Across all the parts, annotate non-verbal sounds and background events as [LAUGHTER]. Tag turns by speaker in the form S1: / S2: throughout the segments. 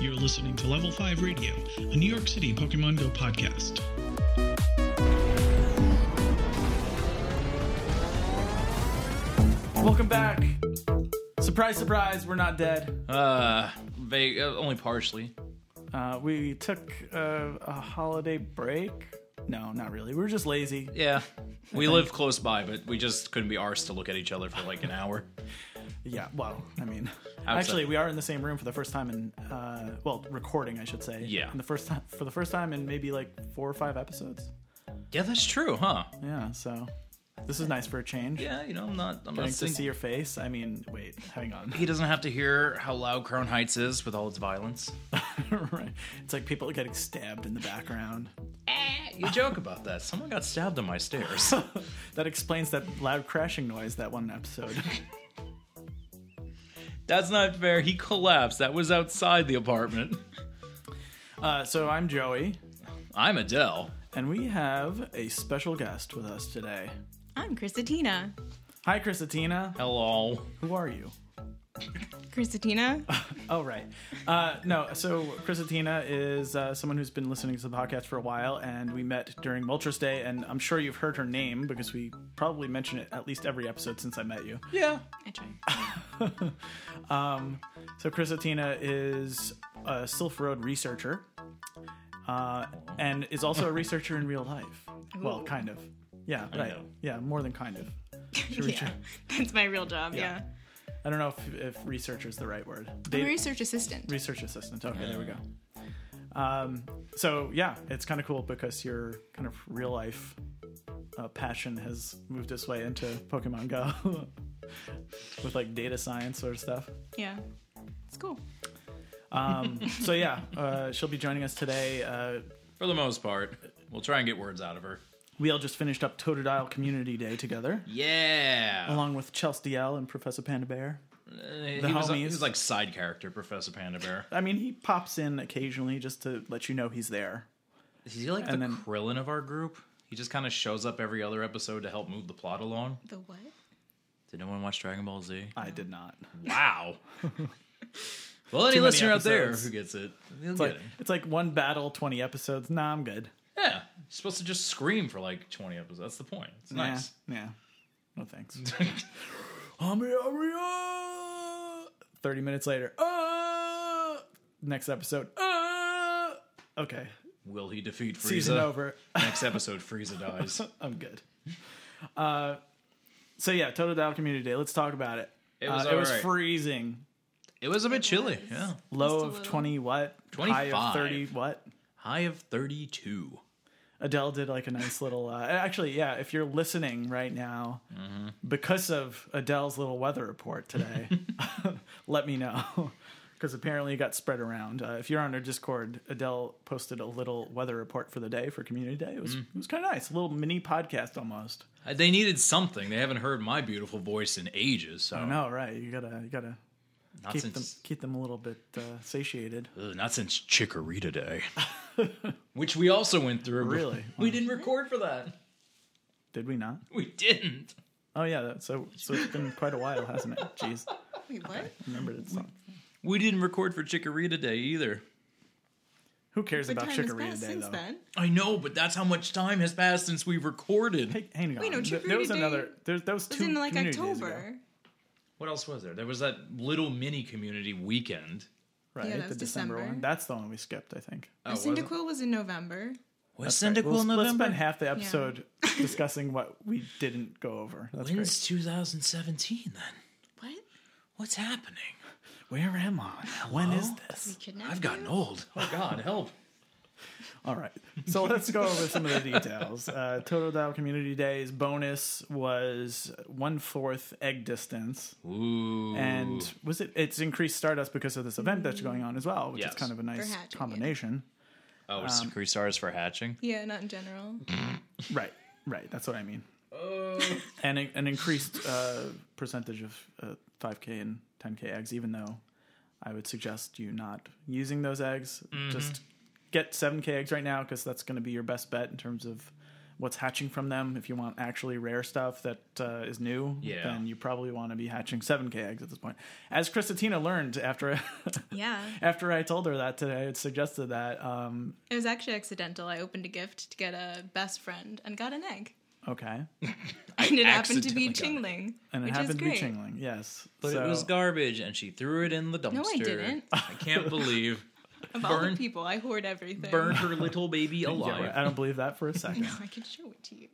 S1: to Level 5 Radio, a New York City Pokemon Go podcast.
S2: Welcome back. Surprise, surprise, we're not dead.
S3: Uh, vague, uh, only partially.
S2: Uh, we took uh, a holiday break. No, not really. We were just lazy.
S3: Yeah, we live close by, but we just couldn't be arsed to look at each other for like an hour.
S2: Yeah, well, I mean,
S3: Outside.
S2: actually, we are in the same room for the first time in, uh, well, recording, I should say.
S3: Yeah.
S2: In the first time, for the first time in maybe like four or five episodes.
S3: Yeah, that's true, huh?
S2: Yeah, so this is nice for a change.
S3: Yeah, you know, I'm not. I'm not
S2: Nice to see
S3: saying
S2: your face. I mean, wait, hang on.
S3: he doesn't have to hear how loud Crown Heights is with all its violence.
S2: [LAUGHS] right. It's like people getting stabbed in the background. [LAUGHS]
S3: Eh, You joke about that. Someone got stabbed on my stairs. [LAUGHS]
S2: That explains that loud crashing noise that one [LAUGHS] episode.
S3: that's not fair. He collapsed. That was outside the apartment. [LAUGHS]
S2: Uh, so I'm Joey,
S3: I'm Adele.
S2: and we have a special guest with us today.
S4: I'm Christina.
S2: Hi, Chrisatina.
S3: Hello.
S2: Who are you?
S4: Christina?
S2: Oh, right. Uh, no, so Chrisatina is uh, someone who's been listening to the podcast for a while, and we met during Mulcher's Day, and I'm sure you've heard her name because we probably mention it at least every episode since I met you.
S3: Yeah.
S4: I try.
S2: So Chrisatina is a Sylph Road researcher, uh, and is also a researcher in real life. Well,
S4: Ooh.
S2: kind of. Yeah, right.
S3: know.
S2: Yeah, more than kind of. [LAUGHS] Should we
S4: yeah.
S2: try-
S4: That's my real job,
S2: Yeah.
S4: yeah.
S2: I don't know if, if researcher is the right word.
S4: I'm
S2: Data-
S4: a research assistant.
S2: research assistant. Okay, there we go. Um, so yeah, it's kind of cool because your kind of real life uh, passion has moved its way into Pokemon Go [LAUGHS] with like data science sort of stuff.
S4: yeah. It's cool.
S2: Um, so yeah, uh, she'll be joining us today. Uh,
S3: For the most part, we'll try and get words out of her.
S2: we all just finished up Totodile Community Day together,
S3: Yeah.
S2: along with Chelsea L and Professor Panda Bear.
S3: he,
S2: Oh, the
S3: was,
S2: homies.
S3: he was like side character, Professor Panda Bear.
S2: I mean, he pops in occasionally just to let you know he's there.
S3: Is he like the
S2: And then-
S3: Krillin of our group? He just kind of shows up every other episode to help move the plot along.
S4: The what?
S3: Did no one watch Dragon Ball Z?
S2: I did not.
S3: [LAUGHS]
S2: [LAUGHS]
S3: Wow. well, any
S2: many
S3: listener out there
S2: episodes.
S3: who gets it, they'll
S2: It's like,
S3: get it.
S2: it's like one battle, twenty episodes. Nah, I'm good.
S3: Yeah, you're supposed to just scream for like 20 episodes. That's the point. It's
S2: [LAUGHS]
S3: nice.
S2: Yeah. yeah. No thanks. Hurry, hurry, ah! Thirty minutes later. ah! Next episode. ah! Okay.
S3: Will he defeat Frieza?
S2: Season over.
S3: [LAUGHS]
S2: [LAUGHS]
S3: Next episode, Frieza dies.
S2: I'm good. Uh, so yeah, Total Dial Community Day. Let's talk about it.
S3: It was
S2: uh, it was
S3: alright.
S2: freezing.
S3: It was a bit chilly. Yeah,
S2: Low
S4: Just a
S2: of
S4: little.
S2: twenty what? High of
S3: 25.
S2: thirty what?
S3: high of 32.
S2: Adele did like a nice little. Uh, actually, yeah, if you're listening right now because of Adele's little weather report today, [LAUGHS] let me know [LAUGHS] because apparently it got spread around. Uh, if you're on our Discord, Adele posted a little weather report for the day for Community Day. It was it was kind of nice, a little mini podcast almost.
S3: Uh, They needed something. They haven't heard my beautiful voice in ages. So
S2: I know, Oh, right? You gotta you gotta
S3: not
S2: keep them
S3: since
S2: keep them a little bit uh, satiated.
S3: Ugh, not since Chikorita
S2: [LAUGHS]
S3: Day, which we also went through. but
S2: Really?
S3: we didn't record for that.
S2: Did we not?
S3: We didn't.
S2: Oh yeah, that, so so it's been quite a while, hasn't it? Jeez,
S4: Wait, what?
S2: remembered it's not.
S3: We didn't record for Chikorita Day either.
S2: Who cares
S4: But
S2: about
S4: time has
S2: Chikorita
S4: passed
S2: Day
S4: since
S2: though?
S4: then.
S3: I know, but that's how much time has passed since we recorded.
S2: Hey, hang on.
S4: Wait, no,
S2: Th-
S4: Chikorita
S2: there was
S4: Day
S2: another. There's that was
S4: It
S2: two.
S4: was in like
S2: community days ago,
S4: October.
S3: What else was there? There was that little mini community weekend.
S2: right?
S4: Yeah, that
S2: the
S4: was
S2: December,
S4: December.
S2: one. That's the one we skipped, I think.
S3: Oh,
S4: Our
S3: was it?
S4: Cyndaquil was in November.
S3: Was
S2: Right,
S3: Cyndaquil
S2: we'll,
S3: November?
S2: Let's spend half the
S4: [LAUGHS]
S2: episode discussing what we didn't go over. That's
S3: When's 2017 then?
S4: What?
S3: What's happening?
S2: great. Where am I? When is
S4: Oh,
S2: this?
S4: Kidnapped
S3: I've gotten old. Oh God, [LAUGHS] help!
S2: All right. So let's go over some of the details. Uh, Total Dial Community Days bonus was one fourth egg distance,
S3: Ooh.
S2: and was it? It's increased Stardust because of this event that's going on as well, which
S3: Yes.
S2: is kind of a nice
S4: hatching it.
S2: combination.
S3: oh, it's three stars for hatching.
S4: Yeah, not in general.
S2: Right, right. That's what I mean.
S3: Oh.
S2: and a- an increased uh, percentage of uh, 5K and 10K eggs, even though I would suggest you not using
S3: Mm-hmm.
S2: those eggs. Just get 7K eggs right now because that's going to be your best bet in terms of what's hatching from them. If you want actually rare stuff that uh, is new,
S3: Yeah.
S2: then you probably want to be hatching 7k eggs at this point. As Christina learned after [LAUGHS]
S4: Yeah.
S2: after I told her that today, it suggested that. Um,
S4: It was actually accidental. I opened a gift to get a best friend and got an egg.
S2: okay,
S4: And it happened to be
S3: accidentally
S4: Chingling.
S2: and it
S4: which
S2: happened
S4: is
S2: to be
S4: great.
S2: Chingling. Yes,
S3: But
S2: So-
S3: it was garbage, and she threw it in the dumpster.
S4: No, I didn't.
S3: [LAUGHS] I can't believe
S4: [LAUGHS] Of all the
S3: Burn-
S4: people, I hoard everything.
S3: burned her little [LAUGHS] baby
S2: Yeah,
S3: alive.
S2: I don't believe that for a second.
S3: [LAUGHS]
S4: No, [LAUGHS] I can show it to you.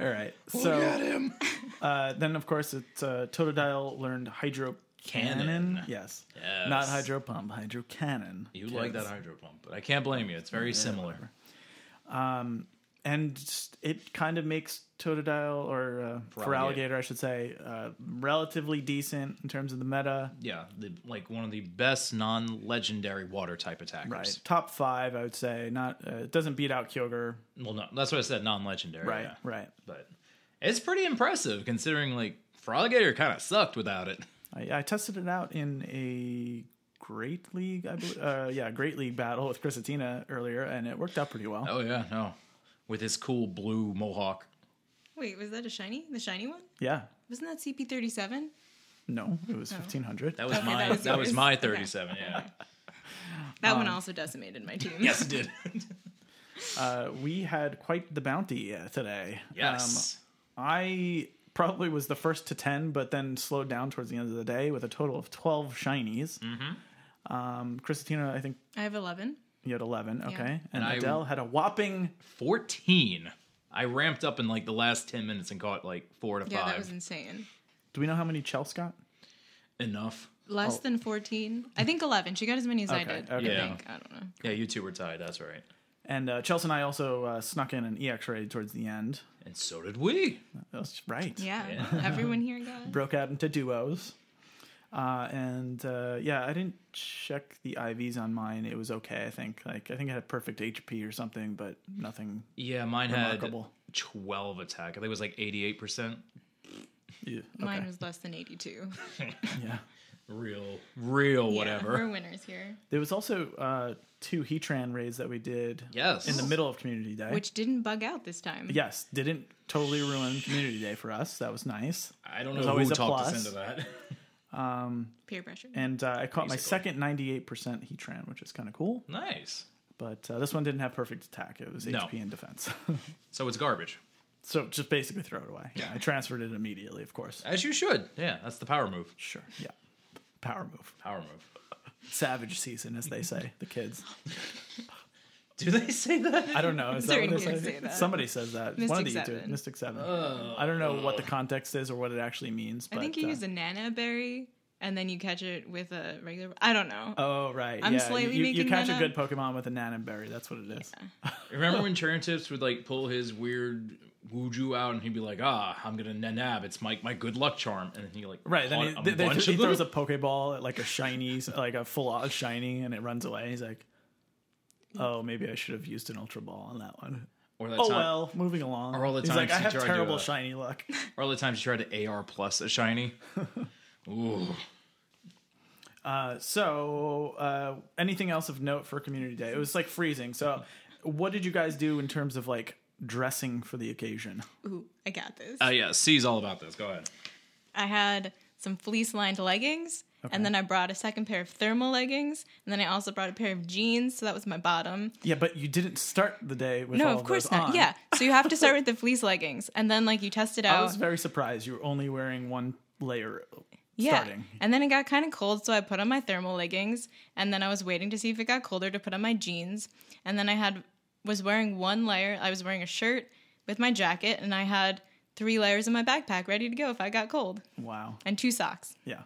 S2: All right. So Uh, then, of course, it's uh, Totodile learned hydro cannon.
S3: Cannon.
S2: Yes.
S3: Yes.
S2: Not hydro pump, hydro cannon.
S3: You like that hydro pump, but I can't blame you. It's very similar.
S2: and just- it kind of makes Totodile or uh, for,
S3: Alligator.
S2: alligator, I should say, uh, relatively decent in terms of the meta.
S3: Yeah, the, like one of the best non-legendary water type attackers.
S2: Right, top five, I would say. Not uh, it doesn't beat out Kyogre.
S3: Well, no, that's what I said, non-legendary.
S2: Right,
S3: yeah.
S2: right.
S3: But it's pretty impressive considering like Frogator kind of sucked without it.
S2: I, I tested it out in a Great League, I believe. uh, yeah, Great League battle with Chrisatina earlier, and it worked out pretty well.
S3: Oh yeah, no, with his cool blue mohawk.
S4: Wait, was that a shiny? The shiny one?
S2: Yeah,
S4: Wasn't that CP37?
S2: no, it was fifteen hundred.
S3: That was
S4: Okay,
S3: my
S4: that
S3: that was,
S4: was yours.
S3: my
S4: Okay.
S3: 37. Yeah.
S4: That one also decimated my team.
S3: yes, it did. [LAUGHS]
S2: Uh, we had quite the bounty uh, today.
S3: yes.
S2: Um, I probably was the first to 10, but then slowed down towards the end of the day with a total of 12 shinies. Mm-hmm. Um, Christina, I think
S4: I have 11.
S2: you had 11. Okay. And,
S3: And I-
S2: Adele had a whopping
S3: 14. I ramped up in like the last 10 minutes and caught like four to
S4: Yeah,
S3: five.
S4: that was insane.
S2: Do we know how many Chels got?
S3: Enough.
S4: Less than 14. I think 11. She got as many as I
S2: Okay,
S4: did.
S2: okay.
S4: I
S3: Yeah.
S4: think. I don't know.
S3: Yeah, you two were tied. That's right.
S2: And uh, Chels and I also uh, snuck in an EX raid towards the end.
S3: And so did we.
S2: That's right.
S4: Yeah.
S3: Yeah.
S4: [LAUGHS] Everyone here
S2: [LAUGHS]
S4: got it.
S2: Broke out into duos. Uh, and uh, yeah, I didn't check the IVs on mine. It was okay, I think. Like, I think I had perfect HP or something, but nothing
S3: Yeah, mine
S2: Remarkable.
S3: had 12 attack. I think it was like 88%.
S2: Yeah.
S4: Mine was less than 82.
S2: yeah.
S3: Real, real,
S4: Yeah,
S3: whatever.
S4: we're winners here.
S2: There was also uh, two Heatran raids that we did
S3: Yes.
S2: in the middle of Community Day.
S4: Which didn't bug out this time.
S2: yes, didn't totally ruin Community Day for us. That was nice.
S3: I don't
S2: was
S3: know who
S2: always a
S3: talked us
S2: plus.
S3: into that. [LAUGHS]
S4: Peer pressure.
S2: And uh, I caught my
S3: Basically.
S2: second 98% Heatran, which is kind of cool.
S3: nice.
S2: But uh, this one didn't have perfect attack. It was
S3: No.
S2: HP and defense. [LAUGHS]
S3: So it's garbage.
S2: so just basically throw it away. Yeah, I transferred it immediately, of course.
S3: As you should. Yeah, that's the power move.
S2: Sure. Yeah. Power move.
S3: Power move.
S2: Savage season, as they
S4: [LAUGHS]
S2: say, the kids.
S3: Do they say that?
S2: I don't know. Is that
S4: Certain
S2: what they say?
S4: kids say that.
S2: Somebody says that. One of the
S4: Mystic
S2: YouTube.
S4: Seven.
S2: Mystic Seven.
S3: Oh.
S2: I don't know what the context is or what it actually means. But,
S4: I think you
S2: uh,
S4: use a nana berry and then you catch it with a regular. I don't know.
S2: Oh right,
S4: I'm
S2: yeah.
S4: slightly
S2: you, you
S4: making
S2: catch
S4: that
S2: a good
S4: up.
S2: Pokemon with a Nananberry. That's what it is.
S3: Remember when Turntips would like pull his weird Wuju out and he'd be like, ah, I'm gonna nab. It's my, my good luck charm. And then he like,
S2: Right. Then
S3: caught
S2: he, they,
S3: a
S2: they-
S3: bunch
S2: he
S3: of
S2: throws
S3: them.
S2: a Pokeball at like a shiny, like a full out shiny, and it runs away. He's like, "Oh, maybe I should have used an Ultra Ball on that one."
S3: Or that
S2: Oh
S3: time-
S2: well, moving along.
S3: Or all the
S2: He's
S3: times
S2: like, "I
S3: he
S2: have
S3: tried to,
S2: terrible
S3: uh,
S2: shiny luck."
S3: Or all the times you tried to AR plus
S2: [LAUGHS]
S3: a shiny. Ooh.
S2: Uh, so, uh, anything else of note for Community Day? It was like freezing. So, what did you guys do in terms of like dressing for the occasion?
S4: Ooh, I got this.
S3: Uh, yeah, C's all about this. Go ahead.
S4: I had some fleece lined leggings, and then I brought a second pair of thermal leggings, and then I also brought a pair of jeans, so that was my bottom.
S2: Yeah, but you didn't start the day with
S4: No,
S2: all
S4: of course
S2: those
S4: not.
S2: on.
S4: Yeah, so you have
S2: [LAUGHS]
S4: to start with the fleece leggings, and then like you test it
S2: I
S4: out.
S2: was very surprised you were only wearing one layer.
S4: yeah,
S2: starting.
S4: and then it got kind of cold, so I put on my thermal leggings, and then I was waiting to see if it got colder to put on my jeans, and then I had was wearing one layer. I was wearing a shirt with my jacket, and I had three layers in my backpack ready to go if I got cold,
S2: Wow.
S4: and two socks.
S2: Yeah.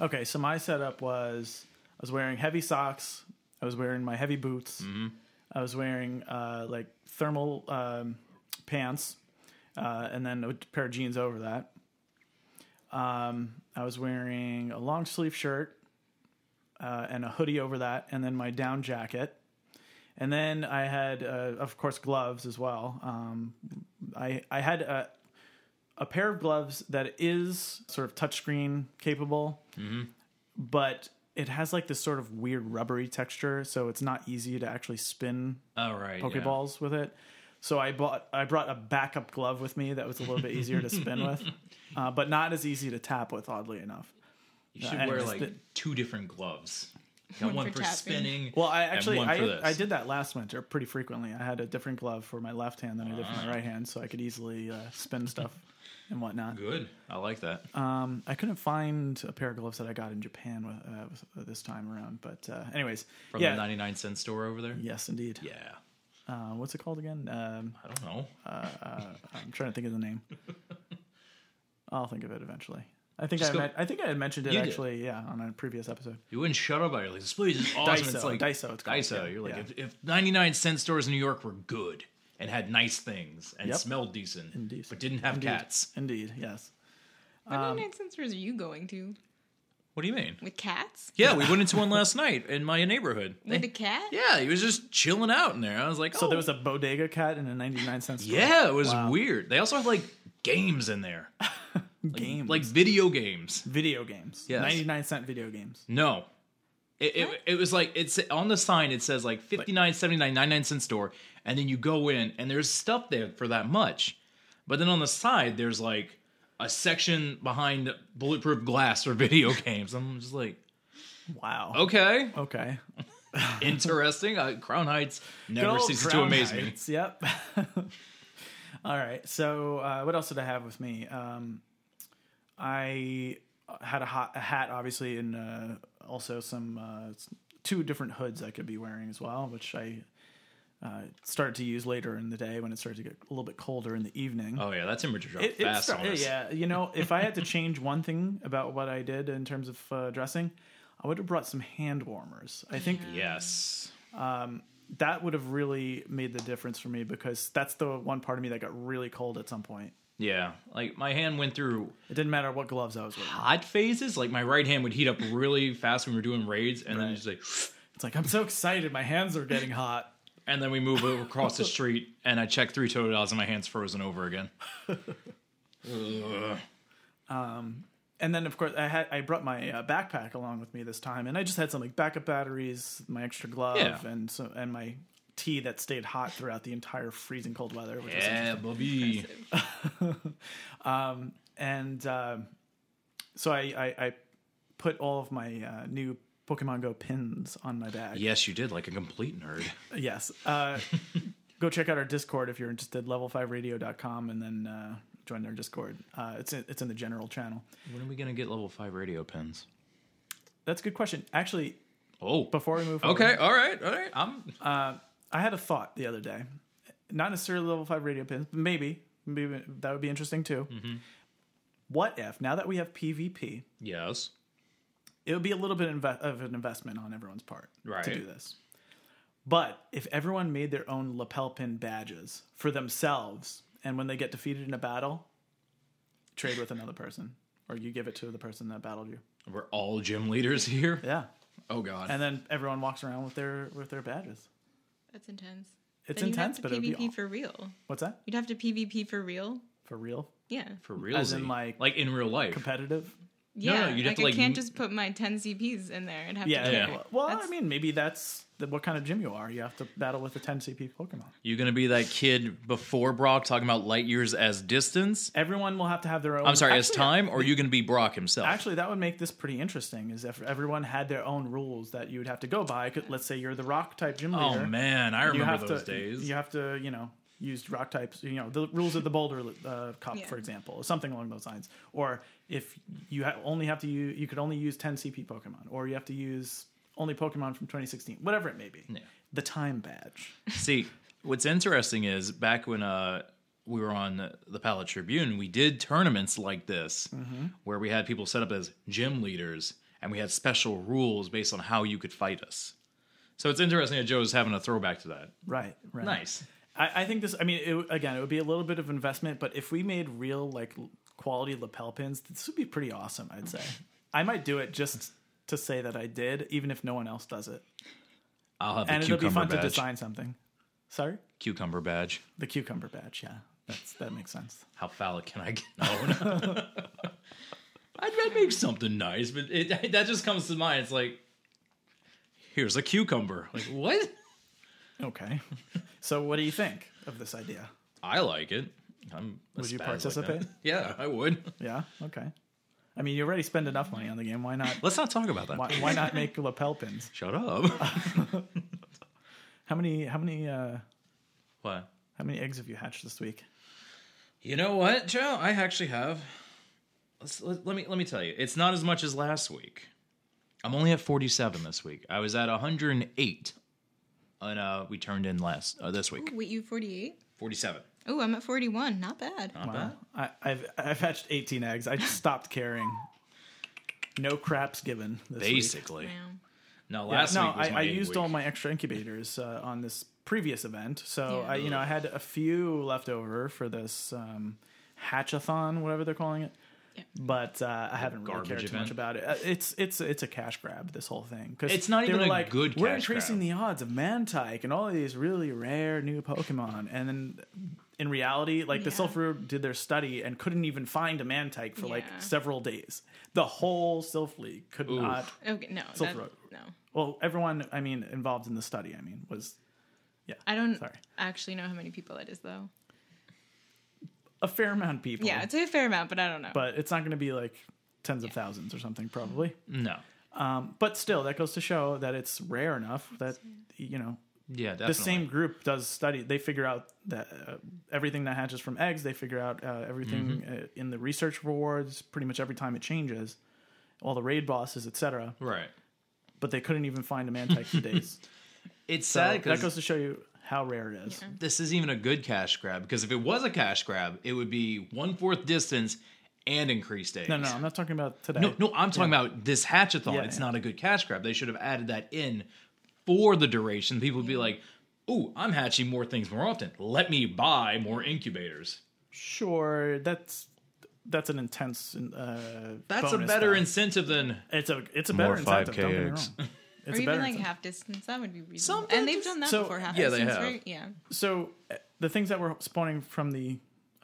S2: Okay, so my setup was I was wearing heavy socks. I was wearing my heavy boots. I was wearing uh, like thermal um, pants, uh, and then a pair of jeans over that. Um, I was wearing a long sleeve shirt uh, and a hoodie over that, and then my down jacket. And then I had, uh, of course, gloves as well. Um, I I had a, a pair of gloves that is sort of touchscreen capable, but it has like this sort of weird rubbery texture, so it's not easy to actually spin
S3: All right. yeah.
S2: Pokeballs with it. So I bought I brought a backup glove with me that was a little bit easier to spin [LAUGHS] with, uh, but not as easy to tap with. Oddly enough.
S3: You should
S2: I
S3: wear
S2: just
S3: like
S2: did-
S3: two different gloves. Got
S4: One
S3: one,
S4: for
S3: for,
S4: tapping.
S3: spinning.
S2: Well, I
S3: and
S2: actually
S3: one for
S2: I,
S3: this.
S2: I did that last winter pretty frequently. I had a different glove for my left hand than I did for my right hand, so I could easily uh, spin stuff and whatnot.
S3: Good. I like that.
S2: Um, I couldn't find a pair of gloves that I got in Japan with, uh, with- this time around, but uh, anyways,
S3: From
S2: yeah,
S3: the 99 cent store over there?
S2: yes, indeed.
S3: Yeah.
S2: Uh, what's it called again? Um, uh,
S3: I don't know.
S2: I'm trying to think of the
S3: [LAUGHS]
S2: name. I'll think of it eventually. I think
S3: Just
S2: I,
S3: go-
S2: men- I think I had mentioned it
S3: You did.
S2: actually, yeah, on a previous episode.
S3: You wouldn't shut up about it. Like, this place is awesome.
S2: [LAUGHS] Daiso,
S3: it's like
S2: Daiso it's called,
S3: Daiso.
S2: yeah,
S3: You're like,
S2: yeah.
S3: if, if 99 cent stores in New York were good and had nice things and
S2: Yep.
S3: smelled decent,
S2: Indeed.
S3: but didn't have
S2: Indeed.
S3: cats.
S2: Indeed, yes.
S4: How
S2: Um,
S4: many accents are you going to
S3: What do you mean?
S4: with cats?
S3: Yeah, we went into one last night in my neighborhood.
S2: Eh.
S4: With a cat?
S3: Yeah, he was just chilling out in there. I was like, oh.
S2: So there was a bodega cat and a 99 cent store.
S3: Yeah, it was weird. They also had like games in there,
S2: Games.
S3: like video games.
S2: video games.
S3: Yes.
S2: 99 cent video games.
S3: No. It, it, it was like it's on the sign it says like 59 79 99 cent store and then you go in and there's stuff there for that much but then on the side there's like a section behind bulletproof glass for [LAUGHS] video games i'm just like
S2: Wow. [LAUGHS]
S3: Oh. okay
S2: Okay.
S3: interesting uh, crown heights never
S2: Good old
S3: ceases to
S2: Crown
S3: amaze me
S2: Heights, Yep. [LAUGHS] All right. So uh, what else did I have with me? Um, I had a, hot, a hat, obviously, and uh, also some uh, s- two different hoods I could be wearing as well, which I uh, started to use later in the day when it started to get a little bit colder in the evening.
S3: oh yeah that's temperature drop
S2: It- it
S3: fast
S2: start-
S3: on us
S2: yeah, you know, if I had to change one thing about what I did in terms of uh, dressing, I would have brought some hand warmers. I think
S3: yes
S2: that would have really made the difference for me because that's the one part of me that got really cold at some point.
S3: yeah like my hand went through
S2: It didn't matter what gloves I was wearing.
S3: hot phases like my right hand would heat up really fast when we were doing raids and then just like
S2: It's like I'm so excited, my hands are getting hot.
S3: And then we
S2: [LAUGHS]
S3: move over across the street, and I check three total dollars, and my hand's frozen over again. Ugh.
S2: And then of course I had I brought my uh, backpack along with me this time, and I just had some like backup batteries, my extra glove,
S3: Yeah.
S2: and so and my tea that stayed hot throughout the entire freezing cold weather. Which was
S3: yeah, Bobby.
S2: and um so I, I I put all of my uh, new Pokemon Go pins on my bag.
S3: Yes, you did, like a complete nerd.
S2: Yes. Uh, go check out our Discord if you're interested, level5radio.com, and then uh, join our Discord. Uh, it's, in, it's in the general channel.
S3: When are we gonna get level five radio pins?
S2: That's a good question. Actually,
S3: Oh,
S2: before we move forward,
S3: okay, all right, all right. I'm
S2: I had a thought the other day. Not necessarily level 5 radio pins, but maybe. maybe that would be interesting too. What if, now that we have PvP,
S3: yes,
S2: it would be a little bit inve- of an investment on everyone's part
S3: Right.
S2: to do this. But if everyone made their own lapel pin badges for themselves, and when they get defeated in a battle, trade with another person, or you give it to the person that battled you.
S3: we're all gym leaders
S2: [LAUGHS]
S3: here.
S2: Yeah,
S3: Oh God,
S2: and then everyone walks around with their with their badges.
S4: That's intense.
S2: It's
S4: Then
S2: intense,
S4: you'd
S2: but
S4: have to
S2: it'd
S4: PvP
S2: be aw-
S4: for real.
S2: what's that
S4: You'd have to PvP for real.
S2: for real?
S4: Yeah.
S3: for real,
S2: as in, like,
S3: like in real life.
S2: Competitive?
S4: Yeah.
S3: no, you'd have
S4: like,
S3: to, like,
S4: I can't
S3: m-
S4: just put my 10 CPs in there and have
S2: Yeah.
S4: to
S3: Yeah.
S2: Well, well, I
S4: That's-
S2: mean, maybe that's the, what kind of gym you are. You have to battle with a 10 CP Pokemon.
S3: You're gonna be that kid before Brock talking about light years as distance.
S2: Everyone will have to have their own.
S3: I'm sorry, as
S2: Actually,
S3: time, or are you gonna be Brock himself?
S2: Actually, that would make this pretty interesting. Is if everyone had their own rules that you would have to go by. Could- Let's say you're the rock type gym
S3: oh
S2: leader.
S3: man, I
S2: you
S3: remember
S2: have
S3: those
S2: to,
S3: days.
S2: You have to, you know, use rock types. You know, the rules of the Boulder uh, Cup,
S4: Yeah.
S2: for example, or something along those lines. Or if you ha- only have to, use, you could only use 10 CP Pokemon, or you have to use only Pokemon from 2016, whatever it may be. The time badge.
S3: See, what's interesting is back when uh, we were on the Palette Tribune, we did tournaments like this
S2: Mm-hmm.
S3: where we had people set up as gym leaders and we had special rules based on how you could fight us. So it's interesting that Joe's having a throwback to that.
S2: Right. Right.
S3: Nice.
S2: I, I think this. I mean, it, again, it would be a little bit of investment, but if we made real like l- quality lapel pins, this would be pretty awesome. I'd say. I might do it just to say that I did, even if no one else does it,
S3: I'll have
S2: and
S3: the
S2: it'll be
S3: cucumber
S2: fun
S3: badge.
S2: to design something. Sorry,
S3: Cucumber badge.
S2: the cucumber badge. Yeah, that's that makes sense.
S3: How phallic can
S2: [LAUGHS]
S3: I get? No. no. I'd, I'd make something nice, but [LAUGHS] it, that just comes to mind. It's like, here's a cucumber. Like what?
S2: Okay. so what do you think of this idea?
S3: I like it. I'm a
S2: Would you
S3: spaz like that.
S2: participate?
S3: yeah, I would.
S2: [LAUGHS] Yeah. Okay. I mean, you already spend enough money on the game. Why not?
S3: Let's not talk about that.
S2: Why, why not make lapel pins? [LAUGHS]
S3: Shut up.
S2: How many? How many? uh
S3: what?
S2: How many eggs have you hatched this week?
S3: You know what, Joe? I actually have. Let's, let, let me let me tell you. It's not as much as last week. I'm only at 47 this week. I was at 108, and uh, we turned in last uh, this week.
S4: Wait, you 48?
S3: 47.
S4: Oh, I'm at 41. Not bad.
S3: Not bad.
S2: I, I've I've hatched 18 eggs. I just stopped caring. No craps given. This week.
S3: Basically.
S4: Wow.
S3: No,
S2: Yeah,
S3: last
S2: no,
S3: week was
S2: I,
S3: my
S2: I
S3: egg
S2: used
S3: week.
S2: all my extra incubators uh, on this previous event, so
S4: Yeah.
S2: I, you know, I had a few left over for this um, hatchathon, whatever they're calling it.
S4: Yeah.
S2: But uh, I haven't really
S3: garbage
S2: cared too
S3: event.
S2: much about it. Uh, It's it's it's a cash grab. This whole thing because
S3: It's not even a good
S2: We're
S3: cash
S2: increasing
S3: grab."
S2: the odds of Mantike and all of these really rare new Pokemon, and then in reality, like the
S4: Yeah.
S2: Silph did their study and couldn't even find a Mantike for like
S4: Yeah.
S2: several days. The whole Silph League could
S3: Oof.
S2: not
S4: Okay, no.
S2: Silk
S4: that-
S2: Road.
S4: no.
S2: well, everyone, I mean, involved in the study, I mean, was
S4: I don't
S2: Sorry.
S4: actually know how many people that is,
S3: Oh,
S4: though.
S2: a fair amount of people.
S4: Yeah, it's a fair amount, but I don't know.
S2: but it's not going to be like tens of thousands or something, probably.
S3: No.
S2: Um, but still, that goes to show that it's rare enough that, you know,
S3: Yeah, definitely.
S2: the same group does study. They figure out that uh, everything that hatches from eggs, they figure out uh, everything
S3: Mm-hmm.
S2: uh, in the research rewards pretty much every time it changes, all the raid bosses, etc.
S3: Right.
S2: But they couldn't even find a Mantike
S3: [LAUGHS]
S2: for days.
S3: It's
S2: So
S3: sad
S2: that
S3: because
S2: goes to show you how rare it is.
S3: this isn't even a good cash grab. Because if it was a cash grab, it would be one fourth distance and increased eggs.
S2: No, no, I'm not talking about today.
S3: No, no, I'm talking about this hatchathon.
S2: Yeah,
S3: it's
S2: yeah.
S3: not a good cash grab. They should have added that in for the duration. People would be like, "Ooh, I'm hatching more things more often. Let me buy more incubators."
S2: Sure, that's that's an intense. Uh,
S3: That's a
S2: bonus,
S3: better
S2: though.
S3: incentive than
S2: it's a it's a better
S3: More 5K
S2: incentive. Don't get me
S3: eggs.
S2: wrong. It's
S4: or
S2: a
S4: even
S2: better
S4: like
S2: incentive.
S4: half distance. That would be reasonable.
S3: Something
S4: and they've
S3: just-
S4: done that
S2: So-
S4: before half
S3: Yeah, they
S4: distance,
S3: have.
S4: right? Yeah.
S2: So uh, the things that were spawning from the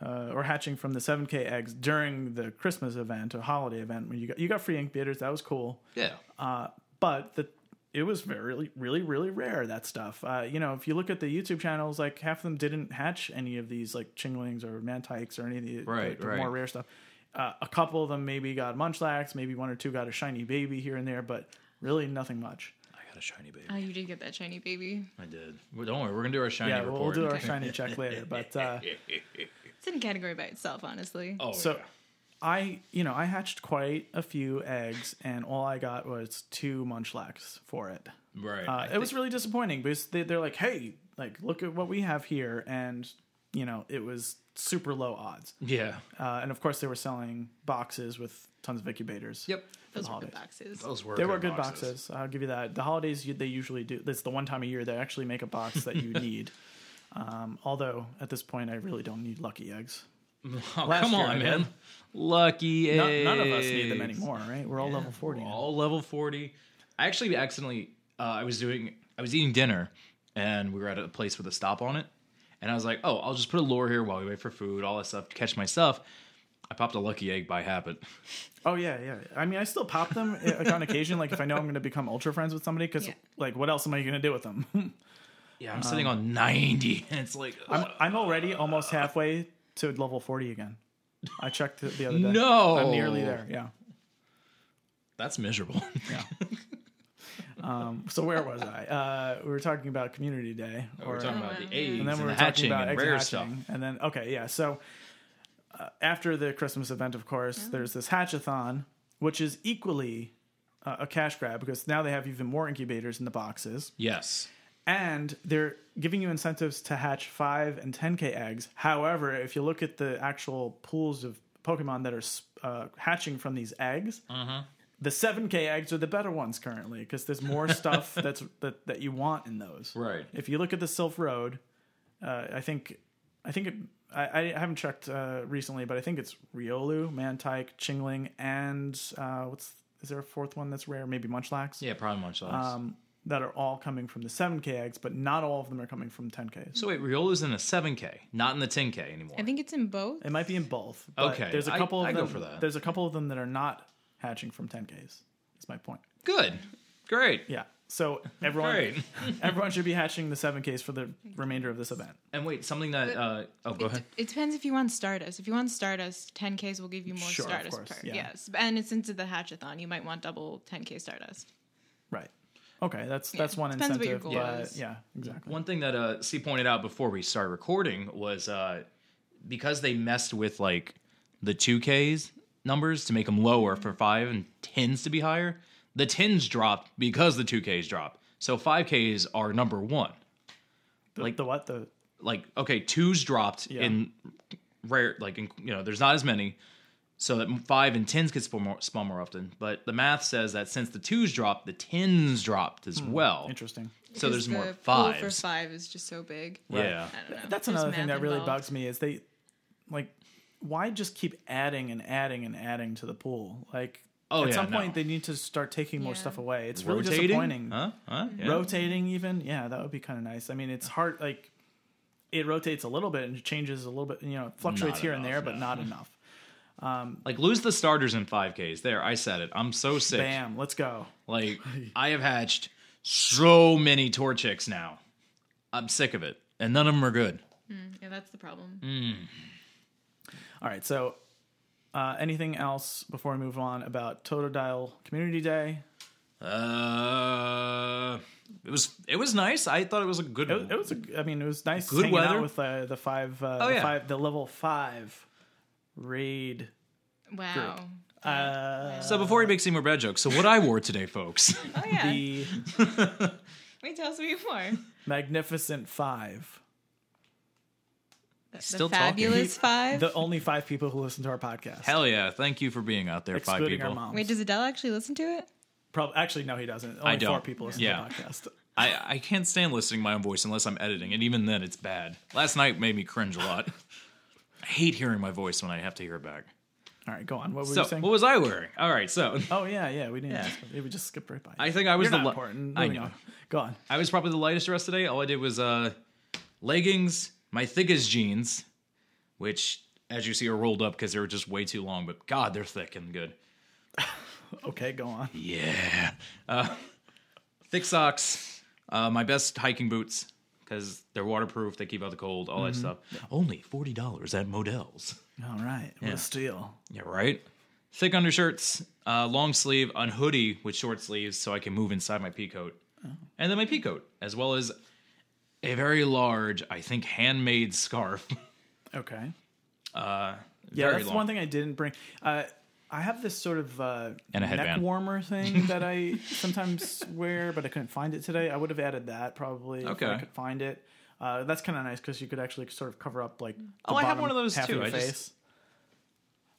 S2: uh, or hatching from the 7K eggs during the Christmas event or holiday event when you got you got free incubators, that was cool.
S3: yeah.
S2: Uh, but the it was very really really rare that stuff uh, you know if you look at the youtube channels like half of them didn't hatch any of these like chinglings or mantikes or any of the, the-
S3: Right,
S2: the
S3: right.
S2: more rare stuff uh, a couple of them maybe got munchlax maybe one or two got a shiny baby here and there but really nothing much
S3: I got a shiny baby.
S4: Oh, you did get that shiny baby.
S3: I did. Well, don't worry, we're gonna do our shiny
S2: yeah we'll,
S3: report.
S2: we'll do
S3: [LAUGHS]
S2: our shiny check later but uh,
S4: It's in a category by itself, honestly.
S3: oh,
S2: so
S3: so
S2: i you know i hatched quite a few eggs and all i got was two munchlax for it
S3: right.
S2: Uh, it was really disappointing because they, they're like, hey, like look at what we have here, and you know it was super low odds.
S3: yeah.
S2: Uh, and of course, they were selling boxes with tons of incubators.
S3: Yep.
S4: Those were good
S2: holidays.
S4: boxes.
S3: Those were
S2: They were good boxes. I'll give you that. The holidays you, they usually do. That's the one time a year they actually make a box that you need. Um, although at this point, I really don't need lucky eggs.
S3: Oh,
S2: Last
S3: come
S2: year I
S3: on,
S2: did.
S3: man. Lucky
S2: None- none of us need them
S3: eggs.
S2: anymore, right? We're all level forty. now.
S3: all level 40 i actually accidentally uh, i was doing i was eating dinner and we were at a place with a stop on it and i was like oh i'll just put a lure here while we wait for food all that stuff to catch my stuff i popped a lucky egg by habit
S2: Oh yeah, yeah. I mean, I still pop them uh, like, on occasion, like if I know I'm going to become ultra friends with somebody, because
S4: Yeah.
S2: like what else am I going to do with them? [LAUGHS]
S3: yeah i'm sitting on 90 [LAUGHS] and it's like
S2: um,
S3: "Oh,
S2: I'm, I'm already almost halfway to level 40 again. I checked it the other day.
S3: no
S2: I'm nearly there. Yeah. [LAUGHS]
S3: that's miserable
S2: So where was I? Uh, we were talking about community day,
S3: [LAUGHS] we're
S2: or-
S3: talking about the
S4: And
S3: eggs
S2: and
S3: and,
S2: then we were
S3: the
S2: talking
S3: hatching
S2: about
S3: and
S2: eggs and
S3: rare stuff
S2: hatching, and then okay, yeah. So uh, after the Christmas event, of course, there's this hatchathon, which is equally uh, a cash grab because now they have even more incubators in the boxes.
S3: yes
S2: and they're giving you incentives to hatch 5 and 10k eggs however if you look at the actual pools of pokemon that are uh, hatching from these eggs the 7k eggs are the better ones currently because there's more stuff that's that, that you want in those
S3: Right.
S2: if you look at the sylph road uh, i think i think it I, I haven't checked uh, recently, but I think it's Riolu, Mantike, Chingling, and uh, what's is there a fourth one that's rare? Maybe Munchlax
S3: yeah probably much less
S2: um, that are all coming from the 7K eggs, but not all of them are coming from 10Ks.
S3: so wait riola's in a 7k not in the 10k anymore
S4: I think it's in both.
S2: It might be in both. But
S3: Okay,
S2: there's a
S3: I-
S2: couple of
S3: I go
S2: them.
S3: for that.
S2: There's a couple of them that are not hatching from 10Ks. That's my point.
S3: good great
S2: Yeah. So everyone,
S3: Great.
S2: [LAUGHS] everyone should be hatching the seven Ks for the remainder of this event.
S3: And wait, something that uh oh go
S4: It,
S3: ahead.
S4: it depends if you want Stardust. If you want Stardust, 10Ks will give you more
S2: Sure, of
S4: Stardust
S2: course,
S4: per.
S2: yeah.
S4: Yes. And it's into the Hatchathon. You might want double 10K Stardust.
S2: Right. Okay. That's that's one
S4: depends what your
S2: incentive.
S4: goal
S2: but
S4: is.
S2: yeah, exactly.
S3: One thing that uh C pointed out before we started recording was uh because they messed with like the 2Ks numbers to make them lower for 5 and 10s to be higher, the 10s dropped because the 2Ks dropped. So 5Ks are number 1.
S2: The,
S3: like-
S2: the what the
S3: like okay, twos dropped
S2: Yeah.
S3: in rare, like in, you know, there's not as many, so that five and tens could spawn more, spawn more often. But the math says that since the twos dropped, the tens dropped as well.
S2: Hmm. interesting.
S3: So there's more
S4: five. for
S3: fives.
S4: five is just so big.
S3: Yeah,
S4: I don't know.
S2: That's
S4: There's
S2: another
S4: math
S2: thing that really
S4: involved.
S2: bugs me is they like why just keep adding and adding and adding to the pool? Like
S3: Oh,
S2: at
S3: yeah,
S2: some
S3: no.
S2: point they need to start taking more
S4: Yeah.
S2: stuff away. It's really
S3: rotating.
S2: disappointing.
S3: Huh? Huh? Yeah.
S2: Rotating even, yeah, that would be kind of nice. I mean, it's hard like it rotates a little bit and changes a little bit, you know, it fluctuates here and
S3: enough,
S2: there, but not enough.
S3: [LAUGHS] like lose the starters in five Ks. There, I said it. I'm so sick.
S2: Bam, let's go. [LAUGHS]
S3: Like I have hatched so many Torchics now. I'm sick of it, and none of them are good.
S4: Yeah, that's the problem.
S2: All right. So, uh, anything else before we move on about Totodile Community Day?
S3: Uh, it was it was nice. I thought it was a good.
S2: It, it was, a, I mean, it was nice
S3: Good
S2: hanging
S3: weather.
S2: out with uh, the five, uh,
S3: Oh,
S2: the
S3: yeah.
S2: five, the level five raid.
S3: Mm,
S4: Wow.
S2: Uh,
S3: So before he makes any more bad jokes, so what I wore
S2: [LAUGHS]
S3: today, folks,
S4: Oh, yeah.
S2: the
S4: Wait, tell us what you wore.
S3: [LAUGHS]
S2: Magnificent Five,
S4: The,
S3: Still
S4: the
S3: talking.
S4: fabulous five.
S2: the only five people who listen to our podcast,
S3: hell yeah, thank you for being out there, five
S2: excluding our
S3: people.
S2: moms.
S4: Wait, does Adele actually listen to it?
S2: Prob- actually, no, he doesn't. Only four
S3: don't.
S2: people listen
S3: Yeah.
S2: to the podcast.
S3: I, I can't stand listening to my own voice unless I'm editing, and even then it's bad. Last night made me cringe a lot. [LAUGHS] I hate hearing my voice when I have to hear it back.
S2: All right, go on. What were
S3: So
S2: you saying?
S3: what was I wearing? All right, so [LAUGHS]
S2: oh yeah, yeah, we didn't. Ask, we just skipped right by.
S3: I think I was
S2: You're
S3: the
S2: not
S3: li-
S2: important.
S3: I
S2: Moving
S3: know.
S2: on. Go on.
S3: I was probably the lightest dressed today. All I did was uh, leggings, my thickest jeans, which as you see are rolled up because they were just way too long. But God, they're thick and good.
S2: Okay, go on.
S3: Yeah. Uh, thick socks, uh, my best hiking boots because they're waterproof, they keep out the cold, all
S2: Mm-hmm.
S3: that stuff. Only $40 at Modell's.
S2: All right, what a steal.
S3: Yeah, right? Thick undershirts, uh, long sleeve, on hoodie with short sleeves so I can move inside my pea coat.
S2: Oh.
S3: And then my pea coat, as well as a very large, I think, handmade scarf. [LAUGHS]
S2: Okay.
S3: Uh,
S2: Yeah,
S3: very
S2: that's
S3: long.
S2: one thing I didn't bring. Uh, I have this sort of uh,
S3: And a
S2: neck
S3: headband.
S2: warmer
S3: [LAUGHS]
S2: thing that I sometimes wear, but I couldn't find it today. I would have added that probably if
S3: Okay.
S2: I could find it. Uh, that's kind of nice because you could actually sort of cover up like. the
S3: Oh, I have
S2: bottom
S3: one of those,
S2: half
S3: too.
S2: your
S3: I just-
S2: face.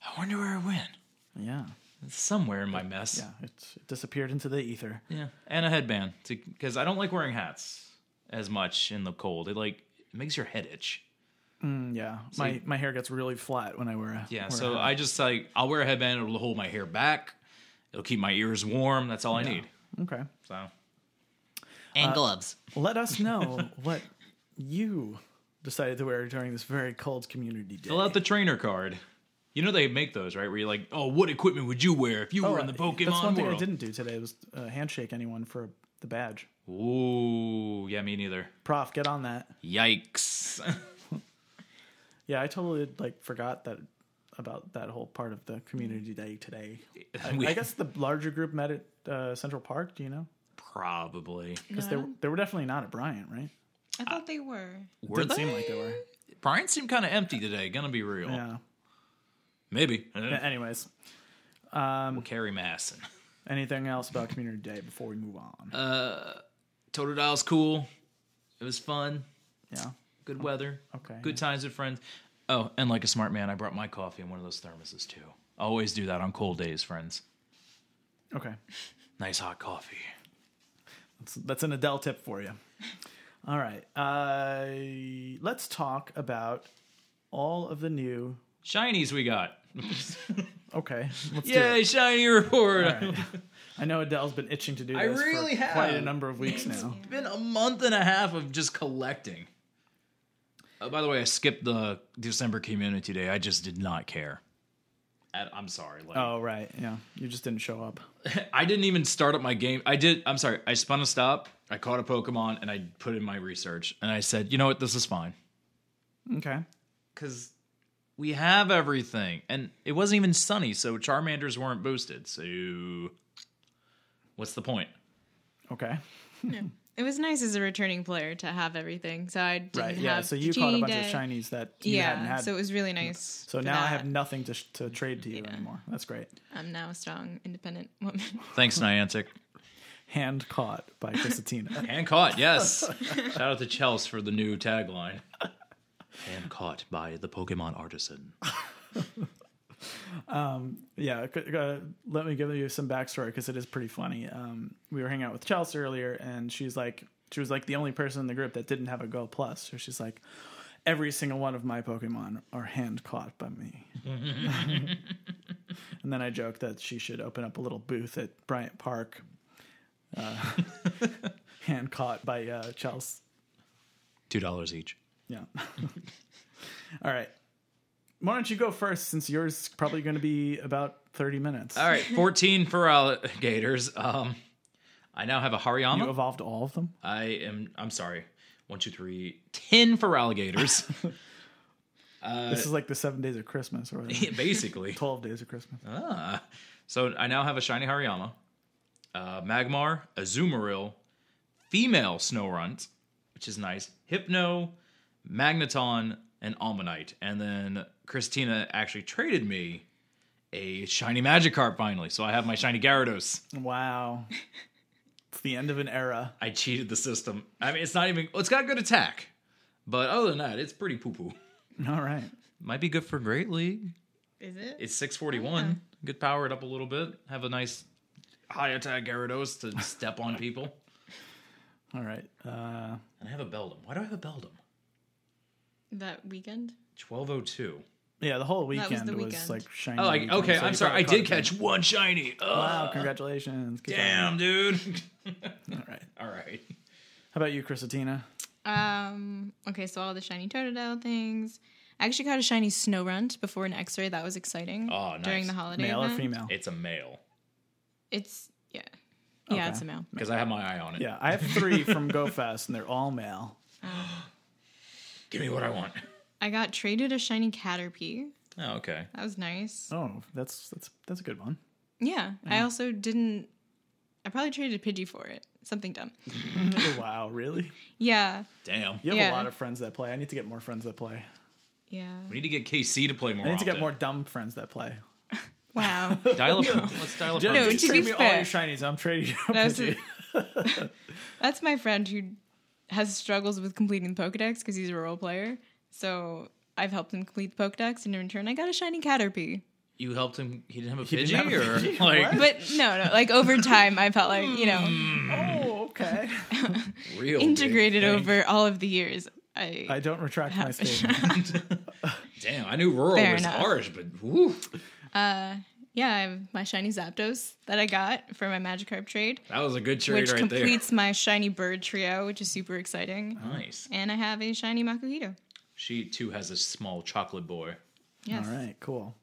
S3: I wonder where it went.
S2: Yeah,
S3: It's somewhere in my mess.
S2: yeah, it's, it disappeared into the ether.
S3: Yeah, and a headband because I don't like wearing hats as much in the cold. It like it makes your head itch.
S2: Mm, yeah, my my hair gets really flat when I wear a
S3: Yeah,
S2: wear a
S3: so
S2: hat.
S3: I just like I'll wear a headband. It'll hold my hair back. It'll keep my ears warm. That's all I need.
S2: okay.
S3: So
S5: and gloves.
S2: Let us
S3: [LAUGHS]
S2: know what you decided to wear during this very cold community day.
S3: fill out the trainer card. You know they make those right where you're like, oh, what equipment would you wear if you were in the
S2: Oh,
S3: Pokemon
S2: That's one thing
S3: world?
S2: I didn't do today was uh, handshake anyone for the badge.
S3: Ooh, yeah, me neither.
S2: Prof, get on that.
S3: Yikes.
S2: Yeah, I totally like forgot that about that whole part of the community day today. I,
S3: [LAUGHS] We-
S2: I guess the larger group met at uh, Central Park. Do you know?
S3: Probably.
S2: Because they were, they were definitely not at Bryant, right?
S3: Uh,
S4: I thought they were.
S3: Were
S2: Didn't
S3: they?
S2: seem like they were.
S3: Brian seemed kind of empty today. Gonna be real.
S2: Yeah.
S3: Maybe. Uh,
S2: A- Anyways,
S3: Carrie Masson. [LAUGHS]
S2: anything else about community day before we move on?
S3: Uh, Totodile's cool. It was fun.
S2: yeah.
S3: Good weather.
S2: Oh, Okay.
S3: Good times with friends. Oh, and like a smart man, I brought my coffee in one of those thermoses too. I always do that on cold days, friends.
S2: Okay.
S3: Nice hot coffee.
S2: That's, that's an Adele tip
S3: [LAUGHS]
S2: for you. All right. Uh, let's talk about all of the new.
S3: Shinies we got.
S2: Okay. [LAUGHS] Let's do it.
S3: Yay, shiny report.
S2: All right. I know Adele's been itching to do this
S3: I really
S2: for
S3: have.
S2: quite a number of weeks now.
S3: It's been a month and a half of just collecting. Oh, by the way, I skipped the December community day. I just did not care. At, I'm sorry. Like,
S2: Oh right, yeah. You just didn't show up.
S3: [LAUGHS] I didn't even start up my game. I did. I'm sorry. I spun a stop. I caught a Pokemon and I put in my research and I said, you know what, this is fine
S2: Okay.
S3: because we have everything and it wasn't even sunny, so Charmanders weren't boosted. So what's the point?
S2: Okay.
S4: It was nice as a returning player to have everything. So I didn't
S2: Right.
S4: have
S2: Yeah. So you
S4: the
S2: caught a
S4: Genie
S2: bunch
S4: Day.
S2: of shinies that you hadn't
S4: Yeah.
S2: had. Mm.
S4: So it was really nice.
S2: So
S4: for
S2: now I have
S4: that.
S2: nothing to, sh- to trade to you anymore. That's great.
S4: I'm now a strong, independent [LAUGHS] woman.
S2: [LAUGHS]
S3: Thanks, Niantic.
S2: Hand caught by
S4: [LAUGHS]
S2: Chrisatina.
S3: Hand caught, yes. Shout out to Chels for the new tagline. Hand caught by the Pokemon artisan.
S2: yeah. c- Uh, let me give you some backstory because it is pretty funny. Um, we were hanging out with Chelsea earlier, and she's like, she was like the only person in the group that didn't have a Go Plus. So she's like, every single one of my Pokemon are hand caught by me. [LAUGHS] and then I joked that she should open up a little booth at Bryant Park, uh, [LAUGHS] hand caught by uh, Chelsea.
S3: Two dollars each.
S2: Yeah. [LAUGHS] All right. Why don't you go first since yours is probably going to be about 30 minutes.
S3: All right, fourteen for alligators. Um, I now have a
S2: You
S3: Hariyama.
S2: evolved all of them?
S3: I am. I'm sorry. One, two, three. Ten for alligators. [LAUGHS] Uh,
S2: this is like the seven days of Christmas or
S3: [LAUGHS]
S2: whatever.
S3: Basically.
S2: 12 days of Christmas.
S3: Ah. [LAUGHS] So I now have a shiny Hariyama, uh, Magmar, Azumarill, female Snowrunt, which is nice, Hypno, Magneton, and Almanite. And then Christina actually traded me a shiny Magikarp finally. So I have my shiny Gyarados.
S2: Wow. it's the end of an
S3: [LAUGHS]
S2: era.
S3: I cheated the system. I mean, it's not even, well, it's got good attack. But other than that, it's pretty poo poo.
S2: All right.
S3: Might be good for Great League.
S4: Is it?
S3: It's 641. Good power it up a little bit. Have a nice high attack Gyarados
S2: [LAUGHS]
S3: to step on people.
S2: All right. Uh,
S3: And I have a Beldum. Why do I have a Beldum?
S4: that weekend?
S3: 1202.
S2: yeah, the whole
S4: That
S2: weekend
S4: was
S2: was,
S4: the weekend.
S2: like shiny.
S3: Oh, I,
S2: weekend,
S3: okay.
S2: so
S3: I'm
S2: you
S3: sorry. I
S2: probably
S3: did
S2: caught
S3: catch one shiny.
S2: them.
S3: Ugh.
S2: Wow, congratulations. Good
S3: damn,
S2: job.
S3: dude.
S2: All right.
S3: [LAUGHS] All right.
S2: How about you, Chrisatina?
S4: Um. Okay. So all the shiny Totodile things. I actually caught a shiny Snowrunt before an X-ray. That was exciting.
S3: Oh,
S4: During
S3: nice.
S4: the holiday.
S2: Male or
S4: event.
S2: female?
S3: It's a male
S4: It's yeah.
S2: Okay.
S4: Yeah, it's a male.
S3: because I have my eye on it.
S2: Yeah, I have three from [LAUGHS] GoFest, and they're all male.
S3: Give me what I want.
S4: I got traded a shiny Caterpie.
S3: Oh, okay.
S4: That was nice.
S2: Oh, that's that's that's a good
S3: [LAUGHS]
S2: one.
S4: Yeah. I also didn't. I probably traded Pidgey for it. Something dumb.
S2: Oh, wow, really?
S4: Yeah.
S3: Damn.
S2: You have a
S4: Yeah.
S2: lot of friends that play. I need to get more friends that play. [LAUGHS]
S4: Yeah.
S3: We need to get KC to play more.
S2: I need to get
S3: often.
S2: more dumb friends that play.
S4: Wow.
S3: Dial
S2: [LAUGHS]
S3: up. [LAUGHS] Let's dial up.
S2: Just
S4: No,
S3: Hermes.
S4: to
S2: trade
S4: be
S2: me all
S4: fair-
S2: your shinies. I'm trading you.
S4: That was-
S2: Pidgey.
S4: [LAUGHS] That's my friend who has struggles with completing the Pokedex because he's a role player. So I've helped him complete the Pokedex, and in return, I got a shiny Caterpie.
S3: you helped him. He didn't have a
S2: didn't
S3: Pidgey,
S2: have a [LAUGHS] Pidgey?
S3: or [LAUGHS] like
S4: But no, no. Like over time, I felt like you know
S2: oh, okay.
S3: real dude.
S4: integrated
S3: Dang.
S4: over all of the years. I,
S2: [LAUGHS] I don't retract my
S4: [LAUGHS]
S2: statement.
S3: [LAUGHS] Damn, I knew rural
S4: Fair
S3: was
S4: enough.
S3: harsh, but whew,
S4: yeah, I have my shiny Zapdos that I got for my Magikarp trade,
S3: that was a good trade
S4: which
S3: right Uh-huh.
S4: completes my shiny bird trio, which is super exciting.
S3: there. Nice.
S4: And I have a shiny Makuhito.
S3: She too has a small chocolate boy.
S4: Yes.
S2: All right, cool.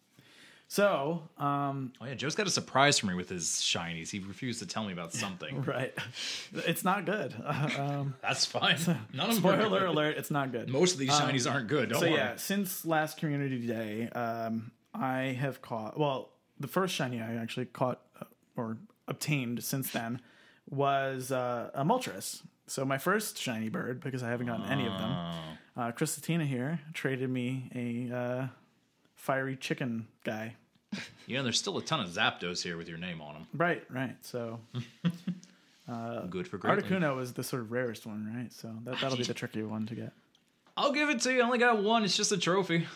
S2: So, um,
S3: Oh yeah, Joe's got a surprise for me with his shinies. He refused to tell me
S2: [LAUGHS]
S3: about something.
S2: right, it's not good. [LAUGHS] um,
S3: That's fine. None of them are
S2: spoiler
S3: good.
S2: alert, it's not good.
S3: Most of these shinies aren't good. Don't
S2: so
S3: worry.
S2: yeah, since last community day, um, I have caught. Well, the first shiny I actually caught uh, or obtained since then was uh, a Moltres. So my first shiny bird because I haven't gotten any of them. Uh, Christina here traded me a uh, fiery chicken guy.
S3: You know, there's still a ton of Zapdos here with your name on
S2: Right, right. So
S3: them. good for great. league.
S2: Uh, Articuno is the sort of rarest one, right? So that, that'll be the tricky one to get.
S3: I'll give it to you. I only got one. It's just a trophy.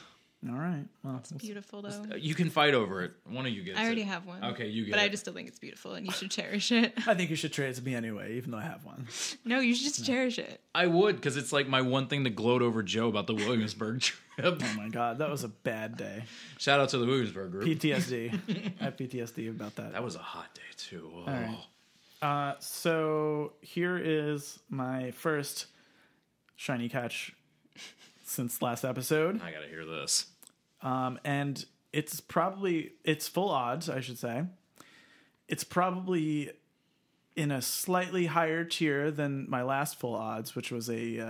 S2: All right. Well,
S4: Beautiful though.
S3: Uh, You can fight over it. One of you gets.
S4: I already
S3: it.
S4: have one.
S3: Okay, you get.
S4: But
S3: it.
S4: I just still think it's beautiful, and you should cherish it. [LAUGHS]
S2: I think you should trade it to me anyway, even though I have one.
S4: No, you should just cherish it.
S3: I would because it's like my one thing to gloat over Joe about the
S2: [LAUGHS]
S3: Williamsburg [LAUGHS] trip.
S2: Oh my god, that was a bad day.
S3: Shout out to the Williamsburg
S2: [LAUGHS]
S3: group.
S2: PTSD. I have PTSD about that.
S3: that was a hot day too. Oh.
S2: right. Uh, so here is my first shiny catch since last episode,
S3: I gotta hear this.
S2: um, and it's probably it's full odds, I should say. It's probably in a slightly higher tier than my last full odds, which was a, uh,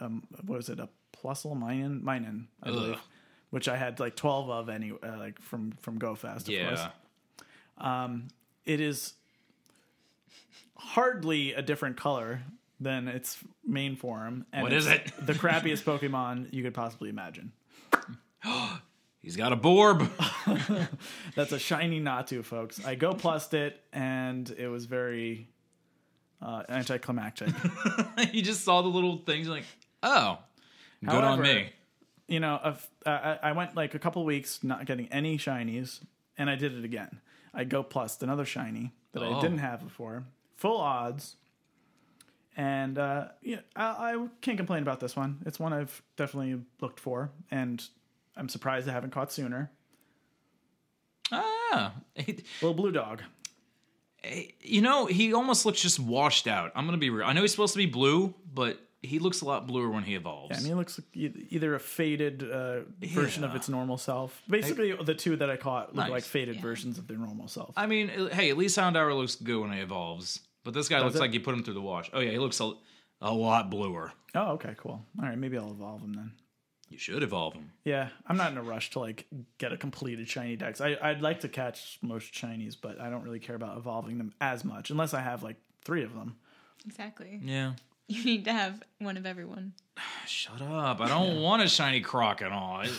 S2: a- um, what was it a plusle minin minin, I
S3: Ugh.
S2: believe, which I had like twelve of any uh, like from from GoFast. Of course.
S3: Yeah.
S2: it is hardly a different color than its main form. And
S3: What is
S2: it's
S3: it?
S2: the crappiest Pokemon you could possibly imagine.
S3: He's got a borb. [LAUGHS]
S2: That's a shiny Natu, folks. I go plussed it, and it was very uh, anticlimactic.
S3: you just saw the little things like, oh, good on
S2: However-
S3: me.
S2: you know, a f- I I- I went like a couple weeks not getting any shinies, and I did it again. I go plussed another shiny that I
S3: Oh.
S2: didn't have before, full odds. And uh, yeah, I, I can't complain about this one. It's one I've definitely looked for, and I'm surprised I haven't caught sooner.
S3: Ah,
S2: Little blue dog.
S3: you know, he almost looks just washed out. I'm gonna be real. I know he's supposed to be blue, but he looks a lot bluer when he evolves.
S2: I mean, it looks like e- either a faded uh, version of
S3: Yeah.
S2: its normal self. Basically, the two that I caught look
S3: Nice.
S2: like faded versions of their normal self.
S3: I mean, uh, hey, at least Houndour looks good when he evolves, but this guy looks
S2: it?
S3: like you put him through the wash. Oh yeah, he looks a, a lot bluer.
S2: oh, okay, cool. All right, maybe I'll evolve them then.
S3: You should evolve him.
S2: Yeah, I'm not in a rush to like get a completed shiny dex. I, I'd like to catch most shinies, but I don't really care about evolving them as much unless I have like three of them.
S4: Exactly.
S3: Yeah.
S4: You need to have one of everyone.
S3: Shut up! I don't [LAUGHS] want a shiny croc at all. [LAUGHS] It-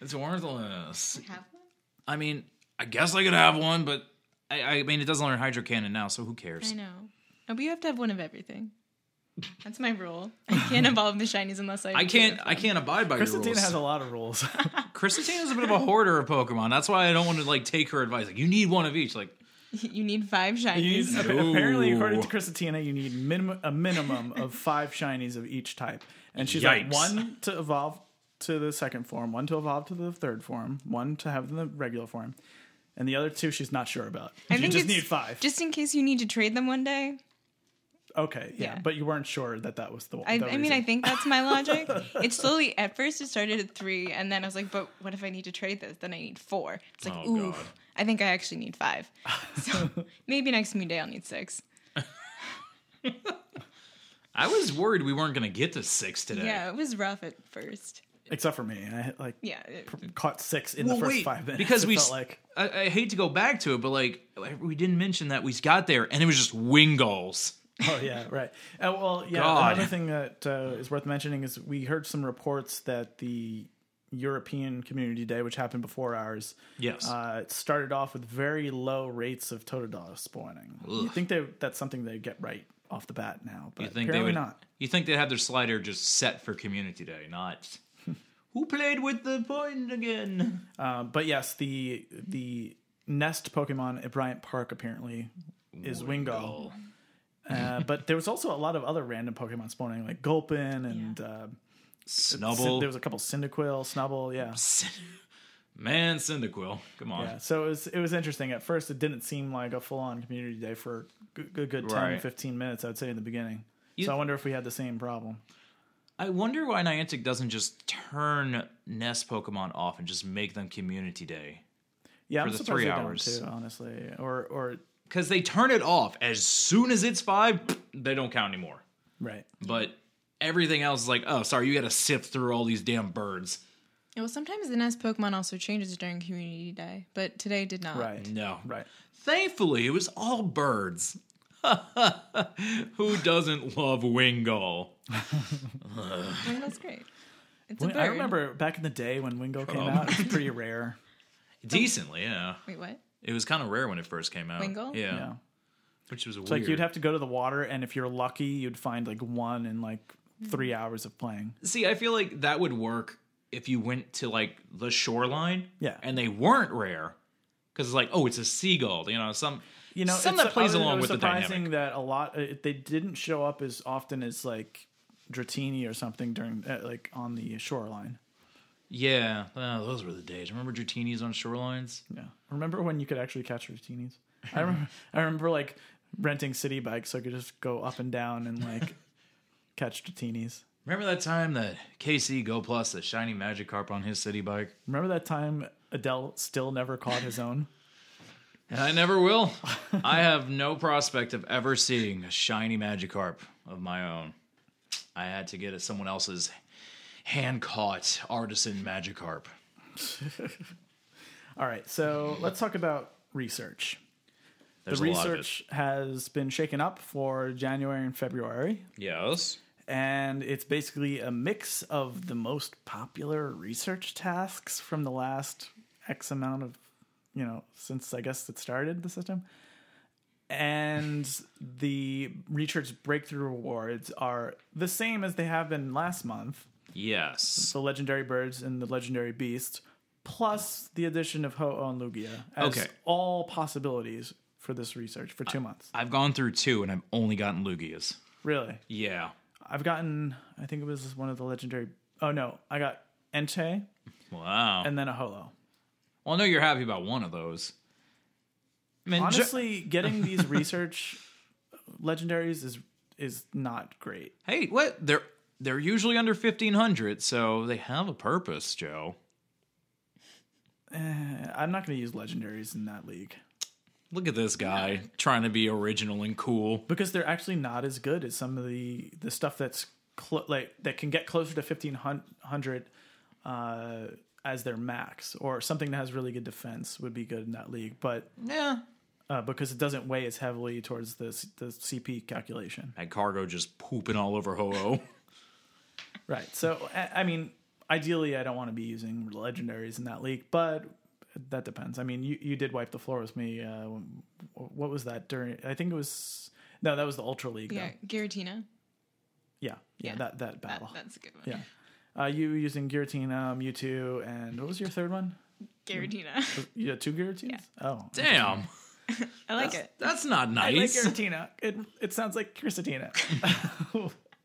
S3: it's worthless.
S4: Have one?
S3: I mean, I guess I could have one, but I, I mean, it doesn't learn hydro cannon now, so who cares?
S4: I know. Oh, but you have to have one of everything. That's my rule. I can't evolve the shinies unless I.
S3: I can't. I can't abide by your
S2: Christina
S3: rules.
S2: has a lot of rules. [LAUGHS]
S3: Christina is a bit of a hoarder of Pokemon. That's why I don't want to like take her advice. Like, you need one of each. Like,
S4: [LAUGHS] You need five
S2: You
S4: shinies.
S2: need- apparently, according to
S3: Ooh.
S2: Christina, you need minimum a minimum of five shinies of each type, and she's like
S3: Yikes.
S2: one to evolve to the second form, one to evolve to the third form, one to have the regular form, and the other two she's not sure about.
S4: I
S2: you
S4: think
S2: just
S4: it's-
S2: need five.
S4: Just in case you need to trade them one day.
S2: okay, yeah,
S4: Yeah.
S2: but you weren't sure that that was the one.
S4: I, I mean, I think that's my logic. It's slowly, at first it started at three, and then I was like, but what if I need to trade this? Then I need four. It's like,
S3: Oh,
S4: oof.
S3: God.
S4: I think I actually need five. So maybe next meet day I'll need six.
S3: I was worried we weren't going to get to six today.
S4: Yeah, it was rough at first.
S2: except for me, I like
S4: Yeah. it-
S2: caught six in the
S3: Well,
S2: first
S3: wait,
S2: five minutes.
S3: because
S2: it
S3: we
S2: felt
S3: s-
S2: like
S3: I, I hate to go back to it, but like we didn't mention that we got there and it was just Wingulls.
S2: oh yeah right. Uh, well yeah.
S3: God.
S2: Another thing that uh, is worth mentioning is we heard some reports that the European Community Day, which happened before ours,
S3: Yes.
S2: uh, it started off with very low rates of Totodile spawning. You think they that's something they get right off the bat now, but
S3: you think they
S2: apparently
S3: would?
S2: not.
S3: You think they'd have their slider just set for Community Day,
S2: [LAUGHS]
S3: not who played with the point again?
S2: Um, but yes, the the nest Pokemon at Bryant Park apparently is Wingull. Uh, but there was also a lot of other random Pokemon spawning, like Gulpin and uh, Cyn-
S3: Snubble.
S2: there was a couple Cyndaquil, Snubble, yeah.
S3: [LAUGHS] Man, Cyndaquil. Come on.
S2: yeah. So it was it was interesting. At first, it didn't seem like a full on community day for a good, good 10,
S3: Right.
S2: 15 minutes. I'd say in the beginning.
S3: You-
S2: so I wonder if we had the same problem.
S3: I wonder why Niantic doesn't just turn Nest Pokemon off and just make them Community Day.
S2: Yeah, I'm
S3: the
S2: surprised
S3: three
S2: they don't,
S3: hours.
S2: too, honestly. Or or
S3: Because they turn it off as soon as it's five, [CLEARS THROAT] they don't count anymore.
S2: right.
S3: But everything else is like, oh, sorry, you got to sift through all these damn birds.
S4: Well, sometimes the nest Pokemon also changes during Community Day, but today did not.
S2: Right.
S3: No.
S2: Right.
S3: Thankfully, it was all birds. [LAUGHS] Who doesn't love Wingull?
S2: Um,
S4: I mean, [LAUGHS] that's great. It's a
S2: When-
S4: bird.
S2: I remember back in the day when Wingo came out, it was pretty
S3: [LAUGHS]
S2: rare.
S3: Decently, yeah.
S4: Wait, what?
S3: It was kind of rare when it first came out.
S4: Wingull?
S3: Yeah.
S2: Yeah.
S3: Which was
S2: It's
S3: weird.
S2: like you'd have to go to the water and if you're lucky, you'd find like one in like three hours of playing.
S3: See, I feel like that would work if you went to like the shoreline.
S2: Yeah.
S3: And they weren't rare. Because it's like, oh, it's a seagull. You know, some.
S2: You know,
S3: Some
S2: it's-
S3: that plays
S2: I was-
S3: along
S2: it was
S3: with the
S2: surprising
S3: dynamic.
S2: that a lot uh, they didn't show up as often as like Dratini or something during uh, like on the shoreline.
S3: Yeah. Oh, those were the days. Remember Dratini's on shorelines?
S2: Yeah. Remember when you could actually catch
S3: [LAUGHS]
S2: Rutinis? I remember, I remember
S3: [LAUGHS]
S2: like renting city bikes so I could just go up and down and like catch Rutinis.
S3: Remember that time that KC Go Plus, the shiny Magikarp on his city bike?
S2: Remember that time Adele still never caught his
S3: [LAUGHS]
S2: own?
S3: And I
S2: [LAUGHS]
S3: never will. I have no prospect of ever seeing a shiny Magikarp of my own. I had to get it someone else's hand caught artisan Magikarp.
S2: All right, so let's talk about research.
S3: There's
S2: the
S3: a lot of it.
S2: research has been shaken up for January and February,
S3: Yes.
S2: and it's basically a mix of the most popular research tasks from the last X amount of, you know, since I guess it started the system. And the research breakthrough awards are the same as they have been last month
S3: Yes.
S2: the legendary birds and the legendary beasts, plus the addition of Ho-Oh and Lugia as
S3: Okay.
S2: all possibilities for this research for two months.
S3: I've gone through two and I've only gotten Lugias.
S2: Really,
S3: Yeah.
S2: I've gotten. I think it was one of the legendary. Oh no, I got Entei
S3: Wow.
S2: and then a Holo.
S3: well, I know you're happy about one of those. I mean, ju-
S2: Honestly, getting these research legendaries is is not great.
S3: hey, what? They're they're usually under 1500, so they have a purpose, Joe.
S2: I'm not going to use legendaries in that league
S3: Look at this guy trying to be original and cool.
S2: because they're actually not as good as some of the the stuff that's clo- like that can get closer to 1500 uh, as their max or something that has really good defense would be good in that league but
S3: Yeah.
S2: uh, because it doesn't weigh as heavily towards the C- the CP calculation
S3: And cargo just pooping all
S2: [LAUGHS]
S3: over Ho-Oh.
S2: right so I, I mean ideally I don't want to be using legendaries in that league but that depends I mean you, you did wipe the floor with me uh, what was that during I think it was no that was the ultra league
S4: Yeah,
S2: though.
S4: Giratina.
S2: yeah yeah
S4: Yeah.
S2: that that
S4: That,
S2: battle
S4: that's a good one.
S2: Yeah. Uh, you using Giratina, Mewtwo, and what was your third one? [LAUGHS]
S4: Giratina.
S2: You had two Giratinas? Oh.
S3: Damn.
S4: I like it.
S3: That's not
S2: I like
S3: nice.
S2: Giratina. It, it sounds like [LAUGHS] Chrisatina.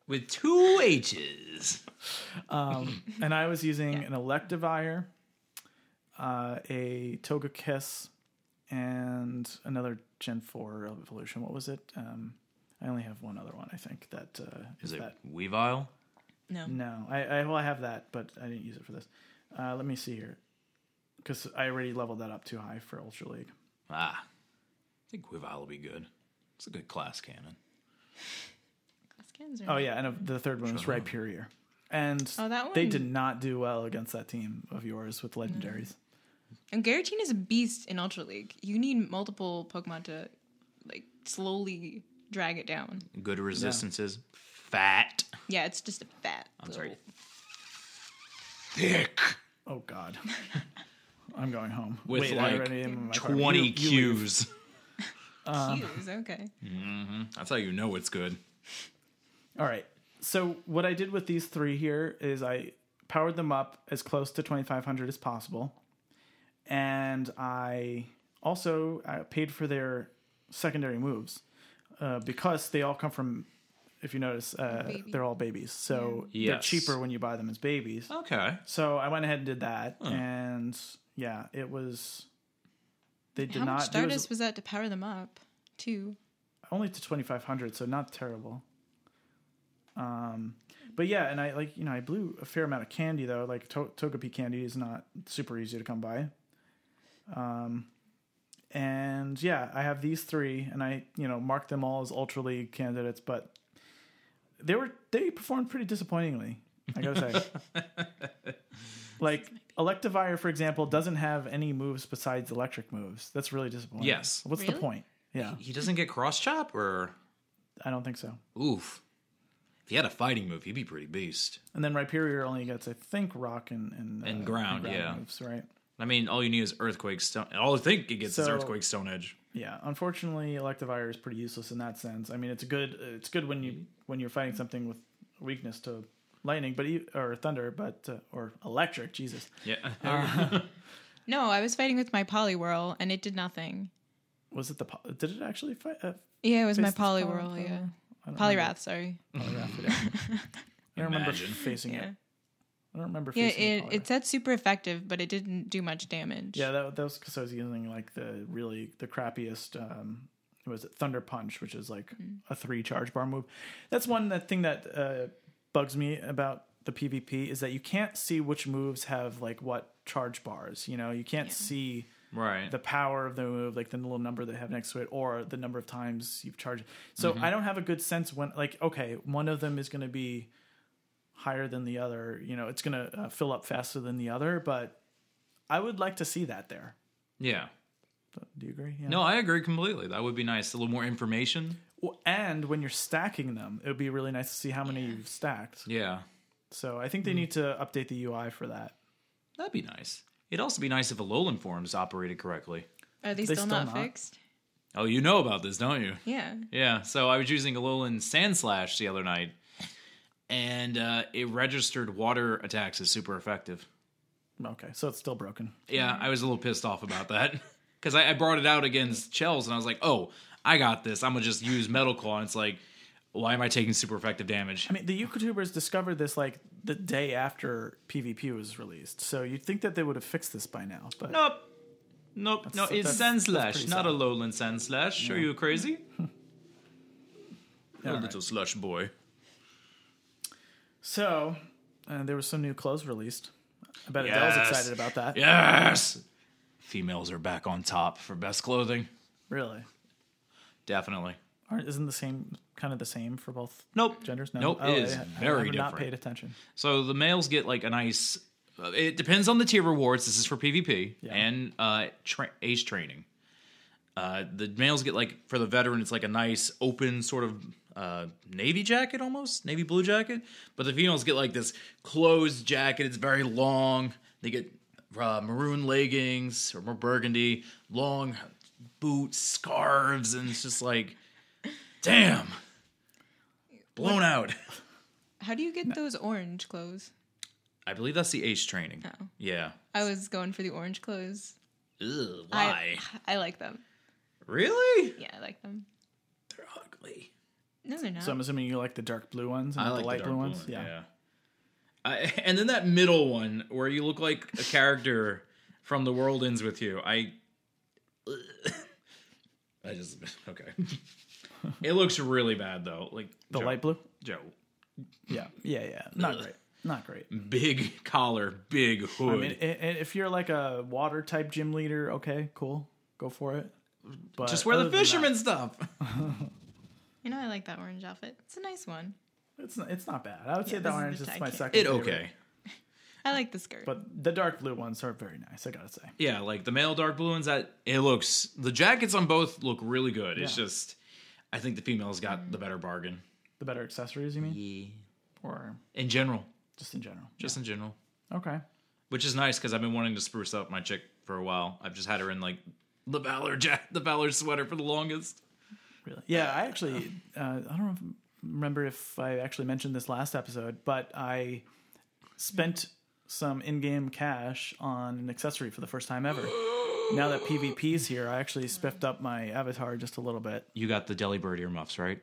S3: With two H's.
S2: Um,
S4: [LAUGHS]
S2: and I was using an Electivire, uh, a Togekiss, and another Gen 4 evolution. What was it? Um, I only have one other one, I think. That uh,
S3: Is it
S2: that. Mm.
S3: Weavile?
S4: No.
S2: No. I, I, well, I have that, but I didn't use it for this. Uh, let me see here. Because I already leveled that up too high for Ultra League.
S3: Ah. I think Weavile will be good. It's a good class cannon.
S4: That's Ken's
S2: Oh
S4: right.
S2: yeah, and uh, the third one was Rhyperior, and
S4: Oh, that
S2: they
S4: one-
S2: did not do well against that team of yours with legendaries.
S4: And Giratina is a beast in Ultra League. You need multiple Pokemon to like slowly drag it down.
S3: Good resistances. Fat.
S4: Yeah, it's just a fat.
S3: I'm
S4: little-
S3: sorry. Thick.
S2: Oh God, [LAUGHS] I'm going home
S3: With,
S2: Wait, I
S3: like,
S2: already am in my car.
S3: 20
S2: You- you leave.
S3: Qs.
S2: Uh,
S4: Cues, okay.
S3: That's how you know it's good.
S2: All right. So what I did with these three here is I powered them up as close to 2500 as possible, and I also uh paid for their secondary moves uh, because they all come from. If you notice, uh,
S4: Baby.
S2: they're all babies, so they're
S3: Yes.
S2: cheaper when you buy them as babies.
S3: Okay.
S2: So I went ahead and did that, and yeah, it was. They did
S4: How
S2: not.
S4: much
S2: there was
S4: Stardust was, that to power them up? Two.
S2: only to twenty five hundred, so not terrible. Um, but yeah, and I like you know I blew a fair amount of candy though. Like to- Togepi candy is not super easy to come by. Um, and yeah, I have these three, and I you know marked them all as Ultra League candidates, but they were they performed pretty disappointingly. I gotta say, like Electivire, for example, doesn't have any moves besides electric moves. That's really disappointing.
S3: Yes.
S2: What's the
S4: Really?
S2: point? Yeah,
S3: He doesn't get cross chop or.
S2: I don't think so.
S3: Oof. If he had a fighting move, he'd be pretty beast.
S2: And then Rhyperior only gets, I think, rock and and, uh,
S3: And ground, yeah.
S2: moves, right?
S3: I mean, all you need is Earthquake Stone. All I think it gets is
S2: So-
S3: Earthquake Stone Edge.
S2: Yeah. Unfortunately, Electivire is pretty useless in that sense. I mean, it's good. It's good when you when you're fighting something with weakness to lightning, but e- or thunder, but uh, or electric. Jesus.
S3: Yeah. [LAUGHS]
S4: No, I was fighting with my Poliwhirl and it did nothing.
S2: Was it the? po- Did it actually fight? Uh,
S4: Yeah, it was my
S2: Face the poly-
S4: Poliwhirl, yeah.
S2: I don't remember.
S4: Polyrath, sorry.
S2: Polyrath, yeah. I don't remember
S3: Imagine.
S2: facing
S4: Yeah.
S2: it. I don't remember
S4: Yeah,
S2: facing
S4: it,
S2: Polyrath.
S4: it said super effective, but it didn't do much damage.
S2: Yeah, that, that was because I was using like the really the crappiest. Um, what was it Thunder Punch, which is like a three charge bar move? That's one that thing that uh, bugs me about the PvP is that you can't see which moves have like what charge bars. You know, you can't see
S3: Right.
S2: the power of the move, like the little number they have next to it, or the number of times you've charged. So
S3: Mm-hmm.
S2: I don't have a good sense when, like, okay, one of them is going to be higher than the other. You know, it's going to uh, fill up faster than the other. But I would like to see that there.
S3: yeah.
S2: Do you agree? Yeah.
S3: No, I agree completely. That would be nice. A little more information.
S2: Well, And when you're stacking them, it would be really nice to see how many you've stacked.
S3: Yeah. Mm-hmm.
S2: So I think they need to update the UI for that.
S3: That'd be nice. It'd also be nice if Alolan forms operated correctly.
S4: Are they,
S2: They
S4: still,
S2: still
S4: not,
S2: not.
S4: fixed?
S3: Oh, you know about this, don't you?
S4: Yeah.
S3: Yeah. So I was using Alolan Sand Slash the other night, and uh, it registered water attacks as super effective.
S2: Okay, so it's still broken.
S3: Yeah, I was a little pissed off about that [LAUGHS] because I, I brought it out against Chels, and I was like, "Oh, I got this. I'm gonna just use Metal Claw." And it's like, why am I taking super effective damage?
S2: I mean, the YouTubers discovered this like the day after PvP was released, so you'd think that they would have fixed this by now. But
S3: Nope. Nope. no,
S2: That's- that's-
S3: it's Sand
S2: that's
S3: Slash,
S2: pretty
S3: not a
S2: sad.
S3: Lowland Sand Slash. Are
S2: [LAUGHS]
S3: you crazy?
S2: All
S3: a
S2: right.
S3: little slush boy.
S2: So uh, there was some new clothes released. I bet Adele's
S3: Yes.
S2: excited about that.
S3: Yes! Females are back on top for best clothing.
S2: Really?
S3: Definitely.
S2: Aren't, isn't the same kind of the same for both
S3: Nope.
S2: genders? No, Oh,
S3: Nope, it is very
S2: I've Not
S3: different.
S2: paid attention.
S3: So the males get like a nice. uh, It depends on the tier rewards. This is for PvP and uh, tra- ace training. Uh, the males get like for the veteran, it's like a nice open sort of uh, navy jacket almost, navy blue jacket. But the females get like this closed jacket. It's very long. They get uh, maroon leggings or more burgundy, long boots, scarves, and it's just like, damn, blown out. [LAUGHS]
S4: How do you get those orange clothes?
S3: I believe that's the ace training. Yeah.
S4: I was going for the orange clothes.
S3: Ugh,
S4: I,
S3: why?
S4: I like them.
S3: Really?
S4: Yeah, I like them.
S3: They're ugly.
S4: No, they're not.
S2: So I'm assuming you like the dark blue ones and
S3: I
S2: not
S3: like
S2: the light blue ones.
S3: yeah. I, [LAUGHS] and then that middle one where you look like a character from The World Ends with You. I. [LAUGHS] I just [LAUGHS] okay. it looks really bad though. Like
S2: the light blue.
S3: Joe,
S2: Yeah, yeah, yeah. Not great. Not great.
S3: big collar, big hood.
S2: I mean, i- i- if you're like a water type gym leader, okay, cool, go for it. But
S3: just wear the
S2: other than that,
S3: fisherman stuff.
S4: you know, I like that orange outfit. It's a nice one.
S2: It's not, it's not bad. I would say the
S4: this is
S2: orange is
S4: just- I
S2: my
S4: can't-
S2: second.
S3: It
S2: favorite,
S3: okay.
S4: I like the skirt.
S2: but the dark blue ones are very nice. I gotta say.
S3: Yeah, like the male dark blue ones. That it looks the jackets on both look really good. It's
S2: Yeah.
S3: just, I think the females got the better bargain
S2: The better accessories, you mean, or
S3: in general,
S2: just in general?
S3: just in general,
S2: Okay.
S3: which is nice because I've been wanting to spruce up my chick for a while. I've just had her in like the valor jack, the valor sweater for the longest.
S2: Really? Yeah, I actually uh, I don't rem- remember if I actually mentioned this last episode, but I spent some in-game cash on an accessory for the first time ever. now that PvP's here, I actually spiffed up my avatar just a little bit.
S3: You got the deli bird earmuffs, right?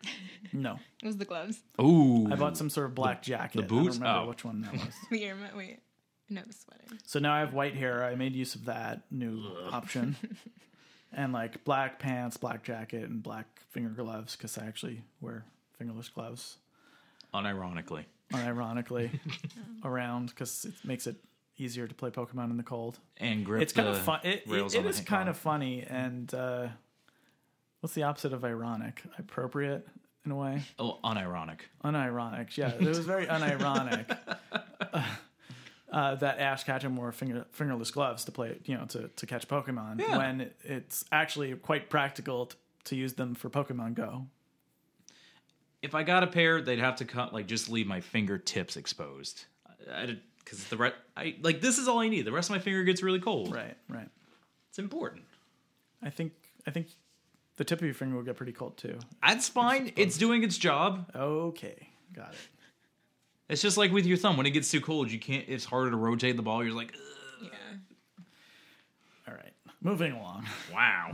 S2: No.
S4: it was the gloves. [LAUGHS]
S3: Ooh,
S2: I bought some sort of black jacket. The
S3: boots?
S2: I don't remember
S3: Oh.
S2: which one that was.
S4: The earmu- Wait, no, the sweater.
S2: so now I have white hair. I made use of that new option. and like black pants, black jacket, and black finger gloves because I actually wear fingerless gloves.
S3: unironically.
S2: unironically [LAUGHS] around because it makes it easier to play Pokemon in the cold.
S3: And grip.
S2: It's kind
S3: the
S2: of fun. It,
S3: rails
S2: it- it
S3: on the
S2: is
S3: hand-
S2: kind of funny and uh, what's the opposite of ironic? Appropriate in a way.
S3: oh, unironic.
S2: Unironic. Yeah, it was very
S3: [LAUGHS]
S2: unironic. Uh, that Ash Ketchum wore finger, fingerless gloves to play, you know, to, to catch Pokemon.
S3: Yeah.
S2: When it's actually quite practical to, to use them for Pokemon Go.
S3: if I got a pair, they'd have to cut like just leave my fingertips exposed. Because the re- I like this is all I need. The rest of my finger gets really cold.
S2: Right, right.
S3: It's important.
S2: I think I think the tip of your finger will get pretty cold too.
S3: That's fine. It's, doing its job.
S2: Okay, got it.
S3: It's just like with your thumb. When it gets too cold, you can't. It's harder to rotate the ball. You're like, "Ugh,
S4: Yeah.
S2: All right, moving along. [LAUGHS]
S3: wow.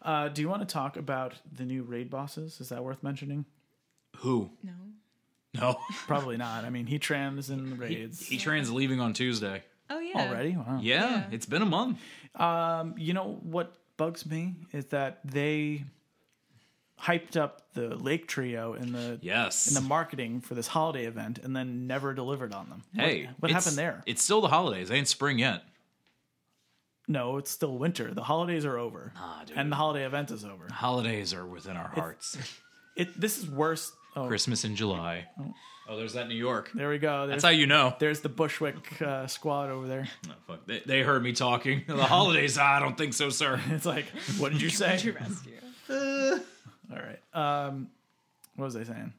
S2: Uh, do you want to talk about the new raid bosses? Is that worth mentioning?
S3: Who?
S4: No.
S3: No.
S2: Probably not. I mean, he trams in the raids
S3: He trans leaving on Tuesday.
S4: Oh yeah.
S2: already. Wow.
S3: Yeah,
S4: Yeah.
S3: it's been a month.
S2: You know what bugs me is that they hyped up the Lake Trio in the
S3: Yes.
S2: in the marketing for this holiday event and then never delivered on them. What-
S3: hey,
S2: what,
S3: it's-
S2: happened there?
S3: It's still the holidays. Ain't spring yet.
S2: no, it's still winter. The holidays are over,
S3: Ah, dude.
S2: and the holiday event is over.
S3: Holidays are within our hearts.
S2: It this is worse. [LAUGHS] Oh,
S3: Christmas in July. Oh, there's that New York.
S2: there we go. There's,
S3: That's how you know.
S2: there's the Bushwick uh, squad over there.
S3: Oh, fuck. They, they heard me talking. [LAUGHS] The holidays, I don't think so, sir.
S2: It's like, what did you say?
S4: rescue.
S2: All right. Um, what was I saying?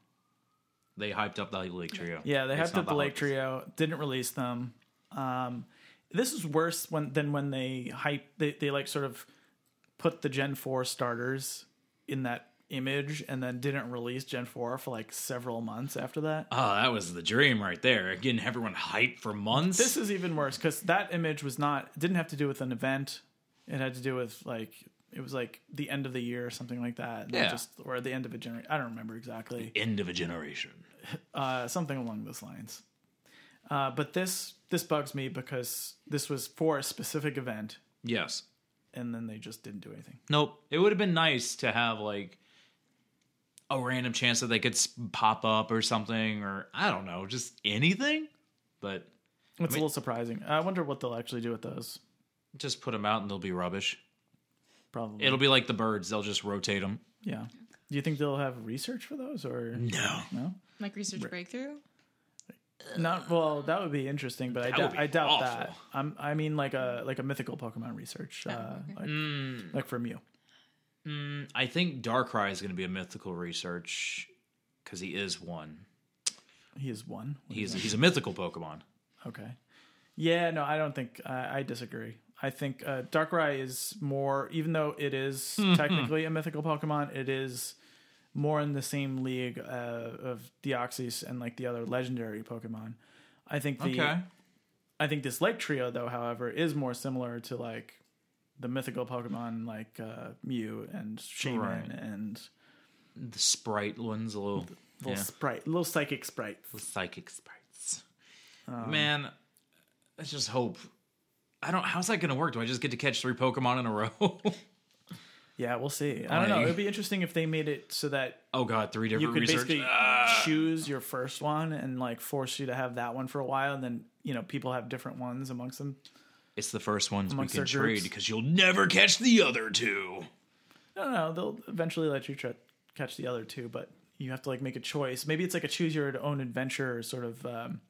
S3: They hyped up the Lake Trio.
S2: Yeah, they
S3: It's
S2: hyped
S3: not
S2: up the Lake
S3: holidays.
S2: Trio, didn't release them. Um, this is worse when than when they hype they, they like sort of put the Gen 4 starters in that image and then didn't release Gen 4 for like several months after that.
S3: Oh, that was the dream right there. Getting everyone hyped for months.
S2: This is even worse because that image was not didn't have to do with an event. It had to do with like it was like the end of the year or something like that. and they
S3: Yeah.
S2: Just or the end of a generation. I don't remember exactly.
S3: End of a generation.
S2: uh, something along those lines. Uh, but this this bugs me because this was for a specific event,
S3: Yes.
S2: and then they just didn't do anything.
S3: Nope. It would have been nice to have like a random chance that they could s- pop up or something, or I don't know, just anything. But
S2: It's a little surprising. I wonder what they'll actually do with those.
S3: just put them out and they'll be rubbish.
S2: Probably,
S3: It'll be like the birds; they'll just rotate them.
S2: yeah. Do you think they'll have research for those or
S3: No.
S2: no?
S4: Like research breakthrough.
S2: Not well. That would be interesting, but I
S3: That would
S2: doubt.
S3: be
S2: I doubt
S3: awful.
S2: that. I'm, I mean, like a like a mythical Pokemon research, uh, like,
S3: Mm.
S2: like from you.
S3: I think Darkrai is going to be a mythical research because he is one.
S2: He is one.
S3: He's he's a mythical Pokemon.
S2: Okay. Yeah, no, I don't think I I disagree. I think uh, Darkrai is more, even though it is technically a mythical Pokemon, it is more in the same league uh, of Deoxys and like the other legendary Pokemon. I think the I think this Lake Trio though, however, is more similar to like the mythical Pokemon like uh, Mew and Shaman
S3: Right.
S2: and
S3: the sprite ones, a little
S2: little
S3: yeah.
S2: sprite, little psychic sprite.
S3: psychic sprites.
S2: Um,
S3: Man, let's just hope. I don't. How's that going to work? Do I just get to catch three Pokemon in a row? [LAUGHS]
S2: Yeah, we'll see. I don't know.
S3: Aye.
S2: It would be interesting if they made it so that
S3: oh God, three
S2: you
S3: different
S2: could
S3: research.
S2: basically
S3: Ah,
S2: choose your first one and like force you to have that one for a while and then you know people have different ones amongst them
S3: it's the first ones we
S2: amongst
S3: can
S2: their groups.
S3: trade because you'll never catch the other two.
S2: i don't know they'll eventually let you try, catch the other two but you have to like make a choice maybe it's like a choose your own adventure sort of um,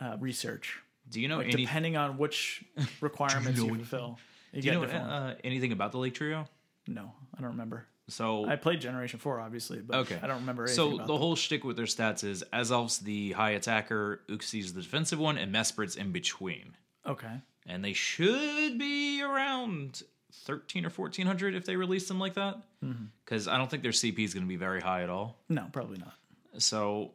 S2: uh, research
S3: Do you know
S2: like
S3: any?
S2: depending on
S3: [LAUGHS]
S2: which requirements you, fulfill you
S3: Do
S2: get
S3: you know
S2: different ones.
S3: uh, anything about the Lake Trio?
S2: no i don't remember
S3: So
S2: i played generation 4 obviously but
S3: Okay.
S2: i don't remember anything
S3: So
S2: about
S3: the
S2: them.
S3: whole shtick with their stats is Azelf's the high attacker, Uxie's the defensive one, and Mesprit's in between.
S2: okay
S3: And they should be around thirteen or fourteen hundred if they release them like that.
S2: Mm-hmm.
S3: Because I don't think their CP is going to be very high at all.
S2: no probably not
S3: So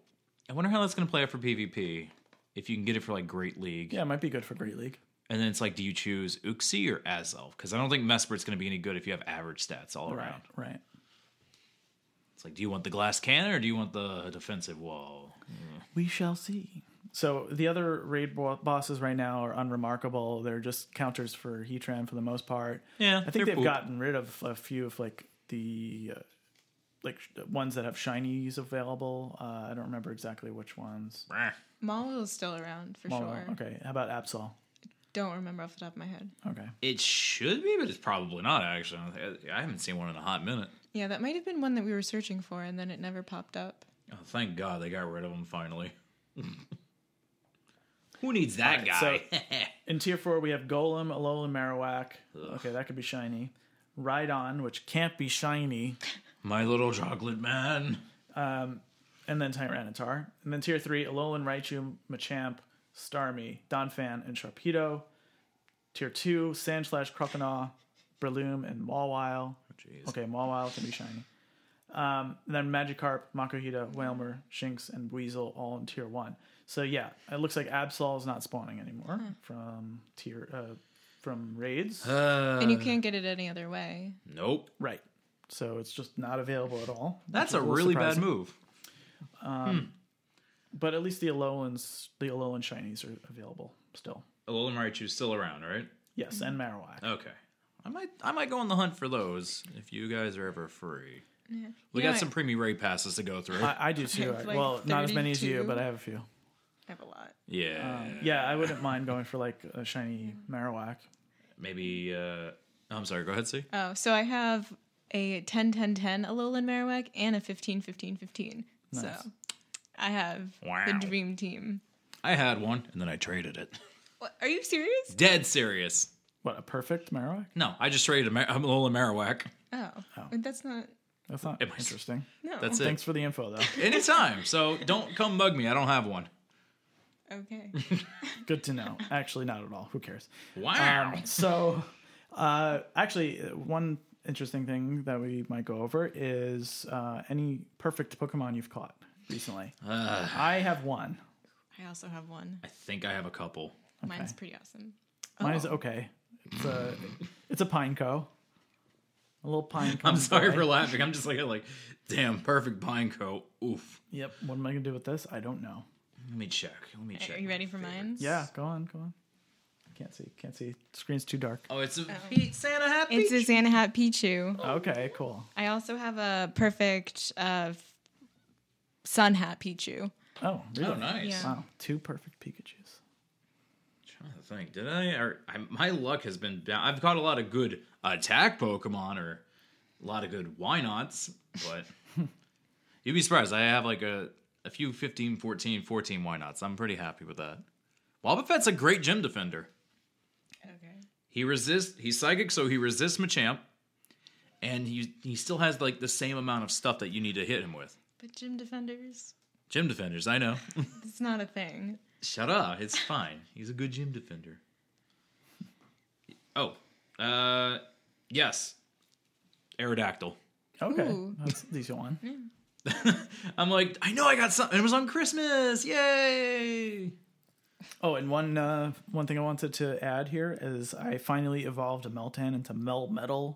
S3: I wonder how that's going to play out for PvP. If you can get it for like Great League,
S2: yeah it might be good for great league
S3: and then it's like, do you choose Uxie or Azelf? Because I don't think Mesprit's going to be any good if you have average stats all around.
S2: right right
S3: It's like, do you want the glass cannon or do you want the defensive wall?
S2: We shall see. So the other raid bo- bosses right now are unremarkable. They're just counters for Heatran for the most part.
S3: Yeah,
S2: I
S3: they're
S2: think they've
S3: cool.
S2: gotten rid of a few of like the uh, like sh- ones that have shinies available. Uh, I don't remember exactly which ones.
S3: Meh.
S4: Mawil's still around for
S2: Oh,
S4: sure.
S2: Okay, how about Absol?
S4: Don't remember off the top of my head.
S2: Okay,
S3: It should be, but it's probably not. Actually, I- I haven't seen one in a hot minute.
S4: Yeah, that might have been one that we were searching for, and then it never popped up.
S3: Oh, thank God they got rid of him finally. [LAUGHS] Who needs that guy? [LAUGHS]
S2: in tier four we have Golem, Alolan Marowak. Okay, that could be shiny. Rhydon, which can't be shiny,
S3: My little chocolate man.
S2: and then Tyranitar. And then tier three, Alolan Raichu, Machamp, Starmie, Donphan, and Sharpedo. Tier two, Sandslash, Croconaw, Breloom, and Mawile.
S3: Jeez.
S2: Okay, Mawile can be shiny. Um, and then Magikarp, Makuhita, Whalmer, Shinx, and Weasel all in tier one. So yeah, it looks like Absol is not spawning anymore from tier uh, from raids.
S3: Uh,
S4: and you can't get it any other way.
S3: nope.
S2: Right. So it's just not available at all.
S3: That's
S2: which is
S3: a
S2: little
S3: really
S2: surprising.
S3: bad move.
S2: But at least the Alolans, the Alolan shinies are available still.
S3: Alolan Raichu's still around, right?
S2: Yes, and Marowak.
S3: Okay. I I might I might go on the hunt for those if you guys are ever free. We
S4: You
S3: got
S4: know,
S3: some
S4: I-
S3: premium raid passes to go through.
S2: I, I do too.
S4: have, like,
S2: well, not as many as you,
S4: 32.
S2: but I have a few.
S4: I have a lot.
S3: yeah,
S2: Yeah, I wouldn't mind going for like a shiny Marowak.
S3: maybe. Uh, I'm sorry. Go ahead, see.
S4: Oh, so I have a 10 10 10 Alolan Marowak and a 15 15 15.
S2: Nice.
S4: So I have the
S3: Wow.
S4: dream team.
S3: I had one and then I traded it. [LAUGHS]
S4: What, are you serious?
S3: Dead serious.
S2: What a perfect Marowak?
S3: No, I just traded a, Mar- a Lola Marowak.
S4: Oh, but that's not.
S2: That's not
S3: It was-
S2: interesting.
S4: No.
S3: That's
S2: Thanks
S3: it.
S2: for the info, though.
S3: Anytime. So don't come bug me. I don't have one.
S4: Okay.
S2: Good to know. Actually, not at all. Who cares?
S3: Wow.
S2: Um, so, [LAUGHS] uh, actually, uh, one interesting thing that we might go over is uh, any perfect Pokemon you've caught recently. I have one.
S4: [LAUGHS] I also have one.
S3: I think I have a couple. [LAUGHS]
S4: Mine's pretty awesome.
S2: Mine is okay. It's a it's a Pineco. A little Pineco.
S3: I'm sorry
S2: boy.
S3: for laughing. I'm just like like, damn, perfect pine coat. Oof.
S2: Yep. What am I gonna do with this? I don't know.
S3: Let me check. Let me check.
S4: Are you
S3: my
S4: ready for
S3: favorite.
S4: mine?
S2: Yeah. Go on. Go on. Can't see. Can't see. Screen's too dark.
S3: Oh, it's a Pete Santa happy.
S4: It's a Xanahat Pichu.
S2: Okay. Cool.
S4: I also have a perfect uh, Sun Hat Pichu.
S2: Oh, really?
S3: oh, nice.
S4: Yeah.
S2: Wow. Two perfect Pikachu's.
S3: trying to think. Did I, or I? My luck has been. down. I've caught a lot of good attack Pokemon or a lot of good why nots, but [LAUGHS] you'd be surprised. I have like a, a few 15, 14, 14 why nots. I'm pretty happy with that. Wobbuffet's a great gym defender.
S4: Okay.
S3: He resists. He's psychic, so he resists Machamp, and he he still has like the same amount of stuff that you need to hit him with.
S4: But Gym Defenders,
S3: Gym defenders, I know.
S4: it's not a thing.
S3: Shut up. It's fine. He's a good gym defender. Oh, uh, yes, Aerodactyl.
S2: Okay.
S4: Ooh.
S2: That's a decent one.
S3: I'm like, I know I got something. It was on Christmas. Yay!
S2: Oh, and one uh, one thing I wanted to add here is I finally evolved a Meltan into Melmetal.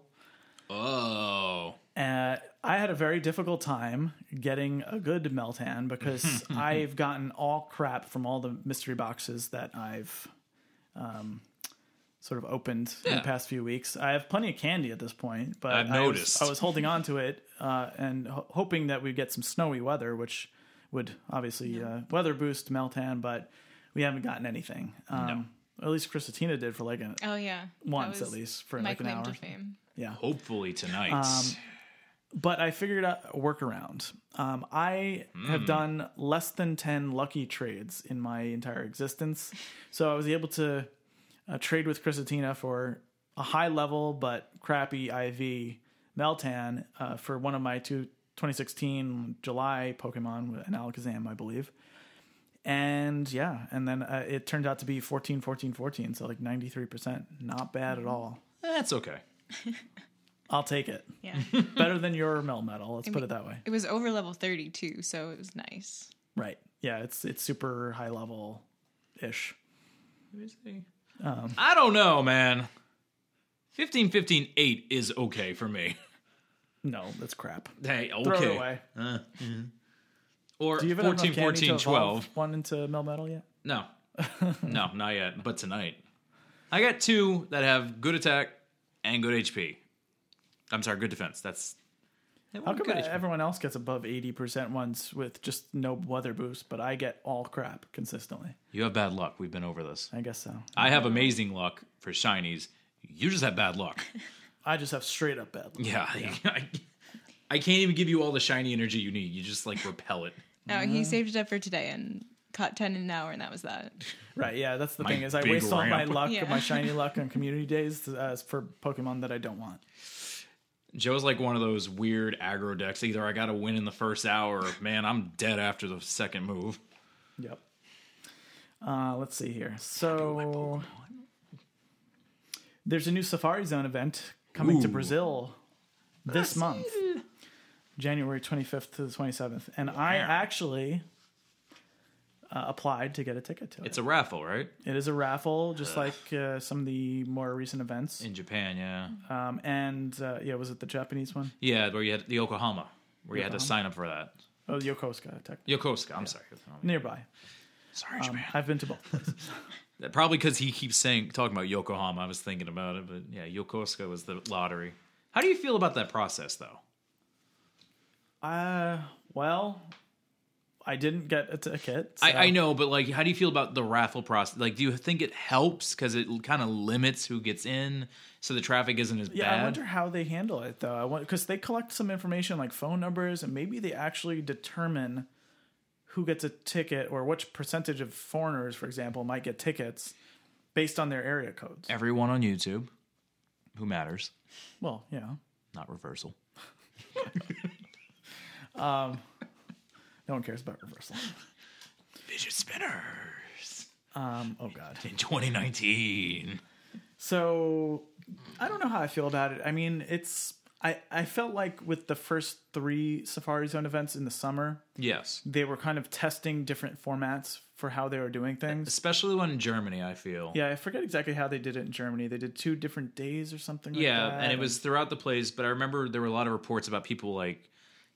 S3: Oh,
S2: Uh, I had a very difficult time getting a good Meltan
S3: [LAUGHS]
S2: because
S3: Mm-hmm.
S2: I've gotten all crap from all the mystery boxes that I've um, sort of opened in
S3: Yeah.
S2: the past few weeks. I have plenty of candy at this point, but
S3: I've
S2: I was-
S3: noticed.
S2: I was, holding on to it uh, and ho- hoping that we'd get some snowy weather, which would obviously uh, weather boost Meltan, but we haven't gotten anything. Um, At least Christina did for like an,
S4: Oh, yeah. That
S2: once at
S4: was
S2: least for
S4: My
S2: like an
S4: claim
S2: hour. [LAUGHS]
S4: to fame.
S2: Yeah.
S3: hopefully tonight.
S2: but I figured out a workaround. Um, I have done less than 10 lucky trades in my entire existence. So I was able to uh, trade with Chrisatina for a high level but crappy IV Meltan uh, for one of my two 2016 July Pokemon, an Alakazam, I believe. And yeah, and then uh, it turned out to be 14, 14, 14. So like 93%. Not bad at all.
S3: That's okay.
S2: I'll take it.
S4: Yeah.
S2: Better than your Melmetal. Let's put it that way.
S4: it was over level 32, so it was nice.
S2: Right. Yeah, it's it's super high level ish. Um,
S3: I don't know, man. 15 15 8 is okay for me.
S2: No, that's crap.
S3: [LAUGHS] Hey, okay.
S2: Throw it away.
S3: Or
S2: Do you even
S3: 14
S2: 14,
S3: 14 12.
S2: one into Melmetal yet? [LAUGHS]
S3: No. no, not yet, but tonight. I got two that have good attack and good HP. I'm sorry, good defense. That's
S2: How come
S3: good HP.
S2: everyone else gets above eighty percent once with just no weather boost, but I get all crap consistently?
S3: You have bad luck. We've been over this.
S2: I guess so.
S3: I have amazing luck for shinies. You just have
S2: [LAUGHS]
S3: bad luck.
S2: I just have straight up bad. luck.
S3: Yeah. I, [LAUGHS] I can't even give you all the shiny energy you need. You just like repel it.
S4: No, Oh, he saved it up for today and caught 10 in an hour, and that was that.
S2: Right. Yeah, that's the
S3: My
S2: thing is I
S3: big
S2: waste all my
S3: ramp.
S2: luck,
S4: Yeah.
S2: my shiny luck on community days uh, for Pokemon that I don't want.
S3: Joe's like one of those weird aggro decks. Either I got to win in the first hour, or man, I'm dead after the second move.
S2: Yep. Uh, let's see here. So there's a new Safari Zone event coming to
S3: Ooh.
S2: Brazil this month, January 25th to the 27th, and I actually uh, applied to get a ticket to it.
S3: It's a raffle, right?
S2: it is a raffle, just like uh, some of the more recent events.
S3: In Japan, yeah.
S2: Um, and uh, yeah, was it the Japanese one?
S3: Yeah, where you had the Yokohama, where you had
S2: Yokohama?
S3: to sign up for that.
S2: Oh, Yokosuka, tech
S3: Yokosuka, I'm sorry.
S2: nearby.
S3: Sorry, Japan.
S2: I've been to both.
S3: [LAUGHS]
S2: places.
S3: Um, Probably because he keeps saying talking about Yokohama. I was thinking about it, but yeah, Yokosuka was the lottery. How do you feel about that process, though?
S2: Uh, well, I didn't get a ticket. so-
S3: I, I know, but like, how do you feel about the raffle process? Like, do you think it helps because it kind of limits who gets in, so the traffic isn't as
S2: Yeah,
S3: bad?
S2: I wonder how they handle it though. I want because they collect some information like phone numbers, and maybe they actually determine who gets a ticket or which percentage of foreigners, for example, might get tickets based on their area codes.
S3: Everyone on YouTube, who matters,
S2: Well, yeah,
S3: not reversal.
S2: no one cares about reversal.
S3: Fidget spinners
S2: Um, oh god.
S3: in 2019.
S2: So I don't know how I feel about it. I mean, it's I I felt like with the first three Safari Zone events in the summer,
S3: Yes,
S2: they were kind of testing different formats for how they were doing things.
S3: especially the one in Germany. I feel.
S2: Yeah, I forget exactly how they did it in Germany. They did two different days or something. like
S3: Yeah,
S2: that.
S3: and it was throughout the place, but I remember there were a lot of reports about people like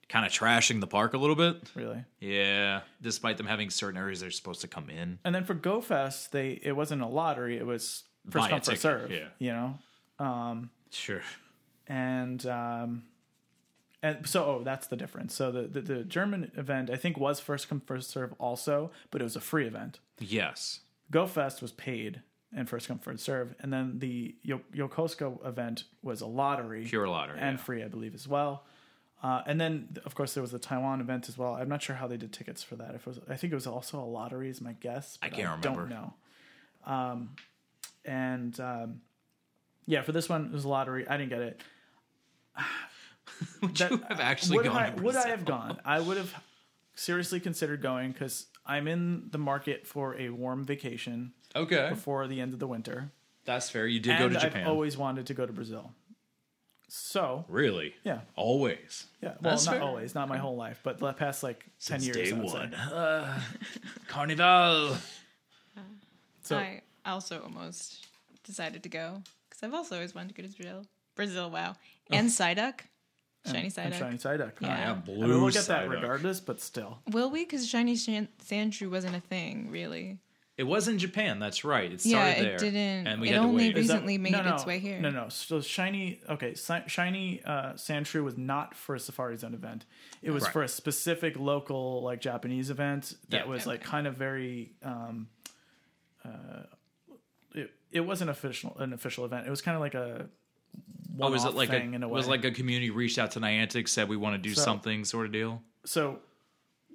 S3: kind of trashing the park a little bit.
S2: really.
S3: Yeah, despite them having certain areas they're supposed to come in.
S2: And then for GoFest, they it wasn't a lottery. It was first
S3: Buy a
S2: come first
S3: ticket,
S2: serve.
S3: yeah.
S2: you know.
S3: Sure.
S2: And um, and so oh, that's the difference. So the, the the German event I think was first come first serve also, but it was a free event.
S3: Yes.
S2: GoFest was paid and first come first serve, and then the Yo- Yokosuka event was a lottery,
S3: Pure lottery.
S2: and
S3: yeah.
S2: free, I believe, as well. Uh, and then, of course, there was the Taiwan event as well. I'm not sure how they did tickets for that. If it was, I think it was also a lottery, is my guess. but
S3: can't
S2: Don't
S3: remember.
S2: know. Um, and um, yeah, for this one, it was a lottery. I didn't get it.
S3: [SIGHS] would
S2: that-
S3: you have actually
S2: would
S3: gone?
S2: I,
S3: to
S2: would I
S3: Brazil?
S2: have gone? I would have seriously considered going because I'm in the market for a warm vacation
S3: Okay,
S2: before the end of the winter,
S3: that's fair. You did
S2: and
S3: go to
S2: I've
S3: Japan.
S2: always wanted to go to Brazil. So
S3: really?
S2: yeah,
S3: Always.
S2: Yeah, well,
S3: That's
S2: not
S3: fair.
S2: always, not my whole life, but the past like ten
S3: Since
S2: years.
S3: Day
S2: I would say.
S3: one. Uh, Carnival.
S2: [LAUGHS] So
S4: I also almost decided to go because I've also always wanted to go to Brazil. Brazil, wow. And Psyduck. Shiny
S2: I'm
S4: Psyduck.
S2: shiny Psyduck.
S4: Yeah.
S3: Yeah,
S4: I mean,
S3: blue.
S2: I mean, we'll get that
S3: Psyduck.
S2: regardless, but still,
S4: Will we? Because Shiny Shan- Sandshrew wasn't a thing, really.
S3: It was in Japan. That's right. It
S4: Yeah,
S3: started
S4: it
S3: there.
S4: didn't-
S3: And we
S4: it
S3: had
S4: only
S3: to wait.
S4: re-
S2: Is that-
S4: Recently made its way here.
S2: No, no. So shiny. Okay, si- shiny uh, Sandshrew was not for a Safari Zone event. It was
S3: Right.
S2: for a specific local like Japanese event that
S3: Yeah.
S2: was like
S4: Okay.
S2: kind of very. Um, uh, it, it wasn't official an official event. It was kind of like a.
S3: Oh, was
S2: one-off
S3: it like
S2: thing
S3: a,
S2: in a way.
S3: was like a community reached out to Niantic said we want to do
S2: So-
S3: something sort of deal?
S2: so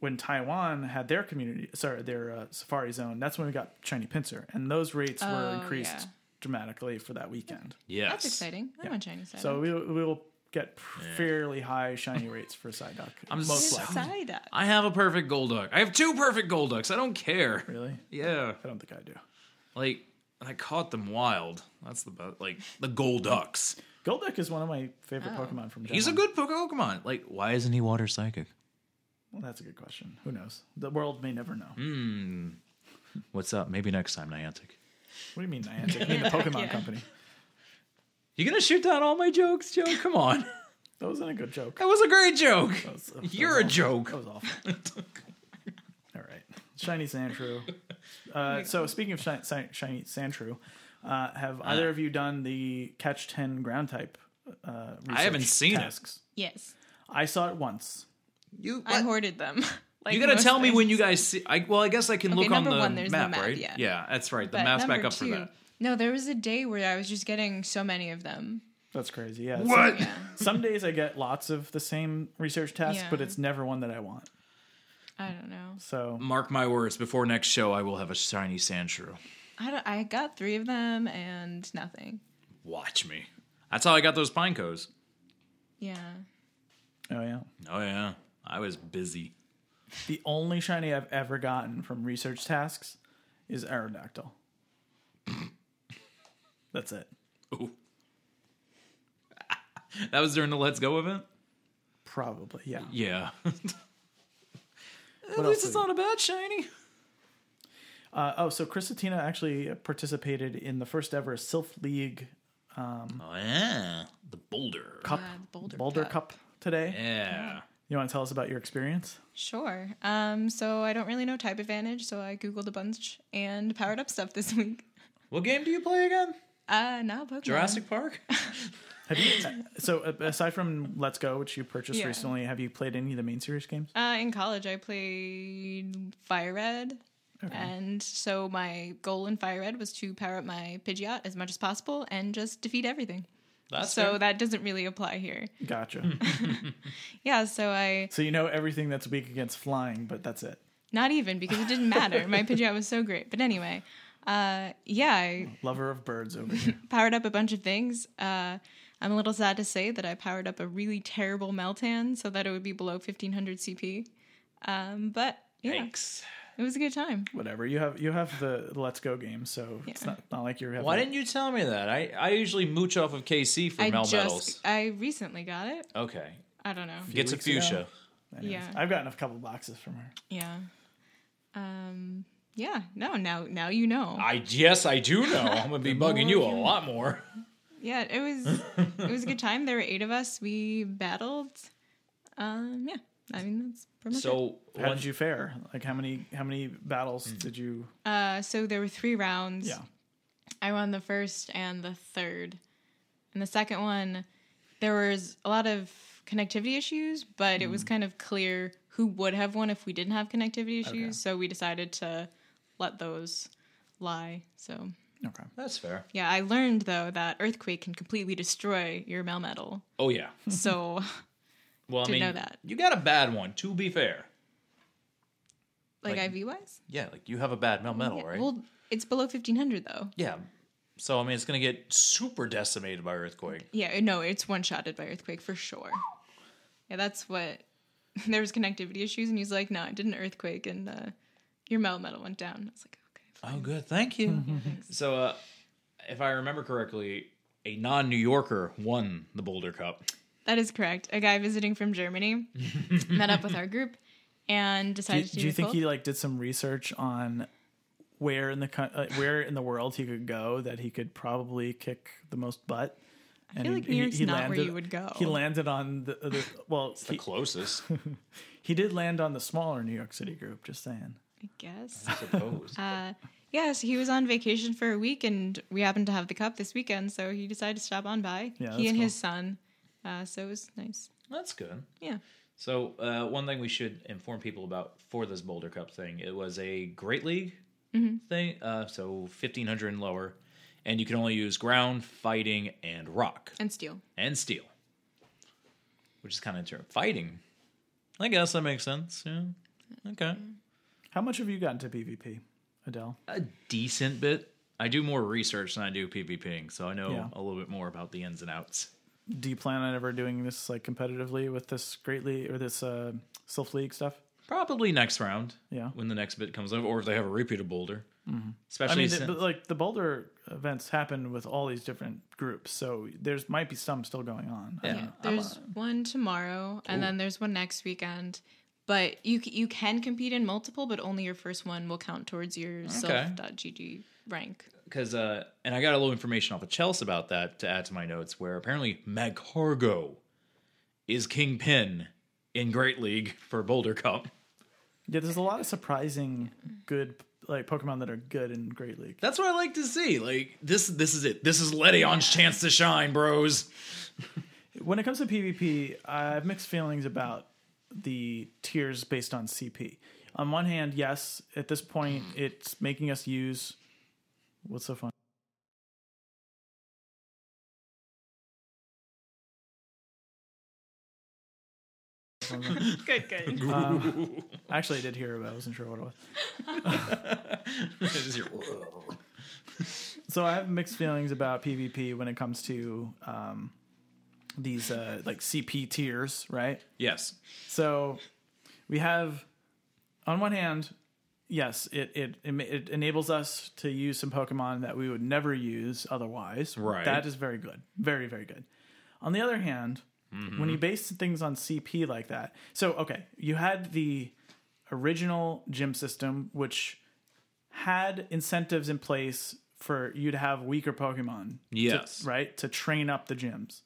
S2: when Taiwan had their community, sorry, their uh, safari zone, that's when we got shiny pincer, and those rates were
S4: Oh,
S2: increased
S4: yeah.
S2: dramatically for that weekend.
S3: Yes.
S4: That's exciting. I want Shiny Psyduck.
S2: So we we will get fairly high shiny rates for Psyduck.
S3: [LAUGHS] I'm
S2: most [LAUGHS]
S3: so-
S2: likely.
S4: Psyduck.
S3: I have a perfect Golduck. I have two perfect Golducks. I don't care. [LAUGHS]
S2: Really,
S3: Yeah.
S2: I don't think I do.
S3: Like, and I caught them wild. That's the best. Like, the Golducks.
S2: Golduck is one of my favorite
S4: Oh.
S2: Pokemon from. Gen
S3: He's a
S2: one.
S3: good Pokemon. Like, why isn't he water psychic?
S2: Well, that's a good question. Who knows? The world may never know.
S3: Mm. What's up? Maybe next time, Niantic.
S2: What do you
S3: [LAUGHS]
S2: mean, Niantic? I
S4: [LAUGHS]
S2: mean the Pokemon
S4: yeah.
S2: Company.
S3: You gonna shoot down all my jokes, Joe? Come on. [LAUGHS]
S2: That wasn't a good joke.
S3: That was a great joke.
S2: That was- that was
S3: You're a
S2: awful.
S3: joke.
S2: That was
S3: [LAUGHS]
S2: awful. All right. Shiny Sandshrew. Uh, so, speaking of shi- shi- Shiny Sandshrew, uh, have either of you done the Catch 10 ground type uh, research
S3: haven't seen it.
S2: tasks?
S4: Yes.
S2: I saw it once.
S3: You,
S4: I hoarded them. [LAUGHS] like
S3: you gotta
S4: most
S3: tell me
S4: things.
S3: when you guys see. I, well, I guess I can
S4: Okay,
S3: look on
S4: number
S3: the
S4: one, there's no
S3: map,
S4: map
S3: right?
S4: yet.
S3: Yeah, that's right. The
S4: But
S3: map's back
S4: number
S3: up for
S4: two-
S3: that.
S4: No, there was a day where I was just getting so many of them.
S2: That's crazy. Yeah.
S3: What?
S4: Yeah.
S2: Some, some days I get lots of the same research task,
S4: Yeah.
S2: but it's never one that I want.
S4: I don't know.
S2: So,
S3: Mark my words. Before next show, I will have a shiny Sandshrew.
S4: I don't, I got three of them and nothing.
S3: Watch me. That's how I got those Pinecoes.
S4: Yeah.
S2: oh, yeah.
S3: Oh yeah, I was busy.
S2: The only shiny I've ever gotten from research tasks is
S3: [LAUGHS]
S2: Aerodactyl. That's it.
S3: Ooh. that was during the Let's Go event.
S2: Probably. Yeah.
S3: Yeah. [LAUGHS]
S2: What
S3: At
S2: else
S3: least it's
S2: did-
S3: not a bad shiny.
S2: Uh, oh, so Christina actually participated in the first ever Sylph League
S3: Oh yeah, the Boulder.
S2: Cup,
S4: Ah, the Boulder
S2: Boulder
S4: Cup.
S2: Cup today.
S3: Yeah.
S2: You want to tell us about your
S4: [LAUGHS]
S2: experience?
S4: Sure. Um, so I don't really know type advantage, so I googled a bunch and powered up stuff this [LAUGHS] week.
S3: What game do you play again?
S4: Uh, not Pokemon.
S3: Jurassic
S4: [LAUGHS]
S3: Park?
S2: Have you so uh, aside from Let's Go, which you purchased
S4: Yeah.
S2: recently, have you played any of the main series games?
S4: Uh, in college, I played Fire Red. And so my goal in Fire Red was to power up my Pidgeot as much as possible and just defeat everything.
S3: That's
S4: so
S3: fair.
S4: that doesn't really apply here.
S2: Gotcha. [LAUGHS]
S4: Yeah, so I
S2: so you know everything that's weak against flying, but that's it.
S4: not even because it
S3: [LAUGHS]
S4: didn't matter. my Pidgeot was so great. But anyway, uh, yeah, I
S2: Lover of birds over [LAUGHS] here.
S4: powered up a bunch of things. Uh, I'm a little sad to say that I powered up a really terrible Meltan so that it would be below 1500 CP. Um, but yeah,
S3: Yikes.
S4: it was a good time.
S2: Whatever. You have you have the Let's Go game, so it's not, not like you're having
S3: Why didn't you tell me that? I, I usually mooch off of KC for
S4: I
S3: Mel
S4: just
S3: Metals.
S4: I recently got it.
S3: Okay.
S4: I don't know.
S3: Gets a
S2: weeks ago?
S3: fuchsia.
S4: Yeah,
S2: I've gotten a couple boxes from her.
S4: yeah, um, yeah. No, now now you know.
S3: I yes, I do know. I'm gonna
S4: [LAUGHS]
S3: be bugging you a lot more.
S4: yeah, it was it was
S3: [LAUGHS]
S4: a good time. There were eight of us. We battled. Um, yeah. I mean that's pretty much
S3: So
S2: How
S3: when
S2: did you fare? Like how many how many battles did you
S4: it. Uh, so there were three rounds.
S2: Yeah.
S4: I won the first and the third. And the second one, there was a lot of connectivity issues, but it was kind of clear who would have won if we didn't have connectivity issues. So we decided to let those lie. So
S2: Okay.
S3: that's fair.
S4: yeah, I learned though that earthquake can completely destroy your melmetal.
S3: Oh yeah.
S4: So [LAUGHS]
S3: Well, I
S4: Didn't
S3: mean,
S4: know that.
S3: you got a bad one. To be fair,
S4: like,
S3: Like-
S4: IV wise,
S3: yeah, like you have a bad Mel Metal, right?
S4: well, it's below fifteen hundred though.
S3: yeah. So I mean, it's gonna get super decimated by earthquake.
S4: Yeah, no, it's one shotted by earthquake for sure. Yeah, that's what. [LAUGHS] There was connectivity issues, and he's like, "No, I did an earthquake, and uh, your metal metal went down." I was like, "Okay."
S3: Oh, good. Thank you.
S4: [LAUGHS]
S3: so, uh, if I remember correctly, a non-New Yorker won the Boulder Cup.
S4: That is correct. A guy visiting
S2: [LAUGHS]
S4: from Germany met up with our group and
S2: Do you,
S4: decided to
S2: do you
S4: a
S2: think
S4: full-
S2: he like did some research on where in the coun- uh, where in the world he could go that he could probably kick the most butt? And
S4: feel like New York's not where you would go.
S2: He landed on the,
S4: [LAUGHS]
S2: the well.
S3: The
S2: he,
S3: [LAUGHS] closest,
S2: he did land on the smaller New York City group. Just saying.
S4: I guess.
S3: I suppose.
S4: Uh, Yeah, so he was on vacation for a week, and we happened to have the cup this weekend, so he decided to stop on by.
S2: Yeah,
S4: he
S2: that's
S4: and his son. Uh, so it was nice.
S3: that's good.
S4: Yeah.
S3: So, uh, one thing we should inform people about for this Boulder Cup thing, it was a Great League thing, uh, so 1500 and lower, and you can only use ground, fighting, and rock
S4: And steel.
S3: and steel, which is kind of interesting. Fighting, I guess that makes sense. Yeah, okay,
S2: How much have you gotten to PvP, Adele?
S3: a decent bit. I do more research than I do PvPing, so I know
S2: Yeah.
S3: a little bit more about the ins and outs.
S2: Do you plan on ever doing this like competitively with this greatly or this uh, Sylph League stuff?
S3: Probably next round,
S2: Yeah. Mm-hmm.
S3: when the next bit comes over, or if they have a repeat of Boulder,
S2: I
S3: especially
S2: mean, the,
S3: since-
S2: but, like the Boulder events happen with all these different groups, so there's might be some still going on. I don't
S3: Yeah.
S2: know.
S4: There's one tomorrow, and then there's one next weekend. But you c- you can compete in multiple, but only your first one will count towards your self.gg rank.
S3: because uh, and I got a little information off of Chelsea about that to add to my notes, where apparently Mag Hargo is kingpin in Great League for Boulder Cup.
S2: Yeah, there's a lot of surprising good like Pokemon that are good in Great League.
S3: That's what I like to see. Like this, this is it. This is Ledyon's chance to shine, bros. [LAUGHS]
S2: When it comes to PvP, I have mixed feelings about the tiers based on CP. On one hand, yes, at this point, it's making us use what's so fun.
S4: Good,
S2: [LAUGHS]
S4: good.
S2: Actually, I did hear it, but I wasn't sure what it was.
S3: This is your-
S2: So I have mixed feelings about PvP when it comes to um, these uh, like CP tiers, right?
S3: yes,
S2: So we have, on one hand, yes, it it it enables us to use some Pokemon that we would never use otherwise.
S3: Right.
S2: That is very good. Very very good. On the other hand,
S3: Mm-hmm.
S2: when you base things on CP like that, so okay, you had the original gym system, which had incentives in place for you to have weaker Pokemon
S3: yes,
S2: right to train up the gyms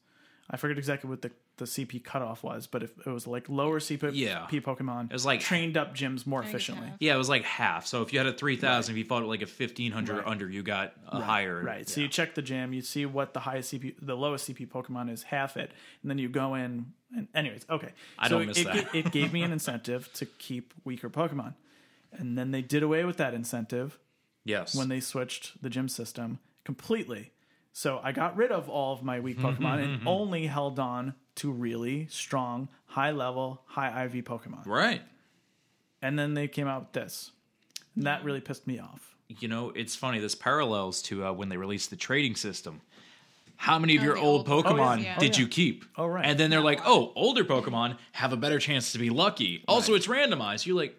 S2: I forget exactly what the the CP cutoff was, but if it was like lower CP
S3: Yeah.
S2: P Pokemon, it
S3: was like-
S2: trained up gyms more efficiently.
S4: half.
S3: Yeah, it was like half. So if you had a 3,000, if you fought like a 1,500 or under, you got a higher.
S2: Right. So
S3: yeah.
S2: you check the gym, you see what the highest CP, the lowest CP Pokemon is, half it, and then you go in. And anyways, okay. I
S3: don't miss
S2: it,
S3: that.
S2: It, gave
S3: [LAUGHS]
S2: me an incentive to keep weaker Pokemon, and then they did away with that incentive
S3: yes.
S2: when they switched the gym system completely. So I got rid of all of my
S3: [LAUGHS]
S2: weak Pokemon
S3: Mm-hmm.
S2: and only held on to really strong, high level, high IV Pokemon.
S3: right.
S2: And then they came out with this, and that really pissed me off.
S3: You know, it's funny. This parallels to uh, when they released the trading system. How many of
S4: Oh,
S3: your
S4: the
S3: old
S4: old-
S3: Pokemon
S4: Oh, yeah.
S3: did
S2: Oh,
S3: you keep?
S2: Oh, right.
S3: And then they're like, oh, older Pokemon have a better chance to be lucky. Also, it's randomized. You're like,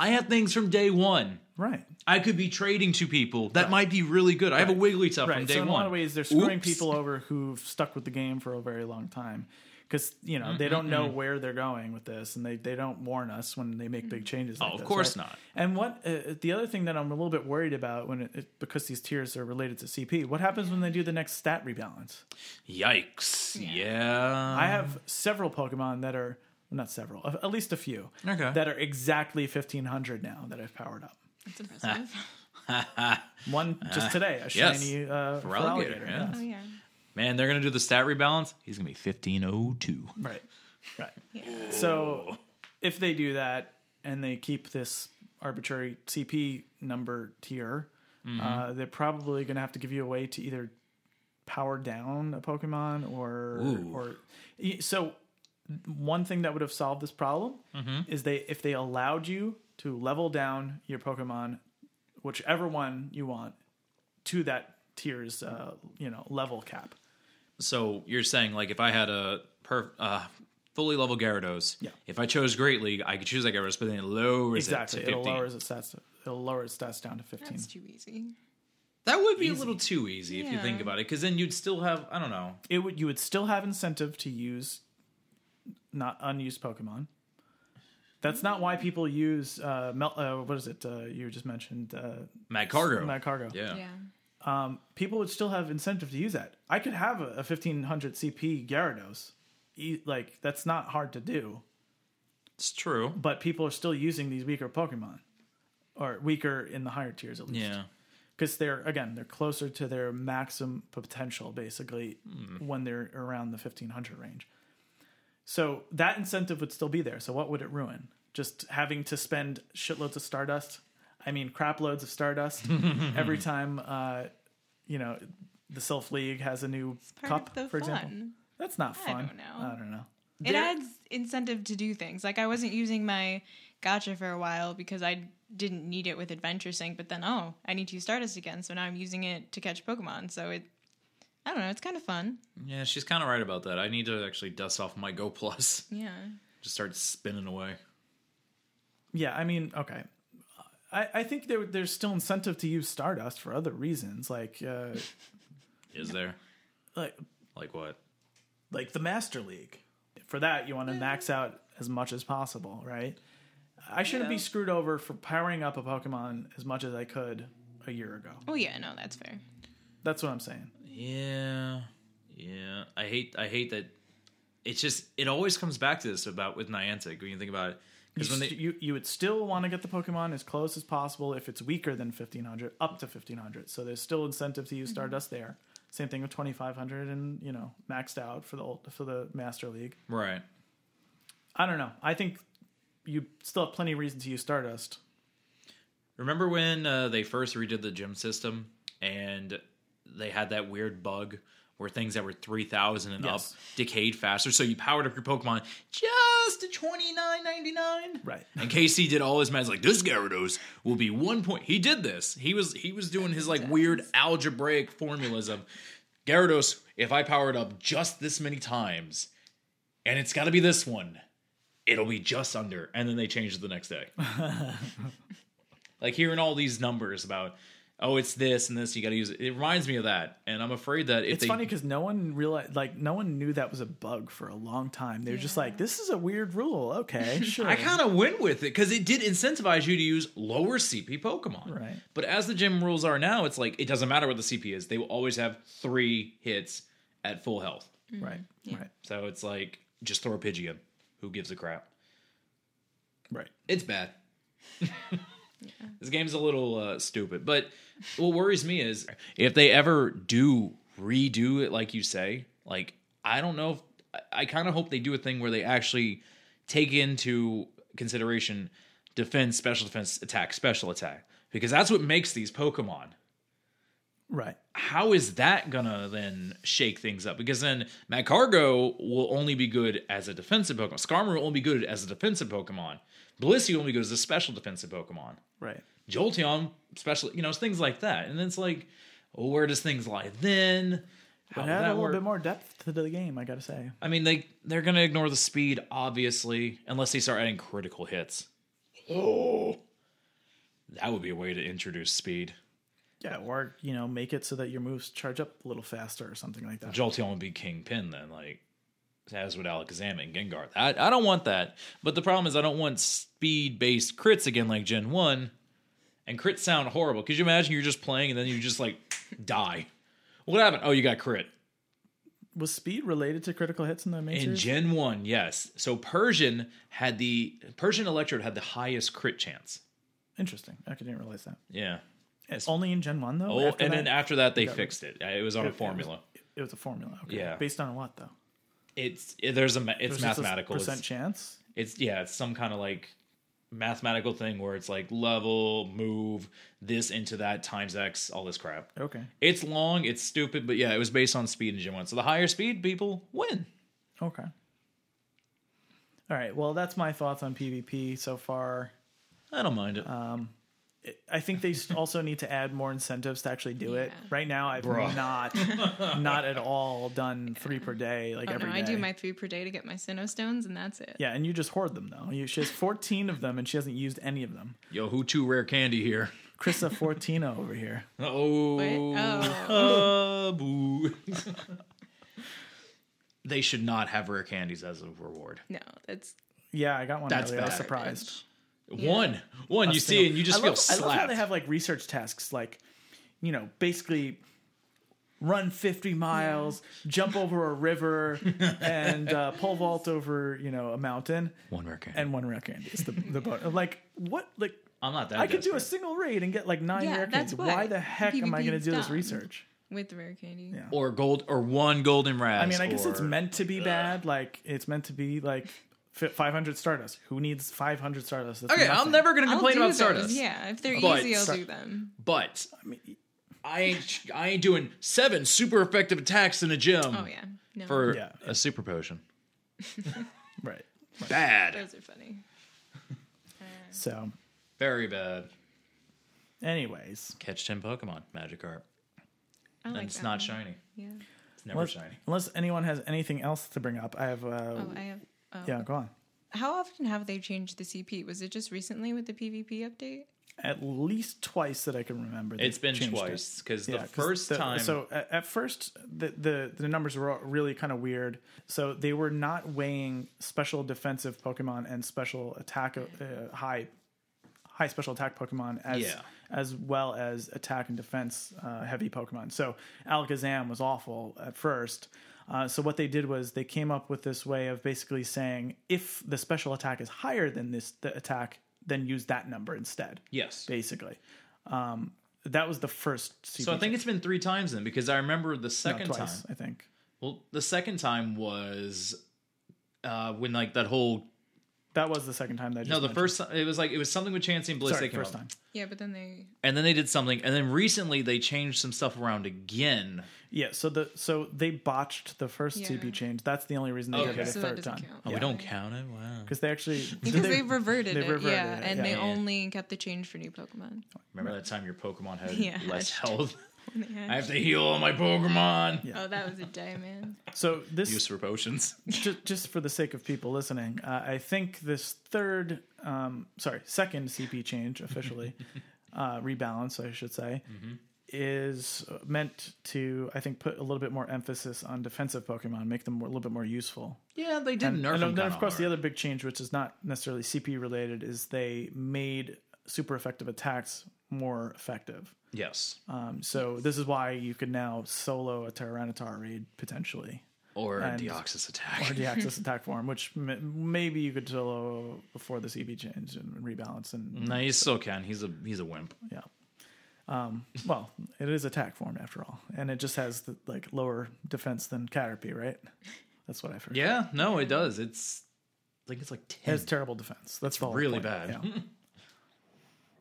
S3: I had things from day one.
S2: Right.
S3: I could be trading to people that might be really good. I have a Wigglytuff from
S2: Right.
S3: day
S2: So in
S3: one.
S2: a lot of ways, they're screwing
S3: Oops.
S2: people over who've stuck with the game for a very long time because you know they don't know where they're going with this, and they, they don't warn us when they make big changes. like
S3: Oh, of
S2: this,
S3: course
S2: right?
S3: not.
S2: And what uh, the other thing that I'm a little bit worried about when it, it- because these tiers are related to CP, what happens when they do the next stat rebalance?
S3: Yikes. Yeah.
S2: I
S3: Mm.
S2: have several Pokemon that are not several, at at least a few
S3: Okay.
S2: that are exactly 1500 now that I've powered up.
S4: That's impressive.
S2: [LAUGHS] One just today, a
S3: Ah, yes.
S2: shiny uh, for
S3: Feraligatr,
S2: alligator.
S3: yeah.
S4: oh yeah.
S3: Man, they're gonna do the stat rebalance. He's gonna be fifteen oh two.
S2: Right. Right. So if they do that and they keep this arbitrary CP number tier,
S3: Mm-hmm.
S2: uh, they're probably going to have to give you a way to either power down a Pokemon or
S3: Ooh.
S2: or y- so one thing that would have solved this problem
S3: Mm-hmm.
S2: is they if they allowed you to level down your Pokemon, whichever one you want, to that tier's uh, you know level cap.
S3: So you're saying like if I had a per uh, fully level Gyarados,
S2: Yeah.
S3: if I chose Great League, I could choose that Gyarados, but then it lowers
S2: Exactly.
S3: it to
S2: It'll
S3: fifteen.
S2: lower its stats. It'll lower its stats down to fifteen.
S4: That's too easy.
S3: that would be a little too easy if you
S4: Yeah.
S3: think about it, because then you'd still have I don't know.
S2: It would. You would still have incentive to use not unused Pokemon. That's not why people use uh, mel- uh what is it uh, you just mentioned uh,
S3: Matt Cargo.
S2: Matt Cargo.
S3: Yeah.
S4: Yeah.
S2: People would still have incentive to use that. I could have a, a fifteen hundred CP Gyarados. E- like that's not hard to do,
S3: It's true.
S2: but people are still using these weaker Pokemon, or weaker in the higher tiers at least.
S3: Yeah.
S2: because they're again they're closer to their maximum potential basically when they're around the 1500 range so that incentive would still be there so what would it ruin just having to spend shitloads of stardust i mean crap loads of stardust every time uh you know the sylph league has a new
S4: Part
S2: cup
S4: of the
S2: for
S4: fun.
S2: example that's not
S4: I
S2: fun
S4: don't know.
S2: i don't know
S4: It
S2: There-
S4: adds incentive to do things. Like I wasn't using my gotcha for a while because I didn't need it with Adventure Sync, but then oh, I need to use Stardust again, so now I'm using it to catch Pokemon. So it, I don't know, it's kind of fun.
S3: Yeah, she's kind of right about that. I need to actually dust off my Go Plus. [LAUGHS]
S4: Yeah.
S3: Just start spinning away.
S2: Yeah, I mean, okay. I, I think there, there's still incentive to use Stardust for other reasons, like uh,
S3: Is there?
S2: like
S3: Like what?
S2: like the Master League. For that, you want to max out as much as possible, right? I shouldn't be
S4: Yeah.
S2: screwed over for powering up a Pokemon as much as I could a year ago.
S4: Oh yeah, no, that's fair.
S2: That's what I'm saying.
S3: Yeah, yeah. I hate. I hate that. It's just. It always comes back to this about with Niantic when you think about it. Because
S2: You,
S3: when they,
S2: st- you you would still want to get the Pokemon as close as possible if it's weaker than 1500, up to 1500. So there's still incentive to use Stardust there. Same thing with 2500 and, you know, maxed out for the old, for the Master League.
S3: right.
S2: I don't know. I think you still have plenty of reason to use Stardust.
S3: Remember when uh, they first redid the gym system and they had that weird bug where things that were three thousand and
S2: Yes.
S3: up decayed faster, so you powered up your Pokemon just to twenty nine ninety nine.
S2: Right.
S3: And KC did all his math like this Gyarados will be one point. He did this. He was he was doing his like weird algebraic formulas of Gyarados. If I power it up just this many times, and it's got to be this one, it'll be just under. And then they changed it the next day. like hearing all these numbers about oh it's this and this you got to use it. It reminds me of that, and I'm afraid that if
S2: It's
S3: they
S2: funny because no one realized, like, no one knew that was a bug for a long time. They were just like, "This is a weird rule." Okay, sure.
S3: I kind of went with it because it did incentivize you to use lower CP Pokemon.
S2: Right.
S3: But as the gym rules are now, it's like it doesn't matter what the CP is; they will always have three hits at full health.
S2: Right. Right.
S3: So it's like just throw a Pidgeot. Who gives a crap?
S2: Right.
S3: It's bad. [LAUGHS] This game's a little uh, stupid, but what worries me is if they ever do redo it, like you say. Like I don't know. if I- I kind of hope they do a thing where they actually take into consideration defense, special defense, attack, special attack, because that's what makes these Pokemon
S2: Right.
S3: how is that gonna then shake things up? Because then Magcargo will only be good as a defensive Pokemon. Skarmory will only be good as a defensive Pokemon. Blissey will only be good as a special defensive Pokemon.
S2: Right.
S3: Jolteon, special, you know, things like that. And it's like, well, where does things lie then? How
S2: But
S3: will
S2: add a
S3: that
S2: little
S3: work?
S2: bit more depth to the game, I gotta say.
S3: I mean, they they're gonna ignore the speed, obviously, unless they start adding critical hits. Oh, that would be a way to introduce speed.
S2: Yeah, or you know, make it so that your moves charge up a little faster or something like that.
S3: Jolteon would be Kingpin then, like as would Alakazam and Gengar. I, I don't want that. But the problem is I don't want speed based crits again like Gen 1. And crits sound horrible. Could you imagine you're just playing and then you just like die? What happened? Oh, you got crit.
S2: Was speed related to critical hits in the
S3: In
S2: majors?
S3: Gen 1, yes. So Persian had the Persian Electrode had the highest crit chance.
S2: Interesting. I didn't realize that.
S3: Yeah.
S2: It's only in Gen One though.
S3: Oh,
S2: After
S3: and
S2: that,
S3: then after that they
S2: got rid-
S3: fixed it. It was on a formula.
S2: it was a formula. Okay.
S3: Yeah.
S2: Based on what though?
S3: It's it, there's a ma-
S2: It
S3: it's
S2: was just a
S3: mathematical. It's-
S2: percent chance.
S3: it's yeah it's some kind of like mathematical thing where it's like level move this into that times x all this crap
S2: Okay.
S3: it's long it's stupid but yeah it was based on speed in gen 1 so the higher speed people win
S2: Okay. All right. Well, that's my thoughts on PvP so far.
S3: i don't mind it
S2: Uh. I think they
S3: [LAUGHS]
S2: s- also need to add more incentives to actually do it.
S4: Yeah.
S2: Right now, I've
S3: Bruh.
S2: not
S3: [LAUGHS]
S2: not at all done three per day like
S4: Oh
S2: every
S4: no,
S2: day.
S4: I do my three per day to get my Sinnoh stones, and that's it.
S2: yeah, and you just hoard them though. You, she has fourteen of them, and she hasn't used any of them.
S3: yo who too rare candy here
S4: [LAUGHS]
S2: Krista Fortino over here.
S4: Wait,
S3: oh,
S4: oh,
S3: Uh, boo. [LAUGHS] they should not have rare candies as a reward
S4: no, that's
S2: Yeah, I got one
S3: That's
S2: earlier. I was
S3: bad.
S2: surprised.
S3: one one you see and you just
S2: I
S3: feel
S2: love, I love how
S3: slapped
S2: they have like research tasks, like you know, basically run 50 miles, jump over a
S3: [LAUGHS]
S2: river, and uh, pole vault over you know a mountain,
S3: one rare candy
S2: and one rare candy is the the bonus. Like what? Like
S3: i'm not that
S2: I could do a
S3: desperate.
S2: single raid and get like nine
S4: Yeah,
S2: rare
S4: that's
S2: candies.
S4: why
S2: Why the heck am I going
S4: PvP
S2: to
S4: is
S2: do this
S4: dumb.
S2: research?
S4: with rare candy.
S2: Yeah.
S3: or gold or one golden raz
S2: I mean, I guess it's
S3: or-
S2: meant to be bad. Like it's meant to be like fi- 500 Stardust. Who needs 500 Stardust? That's
S3: Okay, I'm
S2: nothing.
S3: never going to
S4: I'll
S3: complain
S4: do
S3: about
S4: those.
S3: Stardust.
S4: Yeah, if they're
S3: But-
S4: easy, I'll
S3: Star-
S4: do them.
S3: But
S2: mean-
S3: I ain't I ain't doing seven super effective attacks in a gym
S4: Oh yeah, no,
S3: for
S2: Yeah.
S3: a super potion.
S2: right.
S3: Bad.
S4: those are funny.
S2: So,
S3: Very bad.
S2: anyways,
S3: Catch 10 Pokemon, Magikarp.
S4: Oh I like
S3: and it's
S4: that
S3: not
S4: one.
S3: shiny.
S4: Yeah.
S3: It's never
S2: unless,
S3: shiny.
S2: unless anyone has anything else to bring up, I have. Uh,
S4: Oh, I have. Oh.
S2: yeah, go on.
S4: How often have they changed the CP? Was it just recently with the PvP update?
S2: At least twice that I can remember.
S3: It's
S2: they've
S3: been
S2: changed it.
S3: twice because the
S2: 'cause
S3: first
S2: the-
S3: time
S2: So at, at first, the, the the numbers were all really kind of weird. So they were not weighing special defensive Pokemon and special attack uh, high high special attack Pokemon as
S3: Yeah.
S2: as well as attack and defense uh, heavy Pokemon. So Alakazam was awful at first. Uh, so what they did was they came up with this way of basically saying if the special attack is higher than this the attack, then use that number instead.
S3: yes.
S2: Basically, um, that was the first. CP
S3: So I think it's been three times then because I remember the second time.
S2: twice, I think.
S3: Well, the second time was uh, when like that whole
S2: That was the second time that. I just
S3: no the
S2: mentioned.
S3: first it was like it was something with Chansey and Bliss
S2: Sorry,
S3: that came
S2: first
S3: up.
S2: time.
S4: Yeah, but then they.
S3: and then they did something and then recently they changed some stuff around again
S2: Yeah, so the so they botched the first
S4: Yeah.
S2: CP change. That's the only reason they
S3: Okay.
S2: did it a
S4: So that
S2: third
S4: doesn't
S2: time.
S4: count.
S3: oh we don't count it wow
S2: Because they actually [LAUGHS] [LAUGHS]
S4: Because
S2: they-
S4: they, have reverted
S2: they
S4: it,
S2: reverted
S4: yeah,
S2: it,
S4: and
S2: yeah. Oh.
S4: they
S3: Yeah.
S4: only kept the change for new Pokemon. [LAUGHS]
S3: remember that time your pokemon had
S4: Yeah. [LAUGHS]
S3: less health
S4: When they had-
S3: i have to heal all my pokemon
S4: Oh, that was a day, man.
S2: so this
S3: use for
S2: [LAUGHS]
S3: potions
S2: just, just for the sake of people listening, uh, I think this third, um, sorry, second CP change
S3: [LAUGHS]
S2: officially, uh, rebalance, I should say,
S3: Mm-hmm.
S2: is meant to, I think, put a little bit more emphasis on defensive Pokemon, make them more, a little bit more useful.
S3: yeah they did nerf
S2: And
S3: them
S2: then,
S3: kinda
S2: of course, the
S3: hard.
S2: other big change, which is not necessarily CP related, is they made super effective attacks more effective.
S3: yes
S2: Uh, Um, so this is why you could now solo a Tyranitar raid potentially.
S3: or
S2: And-
S3: Deoxys attack.
S2: or the
S4: [LAUGHS]
S2: axis attack form, which m- maybe you could solo before the CB change and rebalance. And
S3: [LAUGHS] no, you still can. He's a he's a wimp.
S4: Mm-hmm.
S2: yeah, um, well, it is attack form after all, and it just has the, like lower defense than Caterpie, right? That's what I've heard.
S3: Yeah, no, it does. It's I think it's like
S2: it
S3: ten.
S2: has terrible defense. That's the whole
S3: really
S2: point.
S3: bad.
S4: [LAUGHS]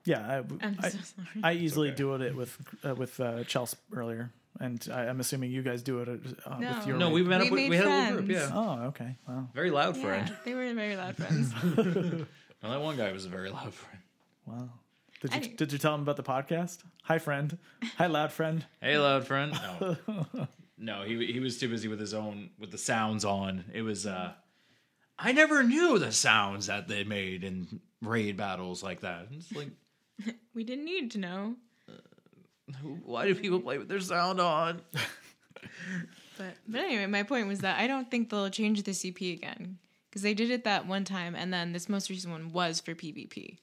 S2: Yeah, yeah
S4: I'm
S2: I, I,
S4: so sorry.
S2: [LAUGHS] I easily do it with uh, with uh, Chelsea earlier, and I, I'm assuming you guys do it uh,
S4: No.
S2: with your
S3: No, we met up.
S4: We
S3: With,
S4: made
S3: we had a little group.
S4: friends.
S3: Yeah,
S2: Oh, okay. Wow.
S3: very loud
S4: Yeah,
S3: friend.
S4: they were very
S2: [LAUGHS]
S4: loud friends.
S3: Well, that one guy was a very loud friend.
S2: Wow. Did you
S4: I-
S2: did you tell him about the podcast? Hi, friend. Hi, loud friend.
S3: Hey, loud friend. No, no, he he was too busy with his own with the sounds on. It was. uh I never knew the sounds that they made in raid battles like that. It's like,
S4: we didn't need to know,
S3: who- why do people play with their sound on?
S4: but but anyway, my point was that I don't think they'll change the CP again because they did it that one time, and then this most recent one was for PvP.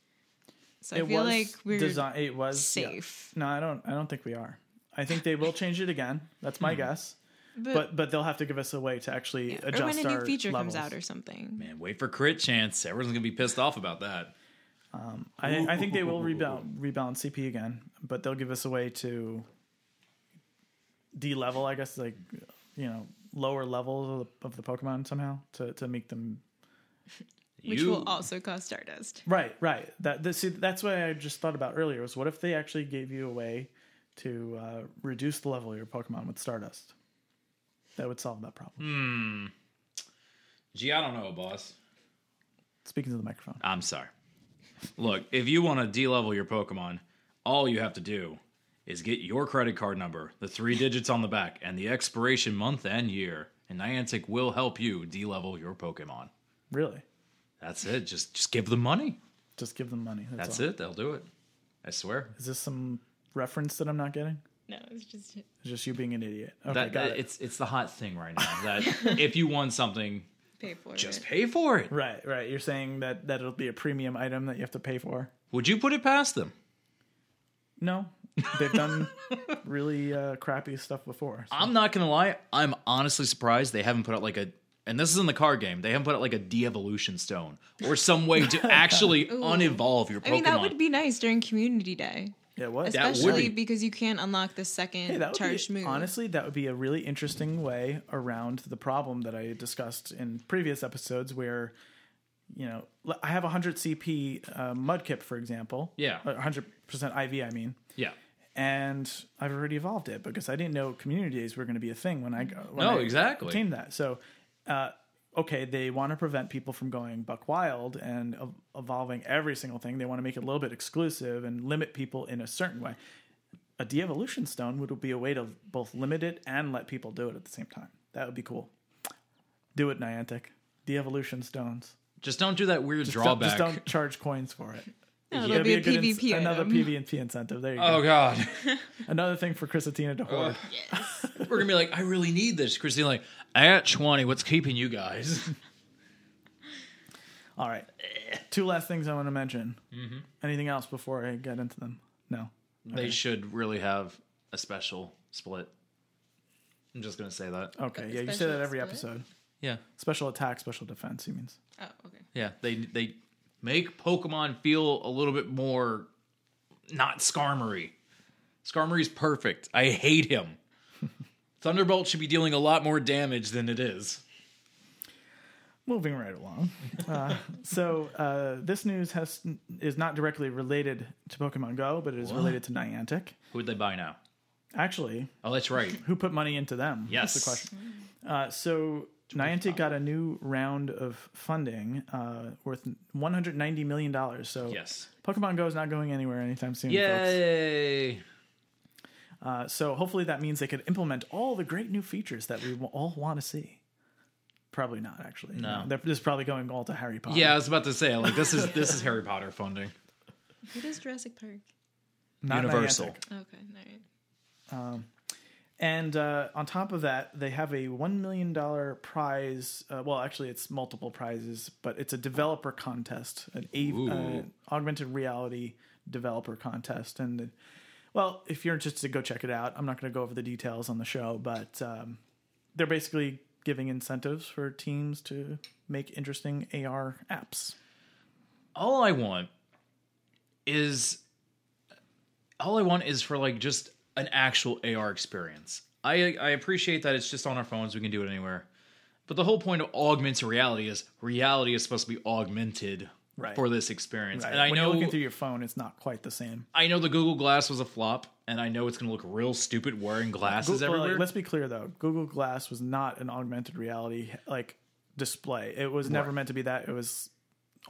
S4: So I feel like we're
S2: design- It was yeah.
S4: safe.
S2: No, I don't. I don't think we are. I think they will change it again. That's my guess.
S4: But,
S2: But but they'll have to give us a way to actually adjust
S4: or when a new
S2: our
S4: feature
S2: levels.
S4: comes out or something.
S3: Man, wait for crit chance. Everyone's gonna be pissed off about that.
S2: I, I think they will rebound rebalance CP again, but they'll give us a way to de-level, I guess, like you know, lower levels of the, of the Pokemon somehow to to make them
S4: which
S3: you,
S4: will also cause Stardust.
S2: right, right. That this, see, that's what I just thought about earlier was what if they actually gave you a way to uh, reduce the level of your Pokemon with Stardust? That would solve that problem.
S3: Hmm. Gee, I don't know, boss.
S2: Speaking to the microphone.
S3: I'm sorry. Look, if you want to de-level your Pokemon, all you have to do is get your credit card number, the three digits on the back, and the expiration month and year, and Niantic will help you de-level your Pokemon.
S2: Really,
S3: That's it. Just just give them money.
S2: just give them money.
S3: That's
S2: all.
S3: it. They'll do it. I swear.
S2: Is this some reference that I'm not getting?
S4: No, it's just
S2: It's just you being an idiot. Okay,
S3: That,
S2: got
S3: that-
S2: it.
S3: it's it's the hot thing right now. That if you want something,
S4: pay for
S3: just
S4: it.
S3: pay for it.
S2: Right, right. You're saying that that it'll be a premium item that you have to pay for.
S3: Would you put it past them?
S2: No, they've
S3: [LAUGHS]
S2: done really uh, crappy stuff before. so-
S3: I'm not gonna lie. I'm honestly surprised they haven't put out like a. And this is in the card game. They haven't put out like a de-evolution stone or some way
S4: [LAUGHS]
S3: to actually unevolve your Pokemon.
S4: I mean, that would be nice during Community Day,
S2: yeah, what?
S3: That would
S4: especially
S3: be-
S4: because you can't unlock the second
S2: Hey, [LAUGHS] that would
S4: charged
S2: be,
S4: move.
S2: honestly, that would be a really interesting way around the problem that I discussed in previous episodes, where you know l- I have 100 CP uh, Mudkip, for example.
S3: Yeah.
S2: Uh, 100% IV, I mean.
S3: yeah.
S2: and I've already evolved it because I didn't know community days were going to be a thing when I go. when
S3: No,
S2: I
S3: exactly.
S2: Obtained that. So, uh, okay, they want to prevent people from going buck wild and ev- evolving every single thing. They want to make it a little bit exclusive and limit people in a certain way. A de-evolution stone would be a way to both limit it and let people do it at the same time. That would be cool. Do it, Niantic. De-evolution stones.
S3: Just don't do that weird
S2: Don't-
S3: drawback.
S2: Just don't charge coins for it.
S4: No,
S2: That'd
S4: it'll be, a
S2: good ins-
S4: PvP
S2: another
S4: item.
S2: PvP incentive. There you go.
S3: Oh God, [LAUGHS]
S2: Another thing for Chrisatina to hoard.
S3: we're gonna be like, I really need this, Christine. Like, I got twenty. What's keeping you guys? [LAUGHS]
S2: All right. Two last things I want to mention.
S3: Mm-hmm.
S2: Anything else before I get into them? No.
S3: They should really have a special split. I'm just gonna say that.
S2: Okay. Yeah, you say
S4: special
S2: that every
S4: split?
S2: episode.
S3: Yeah,
S2: Special attack, special defense. He means.
S4: Oh, okay.
S3: yeah. They they make Pokemon feel a little bit more not Skarmory. Skarmory's perfect. I hate
S2: [LAUGHS]
S3: him. Thunderbolt should be dealing a lot more damage than it is.
S2: Moving right
S3: [LAUGHS]
S2: along. uh, so uh, this news has is not directly related to Pokemon Go, but it is related to Niantic.
S3: Who'd they buy now?
S2: Actually,
S3: Oh, that's right.
S2: who put money into them?
S3: Yes.
S2: [LAUGHS] That's the question. Uh, so Niantic got a new round of funding uh, worth 190 million dollars. So
S3: Yes.
S2: Pokemon Go is not going anywhere anytime soon. folks.
S3: Yay!
S2: Uh, so hopefully that means they could implement all the great new features that we w- all want to see. Probably not, actually.
S3: No.
S2: they're just probably going all to Harry Potter.
S3: Yeah, I was about to say like this is this is Harry Potter funding.
S4: What is Jurassic Park?
S2: Not
S3: Universal.
S2: Niantic.
S4: Okay, all right.
S2: And uh, on top of that, they have a one million dollar prize. Uh, well, actually, it's multiple prizes, but it's a developer contest, an a- uh,
S3: Ooh.
S2: augmented reality developer contest. And uh, well, if you're interested, go check it out. I'm not going to go over the details on the show, but um, they're basically giving incentives for teams to make interesting AR apps.
S3: all I want is all I want is for like just an actual AR experience. I I appreciate that it's just on our phones, we can do it anywhere. But the whole point of augmented reality is reality is supposed to be augmented
S2: Right.
S3: for this experience. And
S2: Right.
S3: I
S2: when
S3: know
S2: you're looking through your phone, it's not quite the same.
S3: I know the Google Glass was a flop, and I know it's gonna look real stupid wearing glasses
S2: Well, like,
S3: everywhere.
S2: let's be clear though. Google Glass was not an augmented reality like display. It was never meant to be that. It was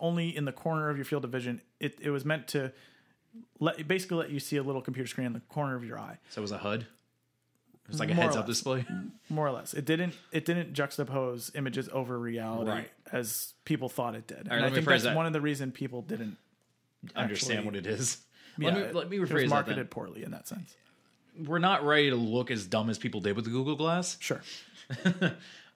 S2: only in the corner of your field of vision. It it was meant to let basically let you see a little computer screen in the corner of your eye,
S3: so it was a HUD. It's like a
S2: More or
S3: heads up
S2: less.
S3: display.
S2: more or less. It didn't it didn't juxtapose images over reality
S3: Right.
S2: as people thought it did. and
S3: right,
S2: I
S3: let me
S2: think
S3: phrase
S2: that's
S3: that.
S2: one of the reason people didn't
S3: Understand what it is.
S2: yeah,
S3: let me let me
S2: it was
S3: rephrase that.
S2: marketed
S3: Then.
S2: poorly in that sense.
S3: We're not ready to look as dumb as people did with the Google Glass.
S2: Sure.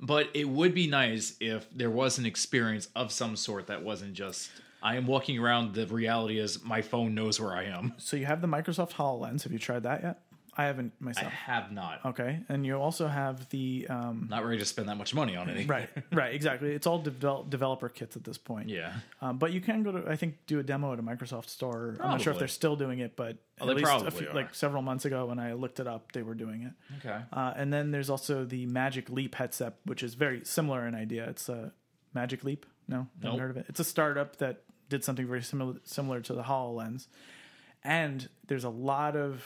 S3: But it would be nice if there was an experience of some sort that wasn't just I am walking around. The reality is my phone knows where I am. [LAUGHS]
S2: So you have the Microsoft HoloLens. Have you tried that yet? I haven't myself.
S3: Have not.
S2: Okay, and you also have the um,
S3: Not ready to spend that much money on it. [LAUGHS]
S2: right, right, exactly. It's all develop, developer kits at this point.
S3: Yeah.
S2: um, but you can go to I think do a demo at a Microsoft store. I'm not sure if
S3: Probably. Oh,
S2: they're still doing it, but at
S3: they
S2: least a
S3: probably
S2: few,
S3: are.
S2: like several months ago when I looked it up, they were doing it.
S3: Okay.
S2: Uh, and then there's also the Magic Leap headset, which is very similar in idea. It's a Magic Leap. No, never
S3: Nope.
S2: heard of it. It's a startup that did something very similar similar to the Hololens, and there's a lot of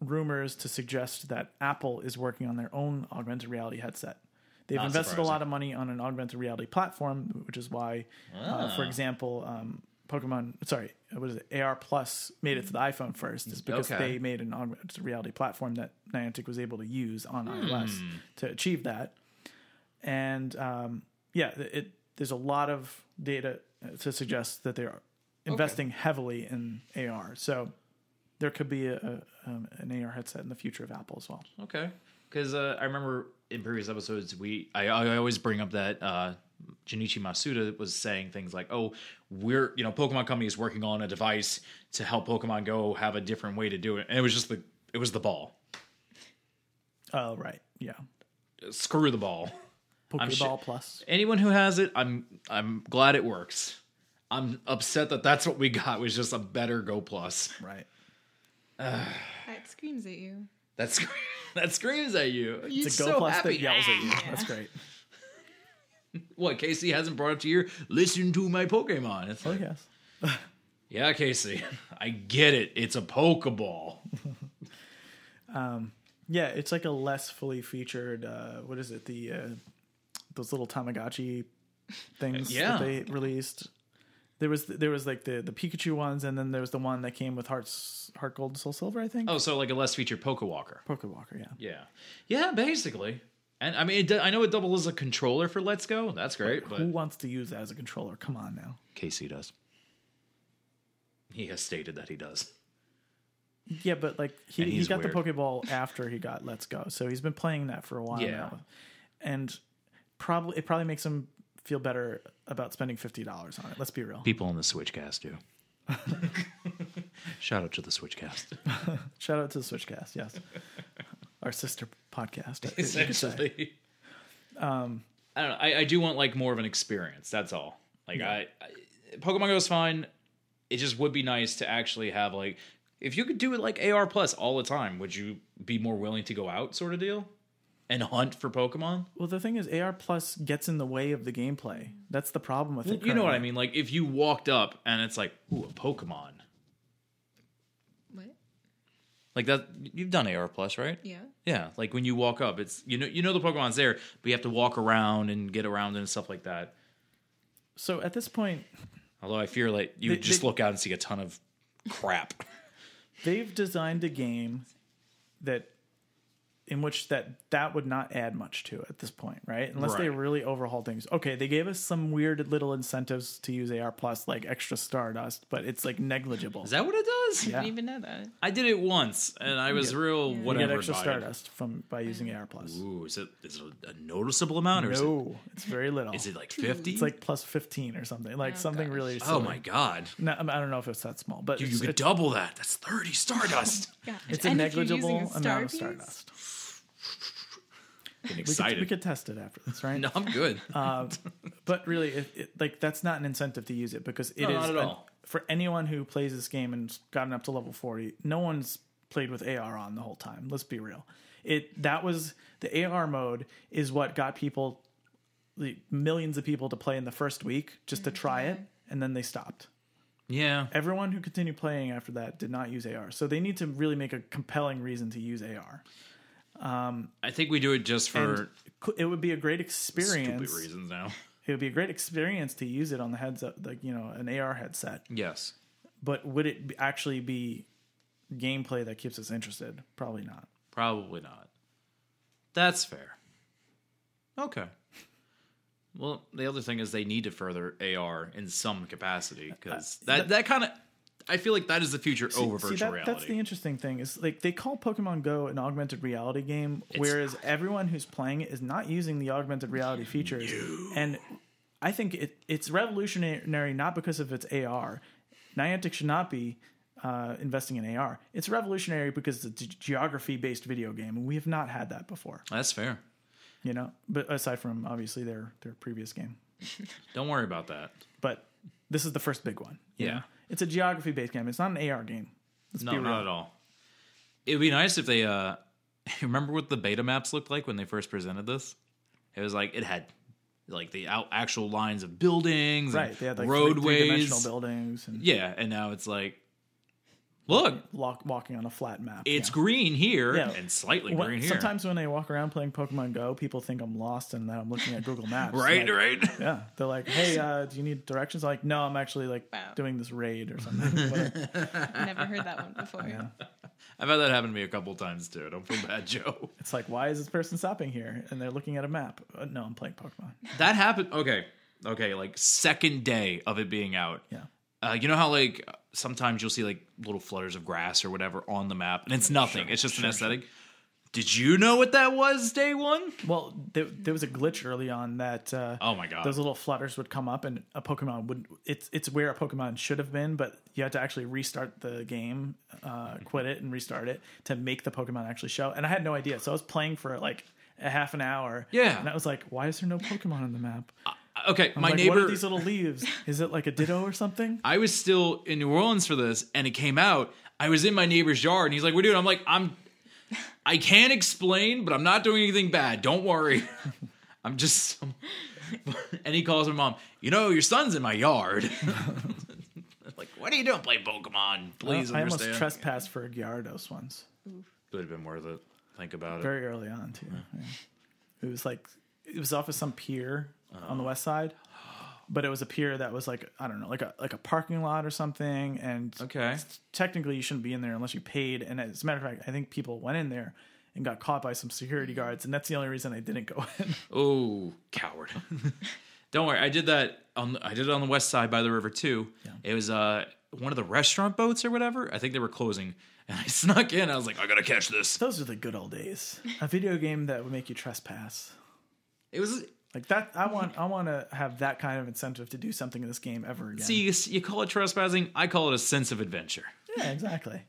S2: um, rumors to suggest that Apple is working on their own augmented reality headset. They've
S3: Not
S2: invested a
S3: surprising.
S2: lot of money on an augmented reality platform, which is why, uh,
S3: Ah.
S2: for example, um, Pokemon, sorry, uh, what is it? AR Plus made it to the iPhone first, is because
S3: Okay.
S2: they made an augmented reality platform that Niantic was able to use on
S3: Hmm.
S2: iOS to achieve that. And um, yeah, th- it there's a lot of data uh, to suggest that they are investing heavily in AR. So there could be a, a, um, an AR headset in the future of Apple as well.
S3: Okay. Because uh, I remember in previous episodes, we I, I always bring up that uh, Junichi Masuda was saying things like, "Oh, we're you know Pokemon Company is working on a device to help Pokemon Go have a different way to do it," and it was just the it was the ball.
S2: Oh, right. Yeah.
S3: Screw the ball.
S2: Pokeball
S3: sure-
S2: Plus.
S3: Anyone who has it, I'm I'm glad it works. I'm upset that that's what we got was just a better Go Plus.
S2: Right.
S4: That screams at you.
S3: That scre- [LAUGHS] that screams at you. You're
S2: It's Ah. a Go
S3: so
S2: Plus
S3: happy.
S2: that yells at you. That's great.
S3: What Casey hasn't brought up to you? Listen to my Pokemon. It's
S2: Oh,
S3: like,
S2: yes.
S3: Yeah, Casey, [LAUGHS] I get it. It's a Pokeball. [LAUGHS]
S2: Yeah, it's like a less fully featured. Uh, what is it? The uh, those little Tamagotchi things
S3: Yeah.
S2: that they released. There was there was like the the Pikachu ones, and then there was the one that came with hearts, heart gold, and soul silver. I think.
S3: Oh, so like a less featured Pokewalker.
S2: Pokewalker. Yeah.
S3: Yeah, yeah, basically. And I mean, it, do- I know it doubles as a controller for Let's Go. That's great,
S2: Who
S3: but
S2: wants to use that as a controller? Come on now.
S3: Casey does. He has stated that he does.
S2: Yeah, but like he,
S3: And
S2: he
S3: he's
S2: got the
S3: weird.
S2: Pokeball after he got Let's Go, so he's been playing that for a while
S3: Yeah.
S2: now, and probably it probably makes him feel better about spending fifty dollars on it. Let's be real.
S3: People on the Switchcast do. Shout out to the Switchcast.
S2: Shout out to the Switchcast, yes. [LAUGHS] Our sister podcast.
S3: [LAUGHS]
S2: you could say.
S3: [LAUGHS] Essentially. Um, I don't know. I, I do want like more of an experience. That's all. Like I, I, Pokemon Go is fine. It just would be nice to actually have like, if you could do it like AR plus all the time, would you be more willing to go out sort of deal and hunt for Pokemon?
S2: Well, the thing is, AR Plus gets in the way of the gameplay. That's the problem with it.
S3: You know what I
S2: currently.
S3: mean? Like if you walked up and it's like, ooh, a Pokemon.
S4: What?
S3: Like that, you've done AR plus, right?
S4: Yeah.
S3: Yeah, like when you walk up, it's you know you know the Pokemon's there, but you have to walk around and get around and stuff like that.
S2: So at this point,
S3: Although I fear like you
S2: They-
S3: would just
S2: they-
S3: look out and see a ton of crap.
S2: [LAUGHS] they've designed a game that in which that that would not add much to it at this point right unless they
S3: Right.
S2: really overhaul things okay they gave us some weird little incentives to use ar plus like extra stardust but it's like negligible
S3: Is that what it does?
S4: I didn't even know that.
S3: I did it once and I was real
S2: you get
S3: whatever.
S2: extra
S3: about it.
S2: stardust from by using ar plus
S3: Ooh, is it is it a noticeable amount or is it
S2: no it's very little
S3: is it like fifty?
S2: it's like plus 15 or something like something really
S3: oh
S2: silly.
S3: my god,
S2: No, I don't know if it's that small, but
S3: you, you
S2: it's,
S3: could
S2: it's,
S3: double that. That's thirty stardust.
S2: [LAUGHS]
S4: Yeah.
S2: it's a
S4: And if you're
S2: negligible
S4: using a
S2: amount of
S4: piece,
S2: Stardust.
S3: Getting
S2: We could,
S3: excited.
S2: we could Uh, test it after this, right?
S3: [LAUGHS] no, I'm good.
S2: But really, it, it, like that's not an incentive to use it because it is
S3: No, not at
S2: an-
S3: all.
S2: for anyone who plays this game and's gotten up to level forty. No one's played with AR on the whole time. Let's be real. It that was the AR mode is what got people, the millions of people to play in the first week just to try it,
S4: Mm-hmm.
S2: and then they stopped.
S3: yeah.
S2: Everyone who continued playing after that did not use AR, so they need to really make a compelling reason to use AR.
S3: I think we do it just for
S2: And cou- it would be a great experience.
S3: stupid reasons now.
S2: It would be a great experience to use it on the heads up, like you know, an AR headset.
S3: Yes.
S2: but would it be- actually be gameplay that keeps us interested? Probably not.
S3: Probably not. That's fair. Okay. Well, the other thing is they need to further AR in some capacity because that that, kind of I feel like that is the future over virtual
S2: Uh, See, that,
S3: reality.
S2: that's the interesting thing is like they call Pokemon Go an augmented reality game, whereas everyone who's playing it is not using the augmented reality features. And I think it, it's revolutionary not because of its AR. Niantic should not be uh, investing in AR. It's revolutionary because it's a geography based video game, and we have not had that before.
S3: that's fair.
S2: You know, but aside from obviously their their previous game,
S3: Don't worry about that.
S2: but this is the first big one. you
S3: Yeah.
S2: know? It's a geography based game. It's not an AR game. Let's be
S3: No,
S2: real.
S3: not at all. It would be nice if they uh [LAUGHS] remember what the beta maps looked like when they first presented this? It was like it had like the out, actual lines of buildings,
S2: Right.
S3: and
S2: They had like
S3: roadways,
S2: three dimensional buildings and
S3: Yeah, and now it's like look,
S2: lo- walking on a flat map.
S3: it's
S2: Yeah.
S3: green here
S2: Yeah.
S3: and slightly
S2: When-
S3: green here.
S2: Sometimes when I walk around playing Pokemon Go, people think I'm lost and that I'm looking at Google Maps.
S3: [LAUGHS] right,
S2: Like,
S3: right.
S2: Yeah. They're like, hey, uh, do you need directions? I'm like, no, I'm actually like
S4: Wow.
S2: doing this raid or
S3: [LAUGHS]
S2: something. Whatever.
S4: Never heard that one
S2: [LAUGHS]
S4: before.
S3: I've had that happen to me a couple times too. Don't feel bad, [LAUGHS] Joe.
S2: it's like, why is this person stopping here? And they're looking at a map. Uh, no, I'm playing Pokemon.
S3: That happened. Okay, okay. Like second day of it being out.
S2: Yeah.
S3: Uh, you know how like sometimes you'll see like little flutters of grass or whatever on the map, and it's nothing. it's just an aesthetic. Did you know what that was day one?
S2: Well, there, there was a glitch early on that. Uh,
S3: Oh my god!
S2: those little flutters would come up and a pokemon would it's it's where a pokemon should have been but you had to actually restart the game uh quit it and restart it to make the pokemon actually show and i had no idea so i was playing for like a half an hour
S3: Yeah.
S2: and i was like why is there no pokemon on the map
S3: Uh, okay, my
S2: like what
S3: neighbor.
S2: are these little leaves is it like a ditto or something
S3: I was still in New Orleans for this, and it came out. I was in my neighbor's yard, and he's like, "We're doing." I'm like, "I'm, I can't explain, but I'm not doing anything bad. Don't worry. [LAUGHS] I'm just." [LAUGHS] and he calls my mom. You know, your son's in my yard. [LAUGHS] like, what are you doing? Play Pokemon, [LAUGHS] please.
S2: i almost
S3: understand.
S2: trespassed for Gyarados once
S3: Would have been worth it. Think about it.
S2: very early on too. Yeah. It was like it was off of some pier on the west side, but it was a pier that was like I don't know, like a like a parking lot or something. And
S3: Okay.
S2: technically you shouldn't be in there unless you paid. And as a matter of fact, I think people went in there and got caught by some security guards, and that's the only reason I didn't go [LAUGHS] in.
S3: Oh, coward. [LAUGHS] Don't worry, I did that on I did it on the west side by the river too. It was uh one of the restaurant boats or whatever. I think they were closing. [LAUGHS] And I snuck in. I was like, I gotta catch this.
S2: Those are the good old days. A video game that would make you trespass.
S3: It was
S2: Like that, I want. I want to have that kind of incentive to do something in this game ever again.
S3: see you, you call it trespassing, I call it a sense of adventure.
S2: Yeah, exactly.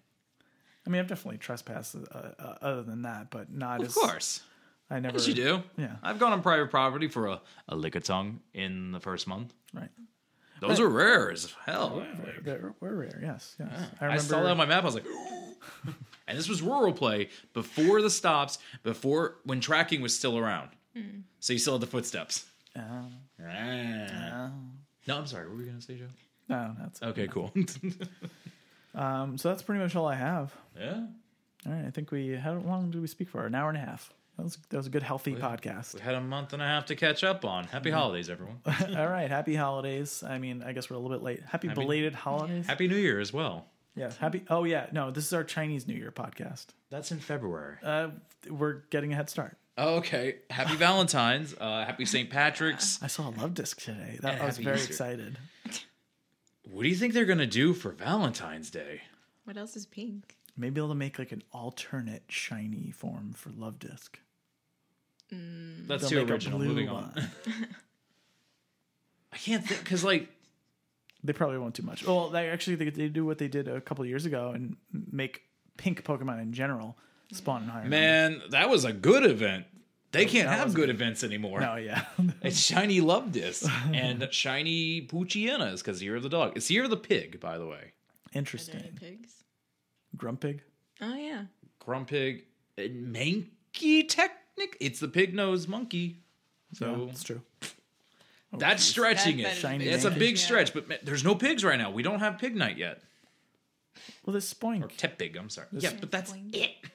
S2: I mean, I've definitely trespassed uh, uh, other than that, but not
S3: Of
S2: as
S3: course.
S2: I never.
S3: Yes, you do.
S2: Yeah.
S3: I've gone on private property for a, a lick of tongue in the first month.
S2: Right.
S3: Those are rare as hell.
S2: They're, we're rare. Yes. Yes. I
S3: I
S2: remember.
S3: saw that on my map. I was like, [GASPS] and this was rural play before the stops, before when tracking was still around. So you still had the footsteps.
S2: Oh.
S3: Ah. No, I'm sorry. What were you gonna say, Joe?
S2: no, that's [LAUGHS]
S3: Okay, cool.
S2: Um, so that's pretty much all I have.
S3: yeah,
S2: All right. I think we. How long did we speak for? An hour and a half. That was that was a good healthy podcast.
S3: we had a month and a half to catch up on. Happy
S2: [LAUGHS]
S3: holidays, everyone.
S2: all right. Happy holidays. I mean, I guess we're a little bit late. Happy, belated holidays.
S3: Happy New Year as well.
S2: yes. Happy. Oh yeah. No, this is our Chinese New Year podcast.
S3: That's in February.
S2: Uh, we're getting a head start.
S3: Oh, okay.
S2: [LAUGHS]
S3: Happy Valentine's. Uh, happy St. Patrick's.
S2: I saw a love disc today. That I was
S3: happy
S2: very
S3: Easter.
S2: excited.
S3: What do you think they're gonna do for Valentine's Day?
S4: What else is pink?
S2: Maybe able to make like an alternate shiny form for Love Disc. They'll
S3: That's too
S2: make a
S3: original.
S2: blue
S3: Moving on.
S2: one.
S3: I can't think because like
S2: They probably won't do much. Well, they actually they, they do what they did a couple of years ago and make pink Pokemon in general spawn in higher. numbers.
S3: Man, that was a good event. They can't
S2: that
S3: have
S2: was-
S3: good events anymore.
S2: No, Oh, yeah.
S3: [LAUGHS]
S2: [LAUGHS]
S3: It's Shiny loved this and Shiny Poochiana is because year of the dog. It's year of the pig, by the way.
S2: Interesting.
S4: pigs?
S2: Grumpig.
S4: Oh yeah.
S3: Grumpig, and Manky uh, Technic. It's the pig nosed monkey.
S2: No,
S3: So
S2: it's true.
S3: that's stretching
S4: That-
S3: it.
S4: that
S2: is
S3: That's a
S2: big.
S3: big
S4: Yeah.
S3: stretch, but man, there's no pigs right now. We don't have pig night yet.
S2: Well, this
S3: Or
S2: spoink,
S3: tep pig. I'm sorry. Yeah, but that's
S4: Boing.
S3: it. [LAUGHS]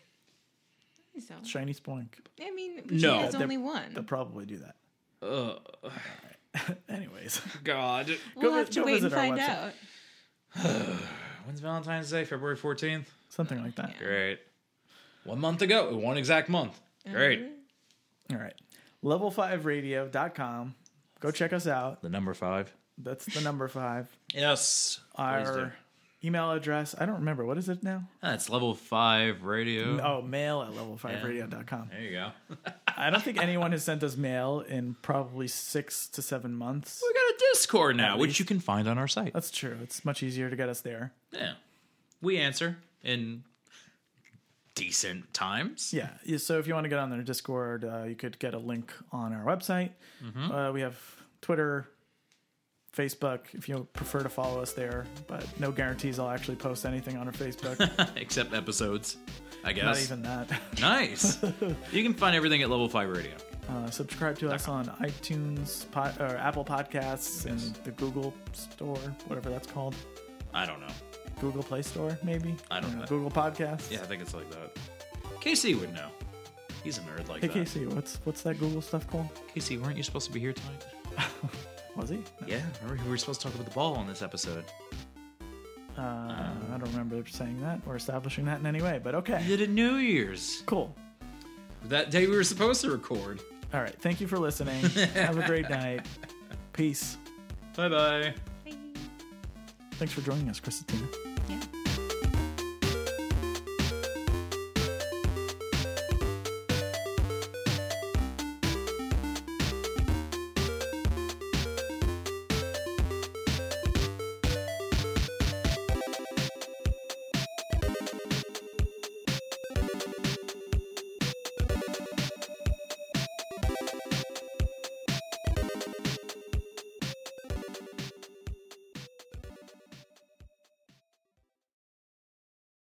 S4: So,
S2: shiny spoink.
S4: I mean,
S3: No.
S4: no, is
S2: They're-
S4: only one.
S2: They'll probably do that.
S3: Oh
S2: [LAUGHS] Anyways, [LAUGHS]
S3: God.
S4: we'll
S2: vi-
S4: have to
S2: go
S4: wait and
S2: visit our
S4: find
S2: website.
S4: out.
S3: When's Valentine's Day? February 14th.
S2: something like that.
S3: Great. One month ago. One exact month. Great.
S2: All right. Level5radio.com. Go check us out.
S3: The number five.
S2: That's the number five.
S3: Yes.
S2: Our email address, I don't remember. What is it now?
S3: That's level five radio.
S2: Oh, mail at level5radio.com.
S3: There you go. We
S2: I don't think anyone has sent us mail in probably six to seven months.
S3: got a Discord now, which you can find on our site.
S2: That's true. It's much easier to get us there.
S3: Yeah. We answer in decent times.
S2: Yeah. yeah, So if you want to get on their Discord, uh, you could get a link on our website. Uh, we have Twitter, Facebook, if you prefer to follow us there, but no guarantees I'll actually post anything on our Facebook.
S3: [LAUGHS] Except episodes, I
S2: Not
S3: guess.
S2: even that. [LAUGHS]
S3: Nice. you can find everything at level five radio.
S2: Uh, subscribe to us on iTunes, pod, or Apple Podcasts, and the Google Store, whatever that's called.
S3: I don't know.
S2: Google Play Store, maybe?
S3: I don't
S2: Or
S3: know.
S2: Google Podcasts?
S3: Yeah, I think it's like that. Casey would know. He's a nerd like
S2: Hey,
S3: that.
S2: Casey, what's, what's that Google stuff called?
S3: Casey, weren't you supposed to be here tonight?
S2: Was he?
S3: Yeah, remember we were supposed to talk about the ball on this episode.
S2: Uh,
S3: Um,
S2: I don't remember saying that or establishing that in any way, but okay.
S3: We did it New Year's.
S2: Cool.
S3: That day we were supposed to record.
S2: All right. Thank you for
S3: [LAUGHS]
S2: listening. Have a great night. Peace.
S3: Bye bye.
S4: Bye.
S2: Thanks for joining us, Christina.
S4: Yeah.